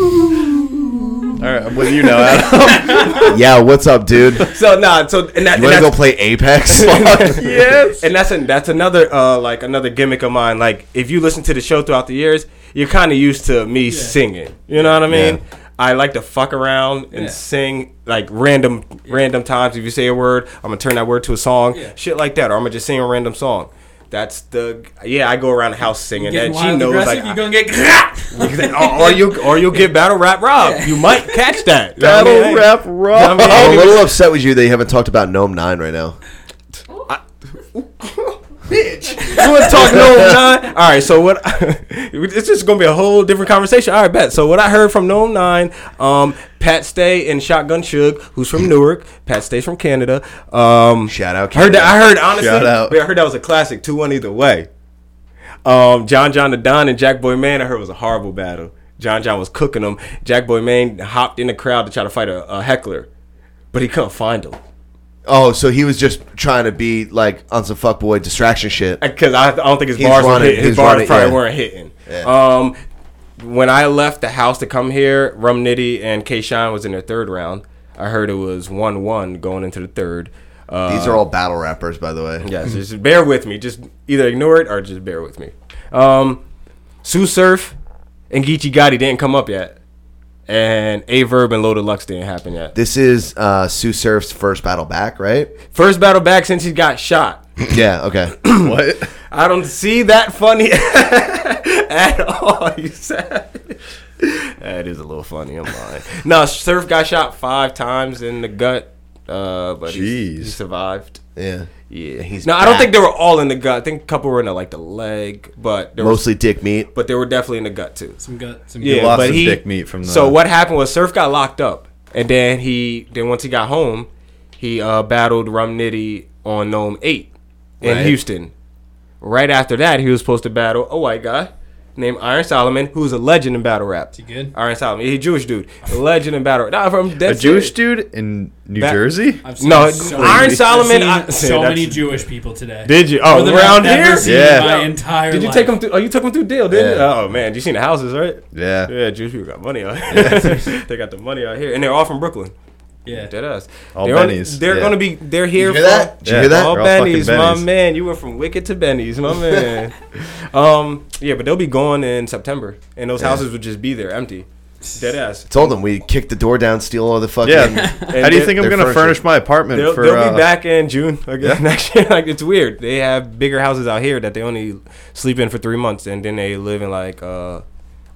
ooh. All right, I'm with you now, Adam. yeah, what's up, dude? You So nah. So and that, and want to that's- go play Apex? *laughs* yes. And that's an that's another uh like another gimmick of mine. Like if you listen to the show throughout the years, you're kind of used to me singing. You know what I mean? I like to fuck around and Yeah. sing like random random times. If you say a word, I'm gonna turn that word to a song, Yeah. shit like that, or I'm gonna just sing a random song. That's the yeah. I go around the house singing Getting that. She wild knows like aggressive, you *laughs* gonna get. Exactly. or, or you or you'll get battle rap Rob. You might catch that. You know what I Battle mean? rap You know rock. what I I'm mean? a little upset with you that you haven't talked about Gnome Nine right now. You want to talk Gnome Nine? All right, so what? *laughs* it's just gonna be a whole different conversation. All right, bet. So what I heard from Gnome Nine, um, Pat Stay and Shotgun Shug, who's from Newark. Pat Stay's from Canada. Um, Shout out Heard that? I heard honestly. Shout out. I heard that was a classic. Two one either way. Um, John John the Don and Jack Boy Man. I heard was a horrible battle. John John was cooking him. Jack Boy Man hopped in the crowd to try to fight a, a heckler, but he couldn't find him. Oh, so he was just trying to be like on some fuckboy distraction shit. because I, I don't think his He's bars were running- hit, his he's bars running, probably yeah. weren't hitting. Yeah. Um, when I left the house to come here, Rum Nitty and K Shine was in their third round. I heard it was one one going into the third. Uh, These are all battle rappers, by the way. yes, just bear with me. Just either ignore it or just bear with me. Um, Sue Surf and Geechee Gotti didn't come up yet, and A Verb and Loaded Lux didn't happen yet. This is uh, Sue Surf's first battle back, right? First battle back since he got shot. *clears throat* yeah. *clears throat* Okay. What? I don't see that funny *laughs* at all. You said that is a little funny. I'm lying. No, Surf got shot five times in the gut, uh, but he's- he Jeez. survived. Yeah. Yeah, he's no. I don't back. think they were all in the gut. I think a couple were in the, like the leg, but there was, Mostly dick meat. but they were definitely in the gut too. Some gut, some Yeah, lost but some he, dick meat from So the- what happened was Surf got locked up, and then he then once he got home, he uh, battled Rum Nitty on Gnome Eight in Right. Houston. Right after that, he was supposed to battle a white guy named Iron Solomon, who's a legend in battle rap. He good? Iron Solomon, he's a Jewish dude, a legend in battle. Nah, from A dead Jewish dude in New That- Jersey? I've No, Iron many- Solomon, I- I've seen so Yeah, many that's- Jewish people today. Did you? Oh, More than around I've ever here? seen Yeah. in My Yo, entire Did you life. take him through? Oh, you took him through Dale, didn't Yeah. you? Oh man, you seen the houses, right? Yeah. Yeah, Jewish people got money out here. *laughs* they got the money out here, and they're all from Brooklyn. Yeah. Dead ass. All they're on- Bennies, they're yeah. gonna be. They're here. You hear for- that? Did you hear that? All They're all fucking Bennies, my Bennies. man. You went from Wicked to Bennies, *laughs* my man. um, yeah, but they'll be gone in September, and those houses would just be there empty. Dead ass. Told him we kick the door down, steal all the fucking. Yeah. And How do you they- think I'm they're going to furniture. furnish my apartment They'll, for they'll uh, be back in June again Yeah. next year. *laughs* Like it's weird. They have bigger houses out here that they only sleep in for three months, and then they live in like uh,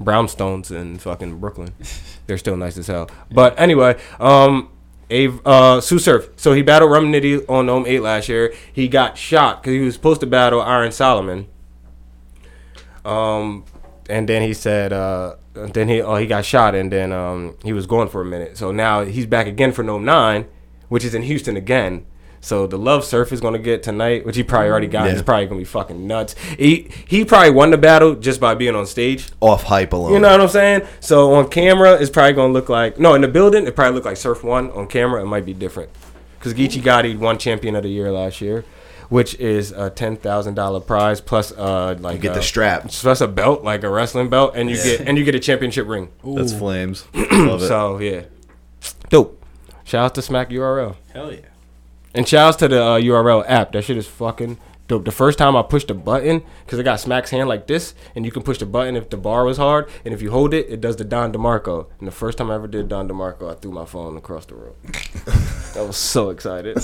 brownstones in fucking Brooklyn. *laughs* They're still nice as hell. But anyway, um, Ave, uh, Sue Surf. So he battled Rum Nitty on Gnome Eight last year. He got shot because he was supposed to battle Iron Solomon. Um, and then he said, uh, then he oh he got shot, and then um he was gone for a minute. So now he's back again for Gnome Nine, which is in Houston again. So the Love Surf is gonna get tonight, which he probably already got. He's probably gonna be fucking nuts. He he probably won the battle just by being on stage. Off hype alone. You know what I'm saying? So on camera, it's probably gonna look like no in the building. It probably look like Surf One. On camera, it might be different because Geechee Gotti won Champion of the Year last year, which is a ten thousand dollar prize plus uh like You get uh, the strap. so that's a belt, like a wrestling belt, and you get and you get a championship ring. That's flames. Love it. So yeah, dope. Shout out to Smack URL. Hell yeah. And shouts to the uh, URL app. That shit is fucking dope. The first time I pushed the button, because I got Smack's hand like this, and you can push the button if the bar was hard, and if you hold it, it does the Don DeMarco. And the first time I ever did Don DeMarco, I threw my phone across the *laughs* room. I was so excited.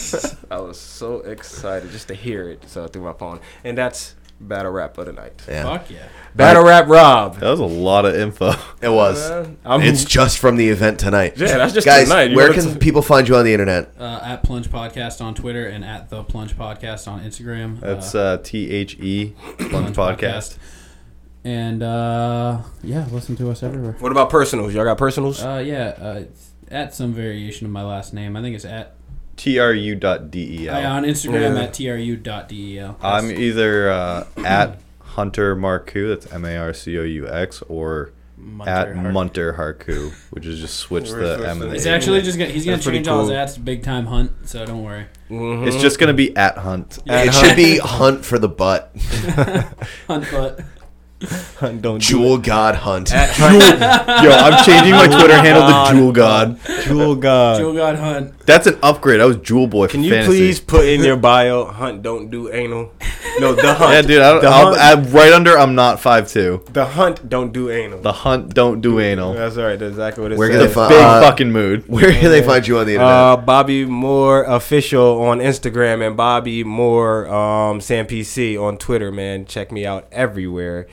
I was so excited just to hear it, so I threw my phone. And that's Battle Rap of the Night. Yeah. Fuck yeah. Battle Rap Rob. That was a lot of info. It was. Uh, I'm- it's just from the event tonight. Yeah, that's just guys. tonight. You where know, can it's- people find you on the internet? Uh, at Plunge Podcast on Twitter and at The Plunge Podcast on Instagram. That's uh, T H E Plunge Podcast. And uh, yeah, listen to us everywhere. What about personals? Y'all got *laughs* personals? Uh, yeah, uh, it's at some variation of my last name. I think it's at T R U dot D E I, L. on Oh, Instagram Yeah. at tru.del. I'm That's- either uh, at Hunter Marku, that's M A R C O U X, or Munter at Harku. Munter Harku, which is just switch the M and It's the A. actually just gonna, he's gonna That's pretty change all his cool. ads to Big Time Hunt, so don't worry. It's just gonna be at Hunt. At it Hunt. should be Hunt for the Butt, Hunt *laughs* but Don't do Jewel God Hunt. At *laughs* Hunt. Yo, I'm changing *laughs* my Twitter handle to Jewel God. Jewel God. Jewel God Hunt. That's an upgrade. I was Jewel Boy. Can you fantasy. please put in your bio, Hunt don't do anal? No, *laughs* the Hunt. Yeah, dude. I don't, the, I'll, hunt I'm right under. I'm not five two. the Hunt don't do anal. The Hunt don't do anal. That's all right. That's exactly what it We're says. gonna Big fu- uh, fucking mood. Where can they find you on the internet? uh, Bobby Moore official on Instagram and Bobby Moore um, Sam PC on Twitter. Man, check me out everywhere.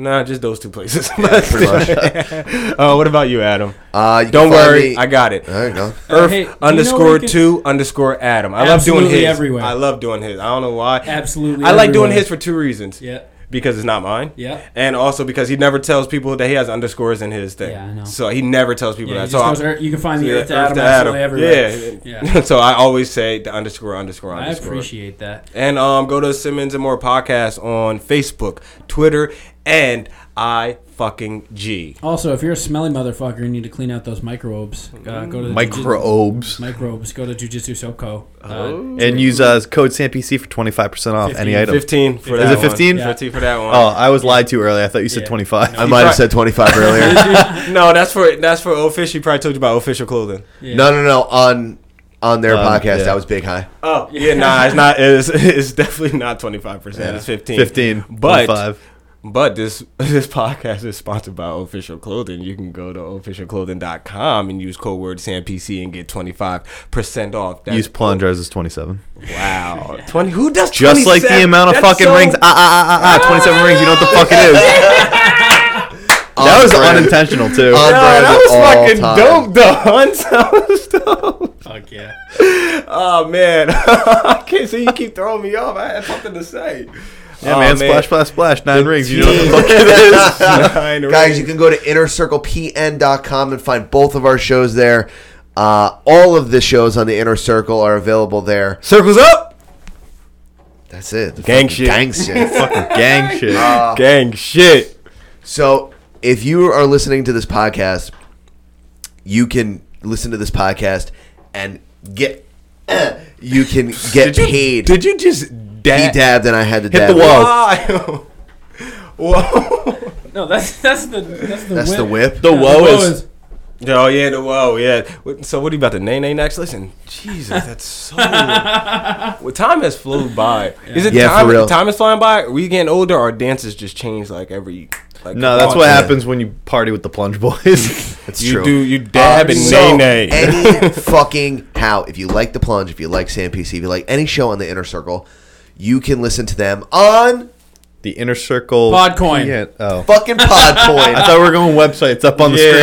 Nah, just those two places. *laughs* pretty much. uh, what about you, Adam? Uh, you can Don't find worry, me- I got it. There you go. Earth hey, do you know where underscore you can- two underscore Adam. I love doing Absolutely his. everywhere. I love doing his. I don't know why. Absolutely I like doing everywhere. his for two reasons. Yeah. Because it's not mine. Yeah. And also because he never tells people that he has underscores in his thing. Yeah, I know. So he never tells people Yeah, that. he So just goes, I'm- "Earth- you can find the yeah, Earth to Earth Adam to absolutely everywhere. Yeah. *laughs* so I always say the underscore underscore I underscore. appreciate that. And um, go to Simmons and More podcast on Facebook, Twitter, and I fucking G. Also, if you're a smelly motherfucker, you need to clean out those microbes. Uh, go to the jujitsu- Microbes. microbes. Go to Jujitsu Soko. Uh, Oh. *laughs* And use uh, code SAMPC for 25% off any 15. item. Fifteen for Is that it one. 15? Yeah. Fifteen for that one. Oh, I was lied to earlier. I thought you said Yeah. 25. I might have said 25 *laughs* *laughs* earlier. Oh. No, that's for that's for Ofish. He probably told you about official clothing. yeah. No, no, no. On on their Um, podcast, yeah. that was big high. Oh yeah, nah, it's not. It's, it's definitely not twenty five percent. It's fifteen. 15. But 25. but this *laughs* this podcast is sponsored by Official Clothing. You can go to officialclothing.com and use code word SAMPC and get twenty five percent off. That's, Use plunge ours is 27. wow twenty. Who does Just like the 27? amount of That's fucking so- rings. Ah, ah, ah, ah, ah. 27 rings. You know what the fuck it is. that On was brand. unintentional, too. Nah, On brand that at was all fucking times. dope, though. Hunt. That was *laughs* dope. Fuck yeah. Oh man, *laughs* I can't see you keep throwing me off. I had something to say. yeah, Oh, man. Splash, splash, splash. Nine rings. You know what the *laughs* fuck Nine Guys, rings. you can go to innercirclepn.com and find both of our shows there. Uh, all of the shows on the Inner Circle are available there. circles up. That's it. The Gang fucking shit. Gang shit. fucking gang shit. Oh, Ah. Gang shit. so, if you are listening to this podcast, you can listen to this podcast and get. you can get you- paid. Did you just he dab? dabbed and I had to dab. the wall. Wow. Whoa. No, that's that's the that's the That's whip. the whip. The woe is. *laughs* Oh yeah, the whoa, yeah. What- So what are you about to nay nay next? Listen, Jesus, that's so. well, time has flown by. Is it Yeah, for time? real. Time is flying by. Are we getting older? Our dances just change like every. Like No, that's what yeah. happens when you party with the plunge boys. That's you true. do. You dab Um, and so, nay nay. *laughs* any fucking how. If you like The Plunge, if you like Sam PC, if you like any show on the Inner Circle, you can listen to them on the inner circle. Podcoin. Yeah, oh. fucking *laughs* I Podcoin. thought we were going websites up on the screen.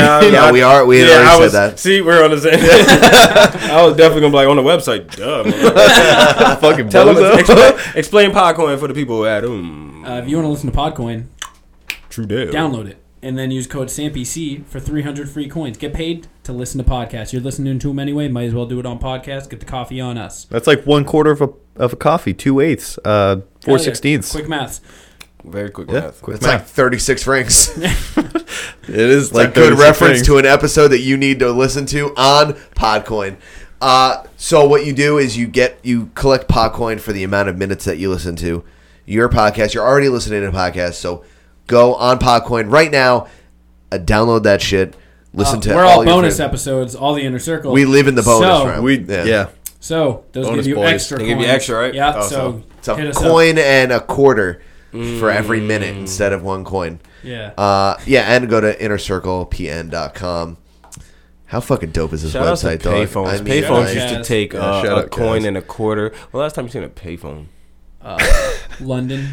*laughs* Yeah, we are- we had already I said was- that. See, we're on the *laughs* same. I was definitely gonna be like on the website. Duh. man. fucking Tell them bozo. *laughs* explain, explain Podcoin for the people who had um, Uh, if you want to listen to Podcoin, True deal. download it and then use code SAMPC for 300 free coins. Get paid to listen to podcasts. You're listening to them anyway. Might as well do it on podcast. Get the coffee on us. That's like one quarter of a of a coffee, two eighths, uh, four Oh, Hell yeah. sixteenths. Quick maths. Very quick Yeah, math. quick It's like math. 36 rings. *laughs* It's it is like good reference to an episode that you need to listen to on Podcoin. Uh, so what you do is you get you collect Podcoin for the amount of minutes that you listen to your podcast. You're already listening to podcasts, so go on Podcoin right now, uh, download that shit, Listen Uh, to we're all all, your bonus favorite- episodes, all the inner circle. We live in the bonus so, round. We Yeah. yeah. So those Bonus give you boys. extra. They give you coins. extra, right? Yeah. Oh, so It's a hit us up. coin and a quarter for every Mm. minute instead of one coin. Yeah. Uh, yeah, and go to innercirclepn.com. How fucking dope is this Shout out to website, dog? payphones. I mean, payphones like, used to Yes. take Yeah, uh, shout a out, coin guys. and a quarter. Well, last time you seen a *laughs* payphone? London.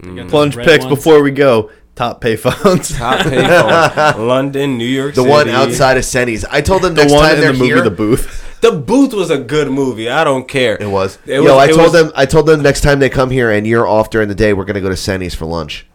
They got those Plunge red picks ones. before we go. Top payphones. Top payphone. London, New York the City. one outside of Senni's. I told *laughs* them the next one time in they're the movie here. The *laughs* Booth. The Booth was a good movie. I don't care. it was. It Yo, was- I it was- told them. I told them next time they come here and you're off during the day, we're gonna go to Senni's for lunch.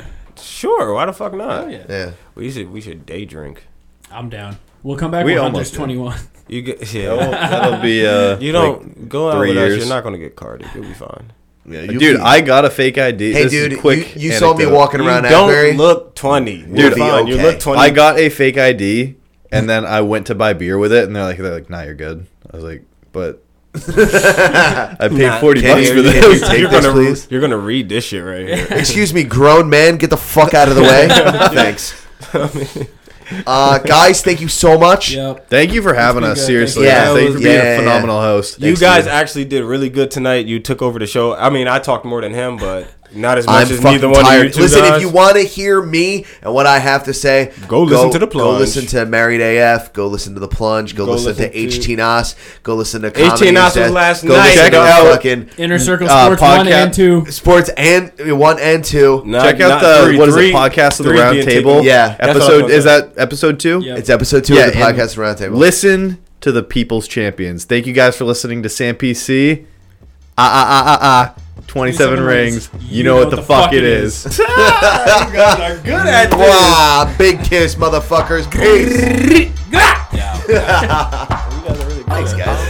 Sure. Why the fuck not? Oh, yeah. Yeah. We should we should day drink. I'm down. We'll come back We with almost Hunters did. 21. You get *laughs* That yeah. won't- That'll be uh *laughs* You like- don't go out three with us. years. You're not gonna get carded. You'll be fine. yeah dude, I got a fake ID. Hey, This is dude. quick you you saw me anecdote. walking around you don't Asbury. look twenty. You're Dude, fine. You okay. look twenty. I got a fake ID, and then I went to buy beer with it, and they're like, they're like, nah, you're good. I was like, *laughs* but I paid Nah, forty can bucks for you- can this. *laughs* you take you're this, gonna please? you're gonna read this shit right here. Excuse me, grown man, get the fuck out of the way. Thanks. Uh, guys, thank you so much. Yep. Thank you for having been us. good. Seriously, Yeah, thank you for being yeah, yeah. a phenomenal host. *laughs* you Thanks, guys dude. actually did really good tonight. You took over the show. I mean, I talked more than him, but not as I'm much as fucking neither one tired. of you two listen, guys. if you want to hear me and what I have to say, Go listen to The Go Plunge. listen to Married AF. Go listen to the Plunge. Go, listen, to HT Nas. Go listen to Comedy HT Nas Obsessed, was last go night, listen Check to out- fucking Inner Circle Uh, Sports 1 podcast- and 2. sports and one and two. Not- check out Uh, not the three, what is three- it? Podcast of the three Round being Table. taken. Yeah. That's what I episode was is gonna that episode two? Yep. It's episode two Yeah, of the and podcast roundtable. Listen to the People's Champions. Thank you guys for listening to Sam PC. Ah ah ah ah ah. Twenty-seven rings. You know what the fuck it is. *laughs* good at *laughs* Wow, big kiss, motherfuckers. Peace. Yeah. Thanks, guys. oh, Oh, Oh,